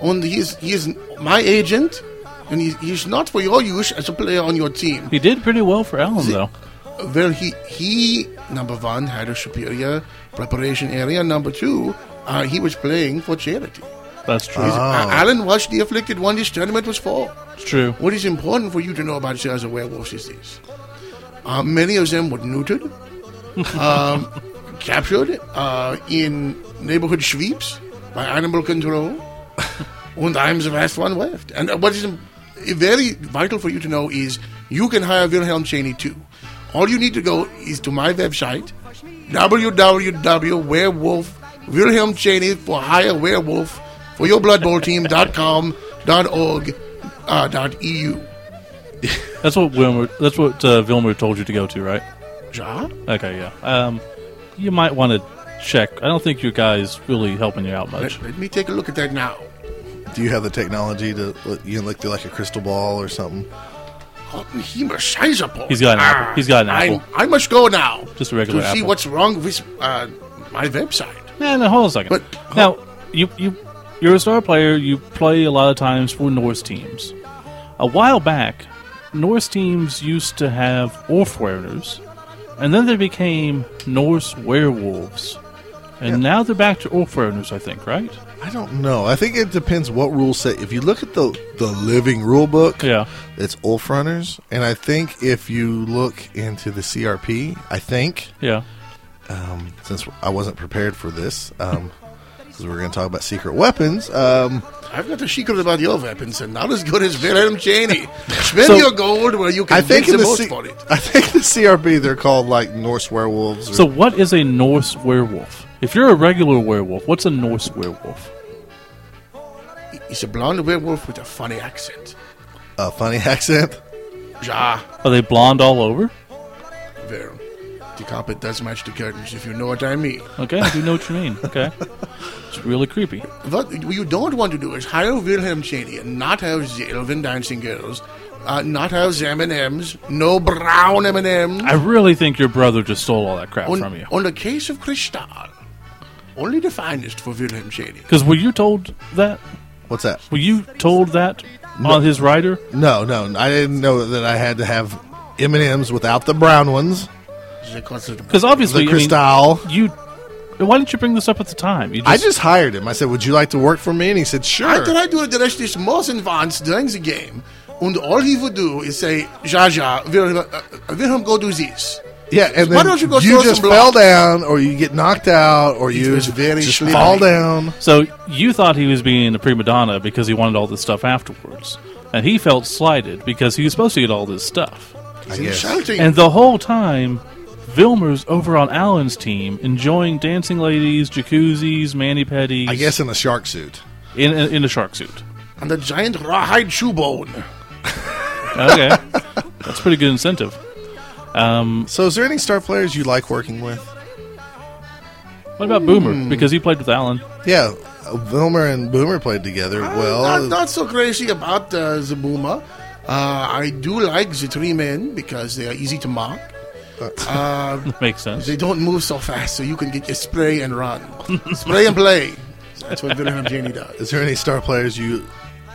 [SPEAKER 8] and he is, he is my agent, and he, he is not for your use as a player on your team.
[SPEAKER 2] me. He did pretty well for Alan, though.
[SPEAKER 8] Well, he he number one had a superior preparation area. Number two, uh, he was playing for charity.
[SPEAKER 2] That's true.
[SPEAKER 8] Is- uh, Alan watched the afflicted one this tournament was for.
[SPEAKER 2] it's true.
[SPEAKER 8] What is important for you to know about as a werewolf is this: uh, many of them were neutered, um, captured uh, in neighborhood sweeps by animal control, and I'm the last one left. And uh, what is im- very vital for you to know is you can hire Wilhelm Cheney too. All you need to go is to my website, www.werewolf Wilhelm Cheney for hire werewolf for your blood bowl team dot com dot org uh, dot eu.
[SPEAKER 2] That's what Wilmer, that's what uh, Vilmer told you to go to, right?
[SPEAKER 8] Ja?
[SPEAKER 2] Okay, yeah. Um, you might want to check. I don't think your guy's really helping you out much.
[SPEAKER 8] Let, let me take a look at that now.
[SPEAKER 1] Do you have the technology to you know, look through like a crystal ball or something?
[SPEAKER 8] Oppenheimer size up.
[SPEAKER 2] He's got an apple. He's got an apple.
[SPEAKER 8] I, I must go now.
[SPEAKER 2] Just a regular
[SPEAKER 8] to see
[SPEAKER 2] apple.
[SPEAKER 8] what's wrong with uh, my website.
[SPEAKER 2] No, no, hold on a second.
[SPEAKER 8] But-
[SPEAKER 2] now, you you you're a star player. You play a lot of times for Norse teams. A while back, Norse teams used to have Orfwerners, and then they became Norse werewolves, and now they're back to Orfwerners. I think, right?
[SPEAKER 1] I don't know. I think it depends what rules say. If you look at the the living rule book,
[SPEAKER 2] Yeah.
[SPEAKER 1] it's Ulf Runners, and I think if you look into the CRP, I think
[SPEAKER 2] Yeah.
[SPEAKER 1] um, since I wasn't prepared for this, um, because we were going to talk about secret weapons. Um,
[SPEAKER 8] I've got a secret about your weapons, and not as good as Wilhelm Cheney. Spend
[SPEAKER 1] So-
[SPEAKER 8] your gold where you can
[SPEAKER 1] I think
[SPEAKER 8] make
[SPEAKER 1] in
[SPEAKER 8] the
[SPEAKER 1] the
[SPEAKER 8] most
[SPEAKER 1] C-
[SPEAKER 8] for it.
[SPEAKER 1] I think the CRB they're called like Norse werewolves. Or,
[SPEAKER 2] So, what is a Norse werewolf? If you're a regular werewolf, what's a Norse werewolf?
[SPEAKER 8] He's a blonde werewolf with a funny accent.
[SPEAKER 1] a funny accent.
[SPEAKER 8] Ja,
[SPEAKER 2] Are they blonde all over?
[SPEAKER 8] well, the carpet does match the curtains, if you know what I mean.
[SPEAKER 2] Okay, I do know what you mean. Okay, it's really creepy.
[SPEAKER 8] What you don't want to do is hire Wilhelm Cheney and not have the elven dancing girls, uh, not have the M&Ms, no brown M&Ms.
[SPEAKER 2] I really think your brother just stole all that crap
[SPEAKER 8] on,
[SPEAKER 2] from you.
[SPEAKER 8] on the case of Cristal, only the finest for Wilhelm Cheney.
[SPEAKER 2] Because were you told that?
[SPEAKER 1] What's that?
[SPEAKER 2] Were you told that on his rider?
[SPEAKER 1] No, no, I didn't know that I had to have M and M's without the brown ones.
[SPEAKER 8] They consider-
[SPEAKER 2] Because obviously,
[SPEAKER 1] The
[SPEAKER 2] I mean,
[SPEAKER 1] Cristal.
[SPEAKER 2] you. Why didn't you bring this up at the time? You just,
[SPEAKER 1] I just hired him. I said, "Would you like to work for me?" And he said, "Sure."
[SPEAKER 8] I tried to address this most advanced during the game, and all he would do is say, Ja, ja, Wilhelm, uh, Wilhelm äh, go do this.
[SPEAKER 1] Yeah, and then
[SPEAKER 8] Why don't you go throw
[SPEAKER 1] you just
[SPEAKER 8] some
[SPEAKER 1] fell
[SPEAKER 8] blocks?
[SPEAKER 1] down, or you get knocked out, or you
[SPEAKER 8] was
[SPEAKER 1] just
[SPEAKER 8] very sleepy.
[SPEAKER 1] fall down.
[SPEAKER 2] So you thought he was being a prima donna because he wanted all this stuff afterwards, and he felt slighted because he was supposed to get all this stuff.
[SPEAKER 1] I
[SPEAKER 8] He's
[SPEAKER 1] guess.
[SPEAKER 8] shouting.
[SPEAKER 2] And the whole time, Vilmer's over on Alan's team, enjoying dancing ladies, jacuzzis, mani pedis.
[SPEAKER 1] I guess in a shark suit.
[SPEAKER 2] in in, in a shark suit.
[SPEAKER 8] and the giant rawhide shoe bone.
[SPEAKER 2] Okay, that's pretty good incentive.
[SPEAKER 1] So, is there any star players you like working with?
[SPEAKER 2] What about
[SPEAKER 1] Hmm.
[SPEAKER 2] Boomer? Because he played with Alan.
[SPEAKER 1] Yeah, uh, Vilmer and Boomer played together. well,
[SPEAKER 8] not, not so crazy about uh, the boomer. Uh, I do like the three men because they are easy to mark.
[SPEAKER 2] Makes sense.
[SPEAKER 8] They don't move so fast, so you can get your spray and run, spray and play. That's what Villain Janie does.
[SPEAKER 1] is there any star players you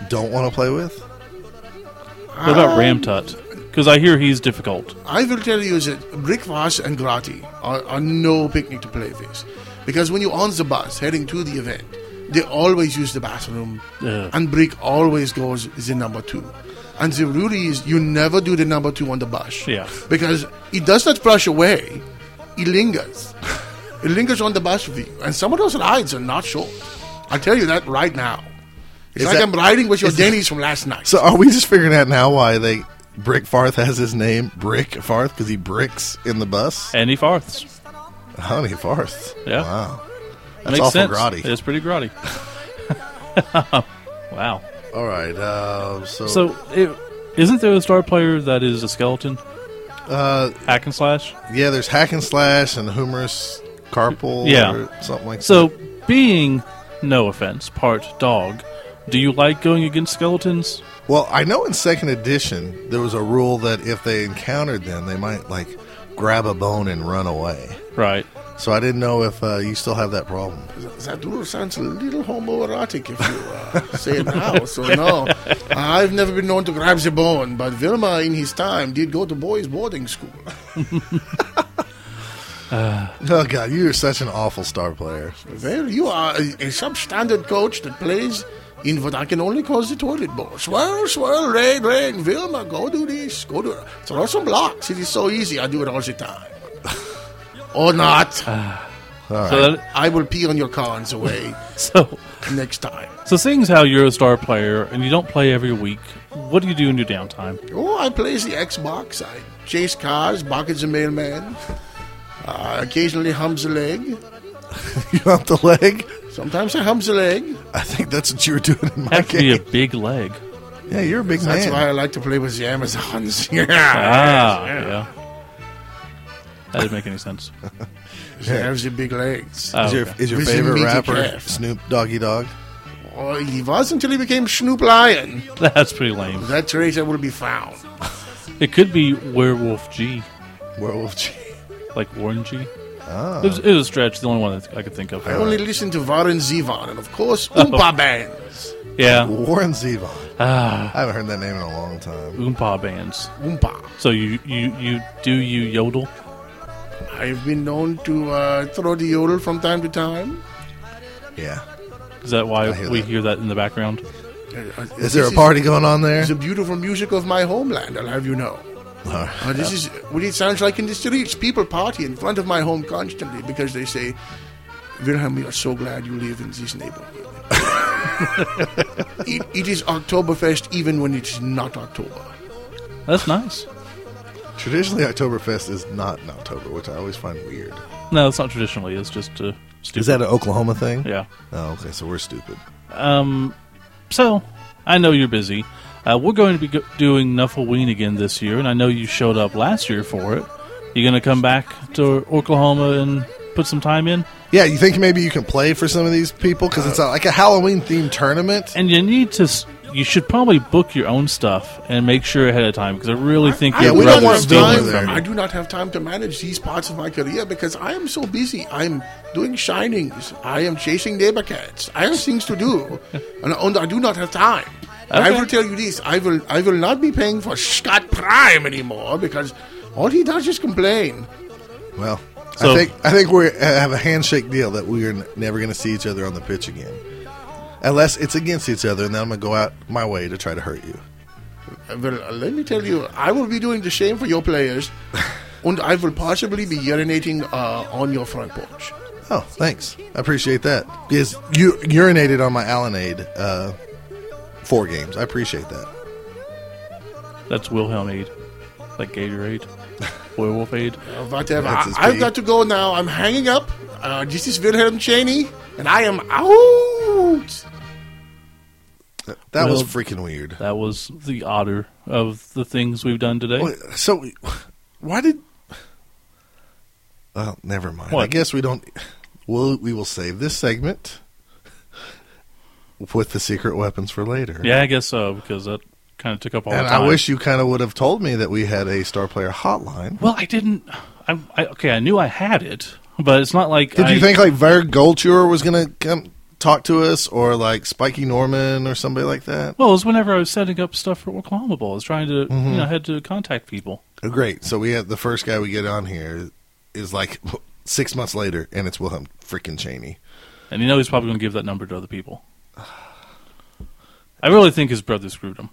[SPEAKER 1] don't want to play with?
[SPEAKER 2] What
[SPEAKER 1] Um,
[SPEAKER 2] about Ramtut? Because I hear he's difficult.
[SPEAKER 8] I will tell you that Brickwash and Grati are, are no picnic to play with. Because when you're on the bus heading to the event, they always use the bathroom,
[SPEAKER 2] Yeah.
[SPEAKER 8] and Brick always goes the number two. And the rule is you never do the number two on the bus.
[SPEAKER 2] Yeah.
[SPEAKER 8] Because it does not flush away, it lingers. it lingers on the bus with you. And some of those rides are not short. I'll tell you that right now. It's
[SPEAKER 1] Is
[SPEAKER 8] like
[SPEAKER 1] that-
[SPEAKER 8] I'm riding with your
[SPEAKER 1] is that-
[SPEAKER 8] Denny's from last night.
[SPEAKER 1] So, are we just figuring out now why they Brick Farth has his name Brick Farth because he bricks in the bus?
[SPEAKER 2] And he farths.
[SPEAKER 1] Honey Farth.
[SPEAKER 2] Yeah.
[SPEAKER 1] Wow. That's
[SPEAKER 2] Makes
[SPEAKER 1] awful
[SPEAKER 2] sense.
[SPEAKER 1] grotty.
[SPEAKER 2] It's pretty grotty. wow.
[SPEAKER 1] All right. Uh, so,
[SPEAKER 2] So, it, isn't there a star player that is a skeleton?
[SPEAKER 1] uh,
[SPEAKER 2] Hack and slash?
[SPEAKER 1] yeah, there's hack and slash and humorous carpal.
[SPEAKER 2] Yeah.
[SPEAKER 1] or something like
[SPEAKER 2] So, being, no offense, part dog, do you like going against skeletons?
[SPEAKER 1] Well, I know in second edition there was a rule that if they encountered them, they might like grab a bone and run away.
[SPEAKER 2] Right.
[SPEAKER 1] So I didn't know if uh, you still have that problem.
[SPEAKER 8] That rule sounds a little homoerotic if you uh, say it now. So no, I've never been known to grab the bone, but Vilma in his time did go to boys' boarding school.
[SPEAKER 1] Oh God, you are such an awful star player.
[SPEAKER 8] Well, you are a, a substandard coach that plays in what I can only call the toilet bowl. Swirl, swirl, rain, rain. Vilma, go do this. Go do throw some blocks. It is so easy. I do it all the time. or not.
[SPEAKER 2] So, that,
[SPEAKER 8] I will pee on your cons away
[SPEAKER 2] so,
[SPEAKER 8] next time.
[SPEAKER 2] so seeing as how you're a star player and you don't play every week, what do you do in your downtime?
[SPEAKER 8] Oh, I plays the Xbox. I chase cars, buckets the mailman. Uh, occasionally hums a leg.
[SPEAKER 1] You up the leg?
[SPEAKER 8] Sometimes I hums a leg.
[SPEAKER 1] I think that's what you were doing in my
[SPEAKER 2] Have to be a
[SPEAKER 1] game.
[SPEAKER 2] big leg.
[SPEAKER 1] Yeah, you're a big
[SPEAKER 8] That's
[SPEAKER 1] man.
[SPEAKER 8] why I like to play with the Amazons. yeah.
[SPEAKER 2] Ah, yeah. That didn't make any sense.
[SPEAKER 8] They have the big legs.
[SPEAKER 2] Oh,
[SPEAKER 1] is your,
[SPEAKER 2] okay.
[SPEAKER 1] is your
[SPEAKER 8] Mr.
[SPEAKER 1] favorite
[SPEAKER 8] Meaty
[SPEAKER 1] rapper
[SPEAKER 8] Calf.
[SPEAKER 1] Snoop Doggy Dog?
[SPEAKER 8] Oh, he was until he became Snoop Lion.
[SPEAKER 2] Oh, That's pretty lame.
[SPEAKER 8] That traitor will be found.
[SPEAKER 2] It could be Werewolf G,
[SPEAKER 1] Werewolf G.
[SPEAKER 2] like Warren G.
[SPEAKER 1] Ah.
[SPEAKER 2] It, was, it was a stretch, the only one that I could think of.
[SPEAKER 8] I only listen to Varen Zivon and, of course, Oompa bands.
[SPEAKER 2] Yeah,
[SPEAKER 1] Warren Zevon.
[SPEAKER 2] Ah.
[SPEAKER 1] I haven't heard that name in a long time.
[SPEAKER 2] Oompa bands.
[SPEAKER 8] Oompa.
[SPEAKER 2] So you, you, you do you yodel?
[SPEAKER 8] I've been known to uh, throw the yodel from time to time.
[SPEAKER 1] Yeah.
[SPEAKER 2] Is that why
[SPEAKER 1] hear
[SPEAKER 2] we
[SPEAKER 1] that.
[SPEAKER 2] hear that in the background?
[SPEAKER 8] Uh,
[SPEAKER 1] Is there a
[SPEAKER 8] this
[SPEAKER 1] party going on there?
[SPEAKER 8] It's the beautiful music of my homeland, I'll have you know. Uh, this is what it sounds like in the streets. People party in front of my home constantly because they say, Wilhelm, we are so glad you live in this neighborhood. it, it is Oktoberfest even when it's not October.
[SPEAKER 2] That's nice.
[SPEAKER 1] Traditionally, Oktoberfest is not in October, which I always find weird.
[SPEAKER 2] No, it's not traditionally. It's just uh, stupid.
[SPEAKER 1] Is that an Oklahoma thing?
[SPEAKER 2] yeah.
[SPEAKER 1] Oh, okay. So we're stupid.
[SPEAKER 2] Um, so I know you're busy. Uh, we're going to be go- doing Nuffleween again this year, and I know you showed up last year for it. You going to come back to Oklahoma and put some time in,
[SPEAKER 1] Yeah, you think maybe you can play for some of these people because it's a, like a Halloween themed tournament.
[SPEAKER 2] and you need to. s- You should probably book your own stuff and make sure ahead of time because I really think
[SPEAKER 8] I,
[SPEAKER 1] yeah,
[SPEAKER 2] you'd
[SPEAKER 1] we
[SPEAKER 8] do not
[SPEAKER 2] rather
[SPEAKER 1] want
[SPEAKER 8] have
[SPEAKER 1] to steal
[SPEAKER 2] steal
[SPEAKER 1] it there.
[SPEAKER 8] time. I do not have time to manage these parts of my career because I am so busy. I'm doing shinings. I am chasing neighbor cats. I have things to do, and, and I do not have time. And I
[SPEAKER 2] Okay.
[SPEAKER 8] will tell you this: I will, I will not be paying for Scott Prime anymore because all he does is complain.
[SPEAKER 1] Well,
[SPEAKER 2] So-
[SPEAKER 1] I think I think we have a handshake deal that we are n- never going to see each other on the pitch again, unless it's against each other, and then I'm going to go out my way to try to hurt you.
[SPEAKER 8] Uh, Well, let me tell you, I will be doing the same for your players. and I will possibly be urinating uh, on your front porch.
[SPEAKER 1] Oh, thanks. I appreciate that. Because you urinated on my Allenade uh, four games. I appreciate that.
[SPEAKER 2] That's Wilhelm Aid. Like Gatorade. Werewolf Aid.
[SPEAKER 8] Uh, Whatever.
[SPEAKER 1] That's his
[SPEAKER 8] I, I've
[SPEAKER 1] pee.
[SPEAKER 8] got to go now. I'm hanging up. Uh, this is Wilhelm Cheney, and I am out.
[SPEAKER 1] That was
[SPEAKER 2] Well-
[SPEAKER 1] freaking weird.
[SPEAKER 2] That was the odder of the things we've done today.
[SPEAKER 1] Wait, So, why did? Well, never mind. I
[SPEAKER 2] What?
[SPEAKER 1] guess we don't. We'll, we will save this segment with the secret weapons for later.
[SPEAKER 2] Yeah, I guess so, because that kind of took up all
[SPEAKER 1] And
[SPEAKER 2] the time.
[SPEAKER 1] I wish you kind of would have told me that we had a star player hotline.
[SPEAKER 2] Well, I didn't. I, I okay. I knew I had it, but it's not like.
[SPEAKER 1] Did
[SPEAKER 2] I,
[SPEAKER 1] you think like Ver Goltuer was going to come talk to us, or like Spiky Norman, or somebody like that?
[SPEAKER 2] Well, it was whenever I was setting up stuff for Oklahoma Bowl. I was trying to,
[SPEAKER 1] Mm-hmm.
[SPEAKER 2] you know, I had to contact people.
[SPEAKER 1] Oh, Great. So we have the first guy we get on here is like six months later, and it's Wilhelm freaking Cheney.
[SPEAKER 2] And you know he's probably going to give that number to other people. I really think his brother screwed him.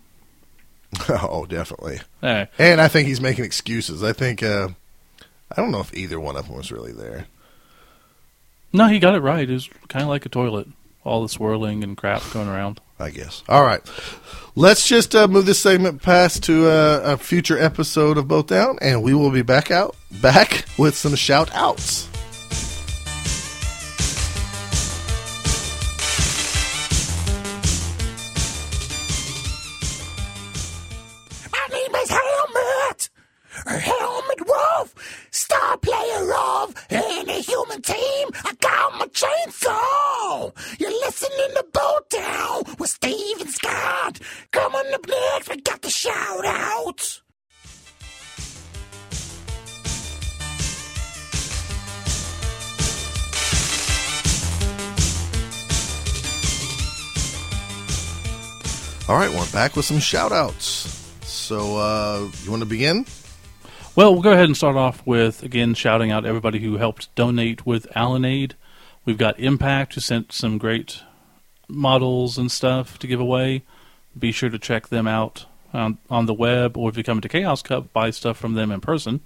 [SPEAKER 1] oh, definitely.
[SPEAKER 2] All right.
[SPEAKER 1] And I think he's making excuses. I think uh, I don't know if either one of them was really there.
[SPEAKER 2] No, he got it right. It was kind of like a toilet. All the swirling and crap going around.
[SPEAKER 1] I guess. All right, let's just uh, move this segment past to uh, a future episode of Both Down, and we will be back out back with some shout outs.
[SPEAKER 9] My name is Helmet! Helmet Wolf! Star player of any human team! I got my chainsaw! You're listening to Boat Down with Steve and Scott! Come on up next, we got the shout outs!
[SPEAKER 1] All right, we're back with some shout outs. So uh, you want to begin?
[SPEAKER 2] Well, we'll go ahead and start off with again shouting out everybody who helped donate with Allenade. We've got Impact who sent some great models and stuff to give away. Be sure to check them out on, on the web, or if you come to Chaos Cup, buy stuff from them in person.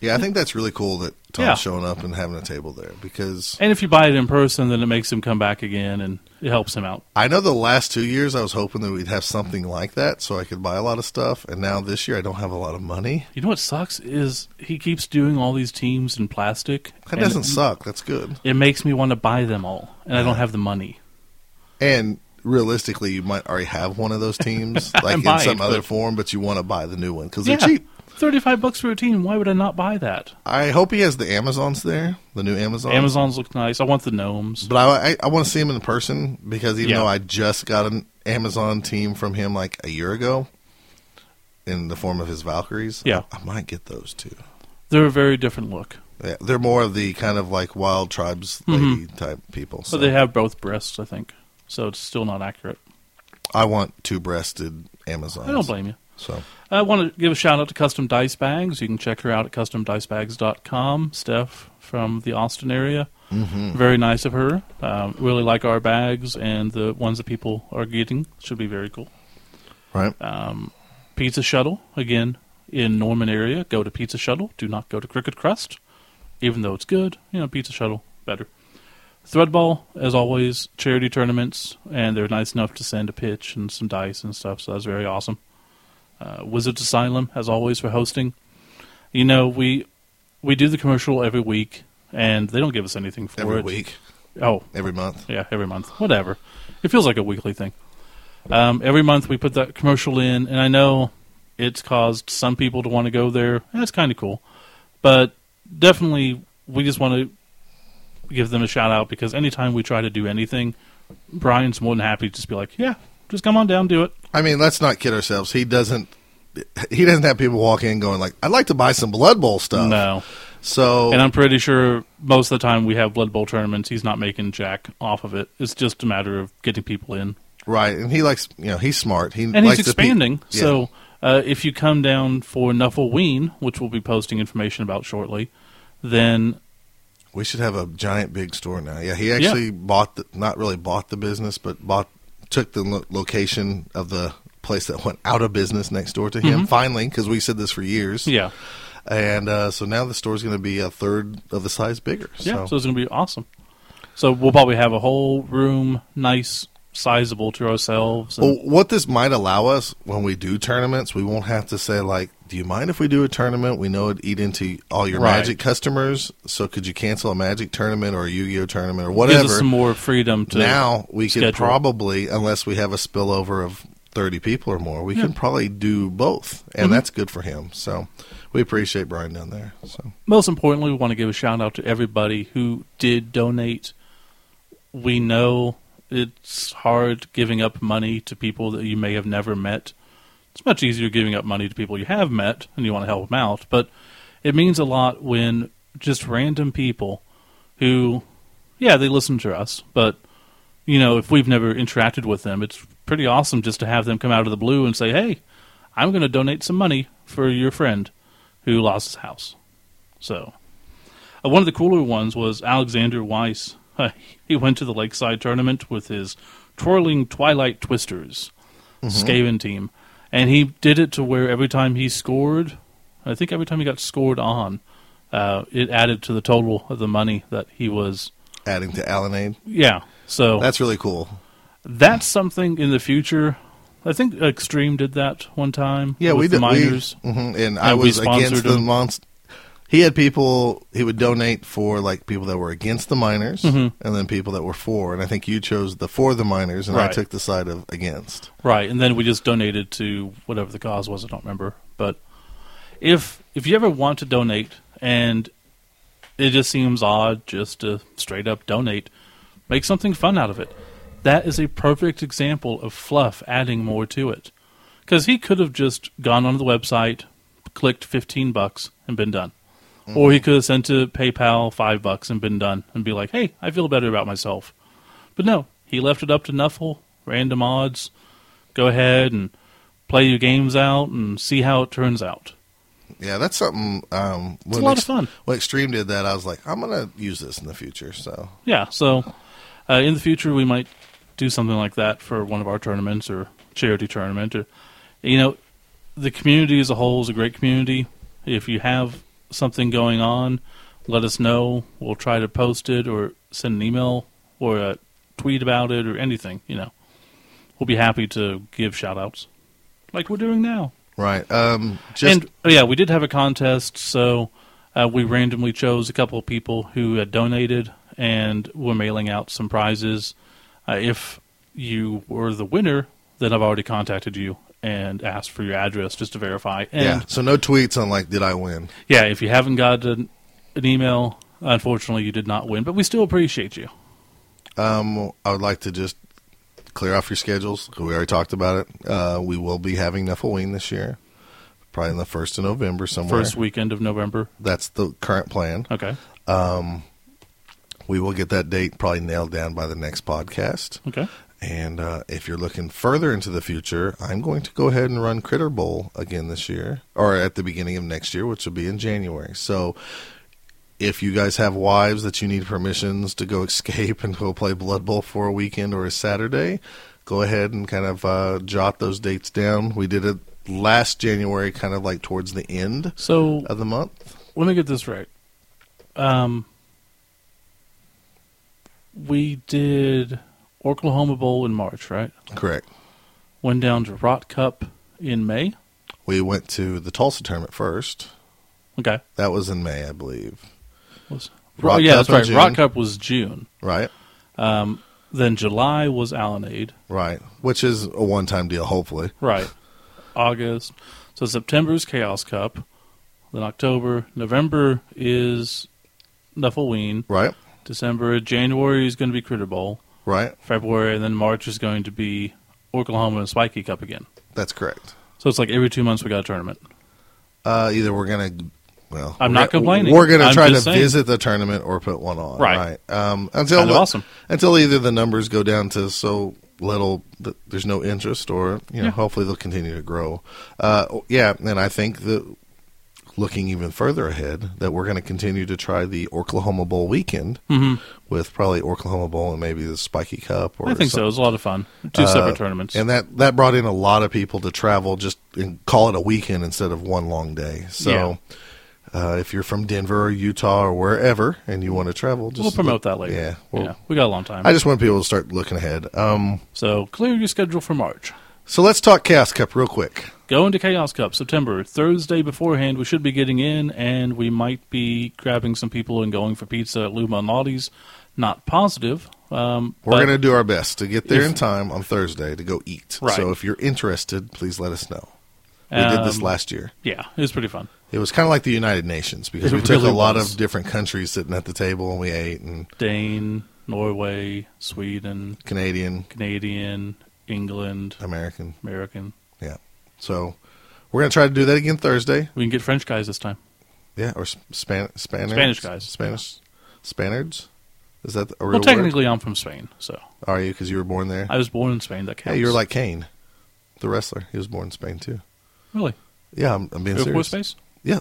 [SPEAKER 1] Yeah, I think that's really cool that Tom's
[SPEAKER 2] Yeah.
[SPEAKER 1] showing up and having a table there because
[SPEAKER 2] And if you buy it in person, then it makes him come back again and it helps him out.
[SPEAKER 1] I know the last two years I was hoping that we'd have something like that so I could buy a lot of stuff, and now this year I don't have a lot of money.
[SPEAKER 2] You know what sucks is he keeps doing all these teams in plastic.
[SPEAKER 1] That
[SPEAKER 2] and
[SPEAKER 1] doesn't
[SPEAKER 2] it,
[SPEAKER 1] suck. That's good.
[SPEAKER 2] It makes me want to buy them all, and I don't have the money.
[SPEAKER 1] And realistically, you might already have one of those teams, like in
[SPEAKER 2] might,
[SPEAKER 1] some other
[SPEAKER 2] but-
[SPEAKER 1] form, but you want to buy the new one because they're cheap.
[SPEAKER 2] thirty-five bucks for a team. Why would I not buy that?
[SPEAKER 1] I hope he has the Amazons there, the new Amazons.
[SPEAKER 2] Amazons look nice. I want the gnomes.
[SPEAKER 1] But I, I, I want to see him in person because even
[SPEAKER 2] Yeah.
[SPEAKER 1] though I just got an Amazon team from him like a year ago in the form of his Valkyries,
[SPEAKER 2] Yeah.
[SPEAKER 1] I, I might get those too.
[SPEAKER 2] They're a very different look,
[SPEAKER 1] Yeah, they're more of the kind of like wild tribes lady type people. So
[SPEAKER 2] Mm-hmm. but they have both breasts, I think. So it's still not accurate.
[SPEAKER 1] I want two breasted Amazons.
[SPEAKER 2] I don't blame you.
[SPEAKER 1] So
[SPEAKER 2] I want to give a shout out to Custom Dice Bags. You can check her out at customdicebags.com. Steph from the Austin area. Mm-hmm. Very nice of her. Um, really like our bags and the ones that people are getting. Should be very cool.
[SPEAKER 1] right,
[SPEAKER 2] Uh, Pizza Shuttle, again, in Norman area. Go to Pizza Shuttle. Do not go to Cricket Crust, even though it's good. You know, Pizza Shuttle, better. Threadball, as always, charity tournaments, and they're nice enough to send a pitch and some dice and stuff, so that's very awesome. Uh, Wizards Asylum, as always, for hosting. You know, we we do the commercial every week, and they don't give us anything for
[SPEAKER 1] every
[SPEAKER 2] it.
[SPEAKER 1] week,
[SPEAKER 2] Oh,
[SPEAKER 1] every month.
[SPEAKER 2] yeah, every month. Whatever. It feels like a weekly thing. Um, every month we put that commercial in, and I know it's caused some people to want to go there, and that's kind of cool. But definitely, we just want to give them a shout out because anytime we try to do anything, Brian's more than happy to just be like, yeah, just come on down, do it.
[SPEAKER 1] I mean, let's not kid ourselves. He doesn't. He doesn't have people walk in going like, "I'd like to buy some Blood Bowl stuff."
[SPEAKER 2] No.
[SPEAKER 1] So
[SPEAKER 2] And I'm pretty sure most of the time we have Blood Bowl tournaments, he's not making jack off of it. It's just a matter of getting people in.
[SPEAKER 1] right, and he likes. You know, he's smart. He
[SPEAKER 2] and
[SPEAKER 1] likes
[SPEAKER 2] he's
[SPEAKER 1] to pe-
[SPEAKER 2] expanding.
[SPEAKER 1] Yeah.
[SPEAKER 2] So uh, if you come down for Nuffleween, which we'll be posting information about shortly, then
[SPEAKER 1] we should have a giant big store now. Yeah, he actually bought the, not really bought the business, but bought took the lo- location of the place that went out of business next door to him finally because we said this for years
[SPEAKER 2] Mm-hmm. yeah,
[SPEAKER 1] and uh, so now the store's going to be a third of the size bigger.
[SPEAKER 2] Yeah, so, it's going to be awesome. So we'll probably have a whole room, nice, sizable to ourselves. and-
[SPEAKER 1] Well, what this might allow us when we do tournaments, we won't have to say like, "Do you mind if we do a tournament? We know it'd eat into all your
[SPEAKER 2] Right.
[SPEAKER 1] Magic customers, so could you cancel a Magic tournament or a Yu-Gi-Oh tournament or
[SPEAKER 2] gives
[SPEAKER 1] Oh, whatever?"
[SPEAKER 2] us some more freedom to
[SPEAKER 1] now we
[SPEAKER 2] schedule.
[SPEAKER 1] could probably, unless we have a spillover of thirty people or more, we can probably do both, and
[SPEAKER 2] Mhm.
[SPEAKER 1] that's good for him. So we appreciate Brian down there. So
[SPEAKER 2] Most importantly, we want to give a shout out to everybody who did donate. We know it's hard giving up money to people that you may have never met. It's much easier giving up money to people you have met and you want to help them out, but it means a lot when just random people who, yeah, they listen to us, but, you know, if we've never interacted with them, it's pretty awesome just to have them come out of the blue and say, hey, I'm going to donate some money for your friend who lost his house. So, uh, one of the cooler ones was Alexander Weiss. he went to the Lakeside tournament with his twirling Twilight Twisters
[SPEAKER 1] Mm-hmm.
[SPEAKER 2] Skaven team, and he did it to where every time he scored, I think every time he got scored on, uh, it added to the total of the money that he was.
[SPEAKER 1] adding to Allenade,
[SPEAKER 2] Yeah, so
[SPEAKER 1] that's really cool.
[SPEAKER 2] that's something in the future. I think Extreme did that one time.
[SPEAKER 1] Yeah,
[SPEAKER 2] with
[SPEAKER 1] we
[SPEAKER 2] the
[SPEAKER 1] did.
[SPEAKER 2] miners.
[SPEAKER 1] We, mhm, and I
[SPEAKER 2] And we
[SPEAKER 1] was against
[SPEAKER 2] sponsored
[SPEAKER 1] the
[SPEAKER 2] them.
[SPEAKER 1] monster. He had people. He would donate for like people that were against the miners,
[SPEAKER 2] Mm-hmm.
[SPEAKER 1] and then people that were for. And I think you chose the for the miners, and I
[SPEAKER 2] Right.
[SPEAKER 1] took the side of against.
[SPEAKER 2] Right, and then we just donated to whatever the cause was. I don't remember, but if if you ever want to donate, and it just seems odd just to straight up donate, make something fun out of it. That is a perfect example of fluff adding more to it, because he could have just gone on the website, clicked fifteen bucks, and been done, or he could have sent to PayPal five bucks and been done, and be like, "Hey, I feel better about myself." But no, he left it up to Nuffle, random odds go ahead and play your games out and see how it turns out.
[SPEAKER 1] Yeah, that's something. Um, when
[SPEAKER 2] a lot of fun.
[SPEAKER 1] When Extreme did that, I was like, I'm gonna use this in the future. So
[SPEAKER 2] Yeah, so uh, in the future we might do something like that for one of our tournaments or charity tournament or you know the community as a whole is a great community. If you have something going on, let us know. We'll try to post it or send an email or a tweet about it or anything, you know. We'll be happy to give shout outs like we're doing now.
[SPEAKER 1] right, um, just
[SPEAKER 2] and oh, yeah, we did have a contest, so uh, we randomly chose a couple of people who had donated, and we're mailing out some prizes. Uh, if you were the winner, then I've already contacted you and asked for your address just to verify.
[SPEAKER 1] yeah.
[SPEAKER 2] And
[SPEAKER 1] So no tweets on like, did I win?
[SPEAKER 2] yeah, if you haven't got an, an email, unfortunately, you did not win, but we still appreciate you.
[SPEAKER 1] Um, I would like to just clear off your schedules. 'cause We already talked about it. Uh, we will be having Nephilim this year, probably in the first of November somewhere.
[SPEAKER 2] First weekend of November.
[SPEAKER 1] That's the current plan.
[SPEAKER 2] Okay.
[SPEAKER 1] We will get that date probably nailed down by the next podcast.
[SPEAKER 2] Okay.
[SPEAKER 1] And uh, if you're looking further into the future, I'm going to go ahead and run Critter Bowl again this year, or at the beginning of next year, which will be in January. So if you guys have wives that you need permissions to go escape and go play Blood Bowl for a weekend or a Saturday, go ahead and kind of uh, jot those dates down. We did it last January, kind of like towards the end
[SPEAKER 2] So
[SPEAKER 1] of the month.
[SPEAKER 2] let me get this right. Um, we did Oklahoma Bowl in March, right?
[SPEAKER 1] Correct.
[SPEAKER 2] Went down to Rot Cup in May.
[SPEAKER 1] We went to the Tulsa tournament first.
[SPEAKER 2] Okay.
[SPEAKER 1] That was in May, I believe.
[SPEAKER 2] Was,
[SPEAKER 1] Rock
[SPEAKER 2] yeah,
[SPEAKER 1] Cup
[SPEAKER 2] that's right.
[SPEAKER 1] in June.
[SPEAKER 2] Rot Cup was June.
[SPEAKER 1] Right?
[SPEAKER 2] Then July was Allenade.
[SPEAKER 1] Right. Which is a one time deal, hopefully.
[SPEAKER 2] Right. August. So September's Chaos Cup. Then October. November is Nuffleween.
[SPEAKER 1] Right?
[SPEAKER 2] December. January is going to be Critter Bowl.
[SPEAKER 1] Right?
[SPEAKER 2] February. And then March is going to be Oklahoma and Spiky Cup again.
[SPEAKER 1] That's correct.
[SPEAKER 2] So it's like every two months we got a tournament.
[SPEAKER 1] Uh, either we're gonna, well,
[SPEAKER 2] I'm
[SPEAKER 1] we're
[SPEAKER 2] not
[SPEAKER 1] gonna-
[SPEAKER 2] complaining.
[SPEAKER 1] We're gonna
[SPEAKER 2] I'm
[SPEAKER 1] try to
[SPEAKER 2] just saying.
[SPEAKER 1] visit the tournament or put one on,
[SPEAKER 2] Right.
[SPEAKER 1] Um, until
[SPEAKER 2] Kind of
[SPEAKER 1] the-
[SPEAKER 2] awesome.
[SPEAKER 1] until either the numbers go down to so little that there's no interest, or you know,
[SPEAKER 2] Yeah.
[SPEAKER 1] hopefully they'll continue to grow. Uh, yeah, and I think that looking even further ahead, that we're going to continue to try the Oklahoma Bowl weekend with probably Oklahoma Bowl and maybe the Spiky Cup. Or
[SPEAKER 2] Mm-hmm. I think so. It
[SPEAKER 1] some-
[SPEAKER 2] was a lot of fun. Two
[SPEAKER 1] Uh,
[SPEAKER 2] separate tournaments.
[SPEAKER 1] and that that brought in a lot of people to travel just and call it a weekend instead of one long day. So
[SPEAKER 2] Yeah.
[SPEAKER 1] Uh, if you're from Denver or Utah or wherever and you want to travel, just
[SPEAKER 2] we'll promote that later.
[SPEAKER 1] Yeah, well,
[SPEAKER 2] yeah, we got a long time.
[SPEAKER 1] I just want people to start looking ahead. Um,
[SPEAKER 2] so clear your schedule for March.
[SPEAKER 1] so let's talk Cast Cup real quick.
[SPEAKER 2] Go into Chaos Cup September Thursday beforehand. We should be getting in, and we might be grabbing some people and going for pizza at Luma and Lottie's. Not positive. Um,
[SPEAKER 1] We're
[SPEAKER 2] but-
[SPEAKER 1] going to do our best to get there
[SPEAKER 2] If-
[SPEAKER 1] in time on Thursday to go eat.
[SPEAKER 2] Right.
[SPEAKER 1] So if you're interested, please let us know. We did this
[SPEAKER 2] Um,
[SPEAKER 1] last year.
[SPEAKER 2] Yeah, it was pretty fun.
[SPEAKER 1] It was kind of like the United Nations because
[SPEAKER 2] It
[SPEAKER 1] we took
[SPEAKER 2] really
[SPEAKER 1] a lot
[SPEAKER 2] was.
[SPEAKER 1] of different countries sitting at the table and we ate and
[SPEAKER 2] Dane, Norway, Sweden,
[SPEAKER 1] Canadian,
[SPEAKER 2] Canadian, England,
[SPEAKER 1] American.
[SPEAKER 2] American.
[SPEAKER 1] Yeah. So we're going to try to do that again Thursday.
[SPEAKER 2] We can get French guys this time.
[SPEAKER 1] Yeah. Or Span- Spanish.
[SPEAKER 2] Spanish guys.
[SPEAKER 1] Spanish. Spaniards? Is that a real
[SPEAKER 2] Well,
[SPEAKER 1] word?
[SPEAKER 2] technically, I'm from Spain, so
[SPEAKER 1] Are you? Because you were born there?
[SPEAKER 2] I was born in Spain. That
[SPEAKER 1] yeah,
[SPEAKER 2] counts.
[SPEAKER 1] you were like Kane, the wrestler. He was born in Spain too.
[SPEAKER 2] really?
[SPEAKER 1] Yeah, I'm, I'm being
[SPEAKER 2] Go for
[SPEAKER 1] serious.
[SPEAKER 2] space?
[SPEAKER 1] Yeah.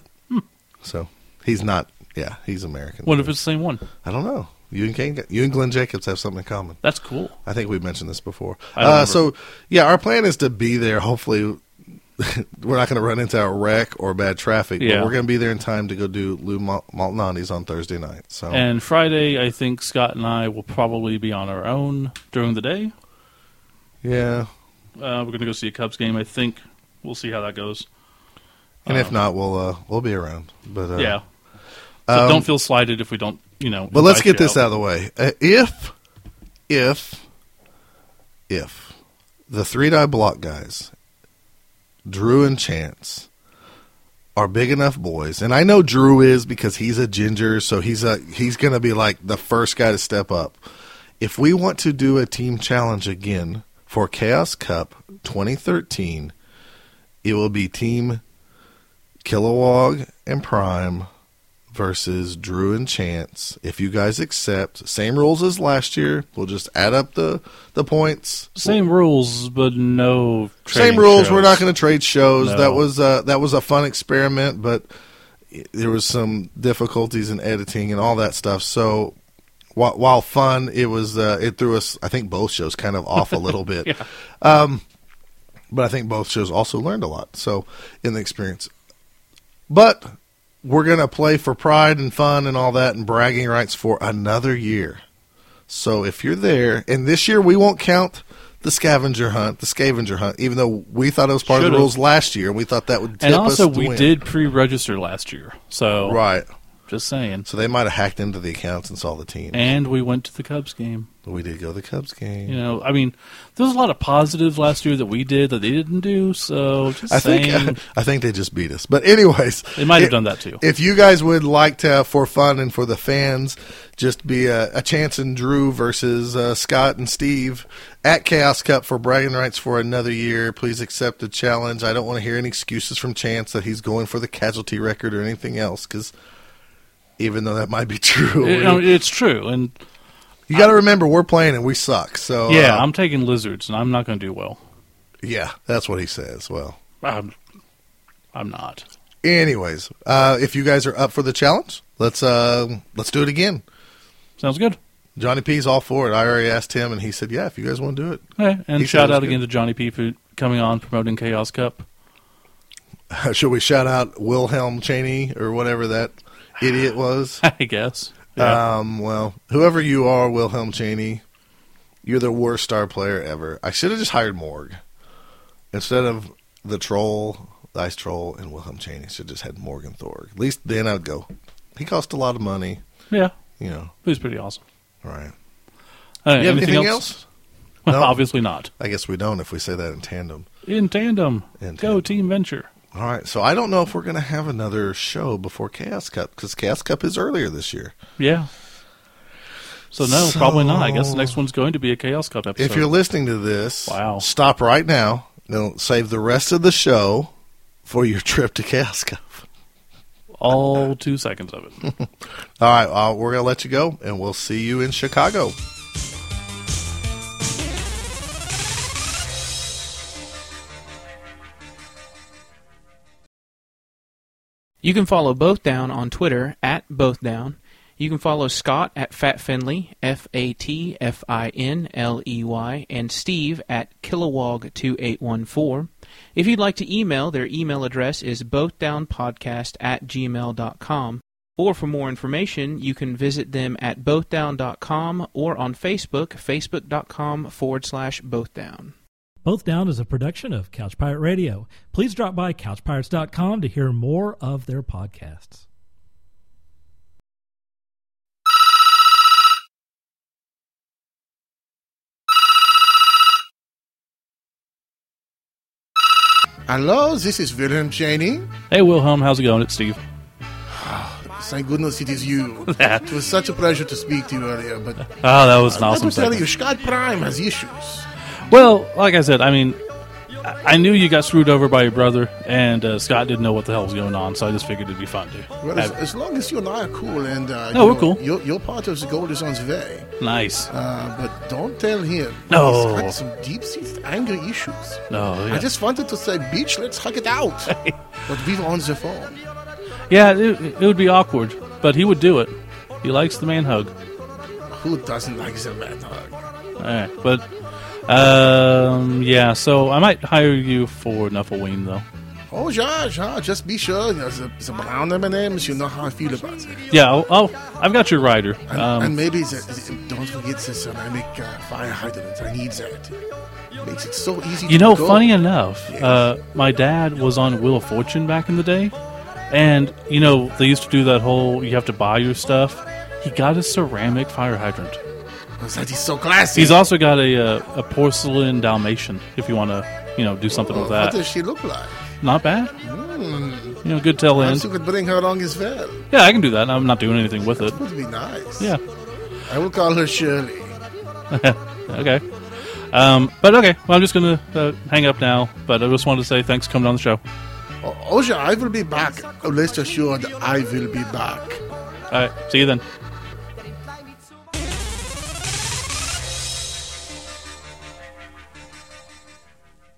[SPEAKER 1] So he's not. Yeah, he's American.
[SPEAKER 2] What if it's the same one?
[SPEAKER 1] I don't know. You and Kane, you and Glenn Jacobs have something in common.
[SPEAKER 2] That's cool.
[SPEAKER 1] I think we've mentioned this before.
[SPEAKER 2] I remember.
[SPEAKER 1] Uh, so yeah, our plan is to be there. Hopefully, we're not going to run into a wreck or bad traffic.
[SPEAKER 2] Yeah.
[SPEAKER 1] But we're going to be there in time to go do Lou Mal- Malnati's on Thursday night. So
[SPEAKER 2] And Friday, I think Scott and I will probably be on our own during the day.
[SPEAKER 1] yeah,
[SPEAKER 2] Uh, we're going to go see a Cubs game. I think we'll see how that goes.
[SPEAKER 1] and if not, we'll uh, we'll be around. But uh,
[SPEAKER 2] Um,
[SPEAKER 1] um,
[SPEAKER 2] yeah. So don't feel slighted if we don't, you know.
[SPEAKER 1] But let's
[SPEAKER 2] invite
[SPEAKER 1] get
[SPEAKER 2] you
[SPEAKER 1] this out of the way. Uh, if, if, if the three die block guys, Drew and Chance, are big enough boys, and I know Drew is because he's a ginger, so he's a he's gonna be like the first guy to step up. If we want to do a team challenge again for Chaos Cup 2013, it will be Team Kilowog and Prime versus Drew and Chance. If you guys accept, same rules as last year. We'll just add up the the points.
[SPEAKER 2] Same rules, but no. trading
[SPEAKER 1] same rules.
[SPEAKER 2] shows.
[SPEAKER 1] We're not going to trade shows.
[SPEAKER 2] No.
[SPEAKER 1] That was uh, that was a fun experiment, but i- there was some difficulties in editing and all that stuff. So. While, while fun, it was uh, it threw us. I think both shows kind of off a little bit, Um,
[SPEAKER 2] Yeah.
[SPEAKER 1] but I think both shows also learned a lot. So in the experience, but we're gonna play for pride and fun and all that and bragging rights for another year. So if you're there, and this year we won't count the scavenger hunt, the scavenger hunt, even though we thought it was part of the
[SPEAKER 2] Should've.
[SPEAKER 1] rules last year, and we thought that would tip
[SPEAKER 2] And also,
[SPEAKER 1] us to
[SPEAKER 2] we
[SPEAKER 1] win.
[SPEAKER 2] did pre-register last year, so
[SPEAKER 1] right.
[SPEAKER 2] just saying.
[SPEAKER 1] So they might have hacked into the accounts and saw the team.
[SPEAKER 2] And we went to the Cubs game.
[SPEAKER 1] we did go to the Cubs game.
[SPEAKER 2] You know, I mean, there was a lot of positives last year that we did that they didn't do. So just
[SPEAKER 1] I
[SPEAKER 2] saying,
[SPEAKER 1] think I think they just beat us. But anyways,
[SPEAKER 2] They might have
[SPEAKER 1] i-
[SPEAKER 2] done that too.
[SPEAKER 1] If you guys would like to, for fun and for the fans, just be a, a chance and Drew versus uh, Scott and Steve at Chaos Cup for bragging rights for another year. Please accept the challenge. I don't want to hear any excuses from Chance that he's going for the casualty record or anything else because. Even though that might be true,
[SPEAKER 2] You know, it's true. And
[SPEAKER 1] you got to remember we're playing and we suck. So uh,
[SPEAKER 2] yeah, I'm taking lizards, and I'm not going to do well.
[SPEAKER 1] yeah, that's what he says. Well,
[SPEAKER 2] I'm, I'm not.
[SPEAKER 1] anyways, uh, if you guys are up for the challenge, let's uh, let's do it again.
[SPEAKER 2] Sounds good.
[SPEAKER 1] Johnny P's all for it. I already asked him, and he said, "Yeah, if you guys want to do it,
[SPEAKER 2] Okay. And
[SPEAKER 1] He said it
[SPEAKER 2] shout
[SPEAKER 1] was
[SPEAKER 2] out
[SPEAKER 1] good.
[SPEAKER 2] again to Johnny P for coming on promoting Chaos Cup.
[SPEAKER 1] should we shout out Wilhelm Cheney or whatever that idiot was?
[SPEAKER 2] I guess. Yeah.
[SPEAKER 1] Um, well, whoever you are, Wilhelm Cheney, you're the worst star player ever. I should have just hired Morg instead of the troll, the ice troll, and Wilhelm Cheney. Should have just had Morgan Thorg. At least then I'd go. He cost a lot of money,
[SPEAKER 2] yeah.
[SPEAKER 1] you know.
[SPEAKER 2] It was pretty awesome.
[SPEAKER 1] All right.
[SPEAKER 2] All right,
[SPEAKER 1] You have anything else? No.
[SPEAKER 2] Obviously not.
[SPEAKER 1] I guess we don't if we say that in tandem.
[SPEAKER 2] In tandem.
[SPEAKER 1] In
[SPEAKER 2] Go
[SPEAKER 1] tandem.
[SPEAKER 2] Team Venture.
[SPEAKER 1] All right, so I don't know if we're going to have another show before Chaos Cup because Chaos Cup is earlier this year.
[SPEAKER 2] Yeah. So no, probably not. I guess the next one's going to be a Chaos Cup episode.
[SPEAKER 1] If you're listening to this,
[SPEAKER 2] Wow.
[SPEAKER 1] stop right now. Then save the rest of the show for your trip to Chaos Cup.
[SPEAKER 2] all two seconds of it.
[SPEAKER 1] All right, uh, we're going to let you go, and we'll see you in Chicago.
[SPEAKER 10] You can follow Both Down on Twitter at Both Down. You can follow Scott at Fat Finley, F A T F I N L E Y, and Steve at Kilowog2814. If you'd like to email, their email address is bothdownpodcast at gmail.com. Or for more information, you can visit them at bothdown.com or on Facebook, facebook.com forward slash bothdown.
[SPEAKER 11] Both Down is a production of Couch Pirate Radio. Please drop by couchpirates.com to hear more of their podcasts.
[SPEAKER 8] Hello, this is Wilhelm Cheney.
[SPEAKER 2] Hey, Wilhelm, how's it going? It's Steve.
[SPEAKER 8] Thank goodness it is you. it was such a pleasure to speak to you earlier, but
[SPEAKER 2] Oh, that was an
[SPEAKER 8] I
[SPEAKER 2] awesome
[SPEAKER 8] will tell
[SPEAKER 2] segment.
[SPEAKER 8] you, Scott Prime has issues.
[SPEAKER 2] Well, like I said, I mean, I I knew you got screwed over by your brother, and uh, Scott didn't know what the hell was going on, so I just figured it'd be fun to.
[SPEAKER 8] Well, as, as long as you and I are cool, and uh,
[SPEAKER 2] No,
[SPEAKER 8] you
[SPEAKER 2] we're
[SPEAKER 8] know,
[SPEAKER 2] cool.
[SPEAKER 8] Your, your part of the gold is on the way.
[SPEAKER 2] Nice.
[SPEAKER 8] Uh, but don't tell him.
[SPEAKER 2] No.
[SPEAKER 8] He's got some deep-seated anger issues.
[SPEAKER 2] No, Oh, yeah.
[SPEAKER 8] I just wanted to say, bitch, let's hug it out. but we were on the phone.
[SPEAKER 2] Yeah, it, it would be awkward, but he would do it. He likes the man hug.
[SPEAKER 8] Who doesn't like the man hug?
[SPEAKER 2] All right, but um, yeah. So I might hire you for Nuffleween though.
[SPEAKER 8] Oh, yeah, yeah, just be sure. You know, the, the brown M&Ms, you know how I feel about it.
[SPEAKER 2] Yeah, I'll, I'll, I've got your rider.
[SPEAKER 8] And, and
[SPEAKER 2] Um,
[SPEAKER 8] maybe the, the- don't forget the ceramic uh, fire hydrant. I need that. Makes it so easy
[SPEAKER 2] you
[SPEAKER 8] to
[SPEAKER 2] know,
[SPEAKER 8] go.
[SPEAKER 2] funny enough, uh, my dad was on Wheel of Fortune back in the day, and you know they used to do that whole you have to buy your stuff. He got a ceramic fire hydrant.
[SPEAKER 8] Oh, That is so classy.
[SPEAKER 2] He's also got a uh, a porcelain Dalmatian. If you want to, you know, do something
[SPEAKER 8] Oh,
[SPEAKER 2] with
[SPEAKER 8] What
[SPEAKER 2] that,
[SPEAKER 8] does she look like?
[SPEAKER 2] not bad.
[SPEAKER 8] Hmm.
[SPEAKER 2] You know, good tail end.
[SPEAKER 8] Perhaps you could bring her along as well.
[SPEAKER 2] Yeah, I can do that. I'm not doing anything with it.
[SPEAKER 8] Would be nice.
[SPEAKER 2] Yeah.
[SPEAKER 8] I will call her Shirley.
[SPEAKER 2] okay. Um, but okay, well, I'm just going to uh, hang up now. But I just wanted to say thanks for coming on the show.
[SPEAKER 8] Oh, oh, yeah, I will be back. Oh, Rest assured, I will be back.
[SPEAKER 2] All right, see you then.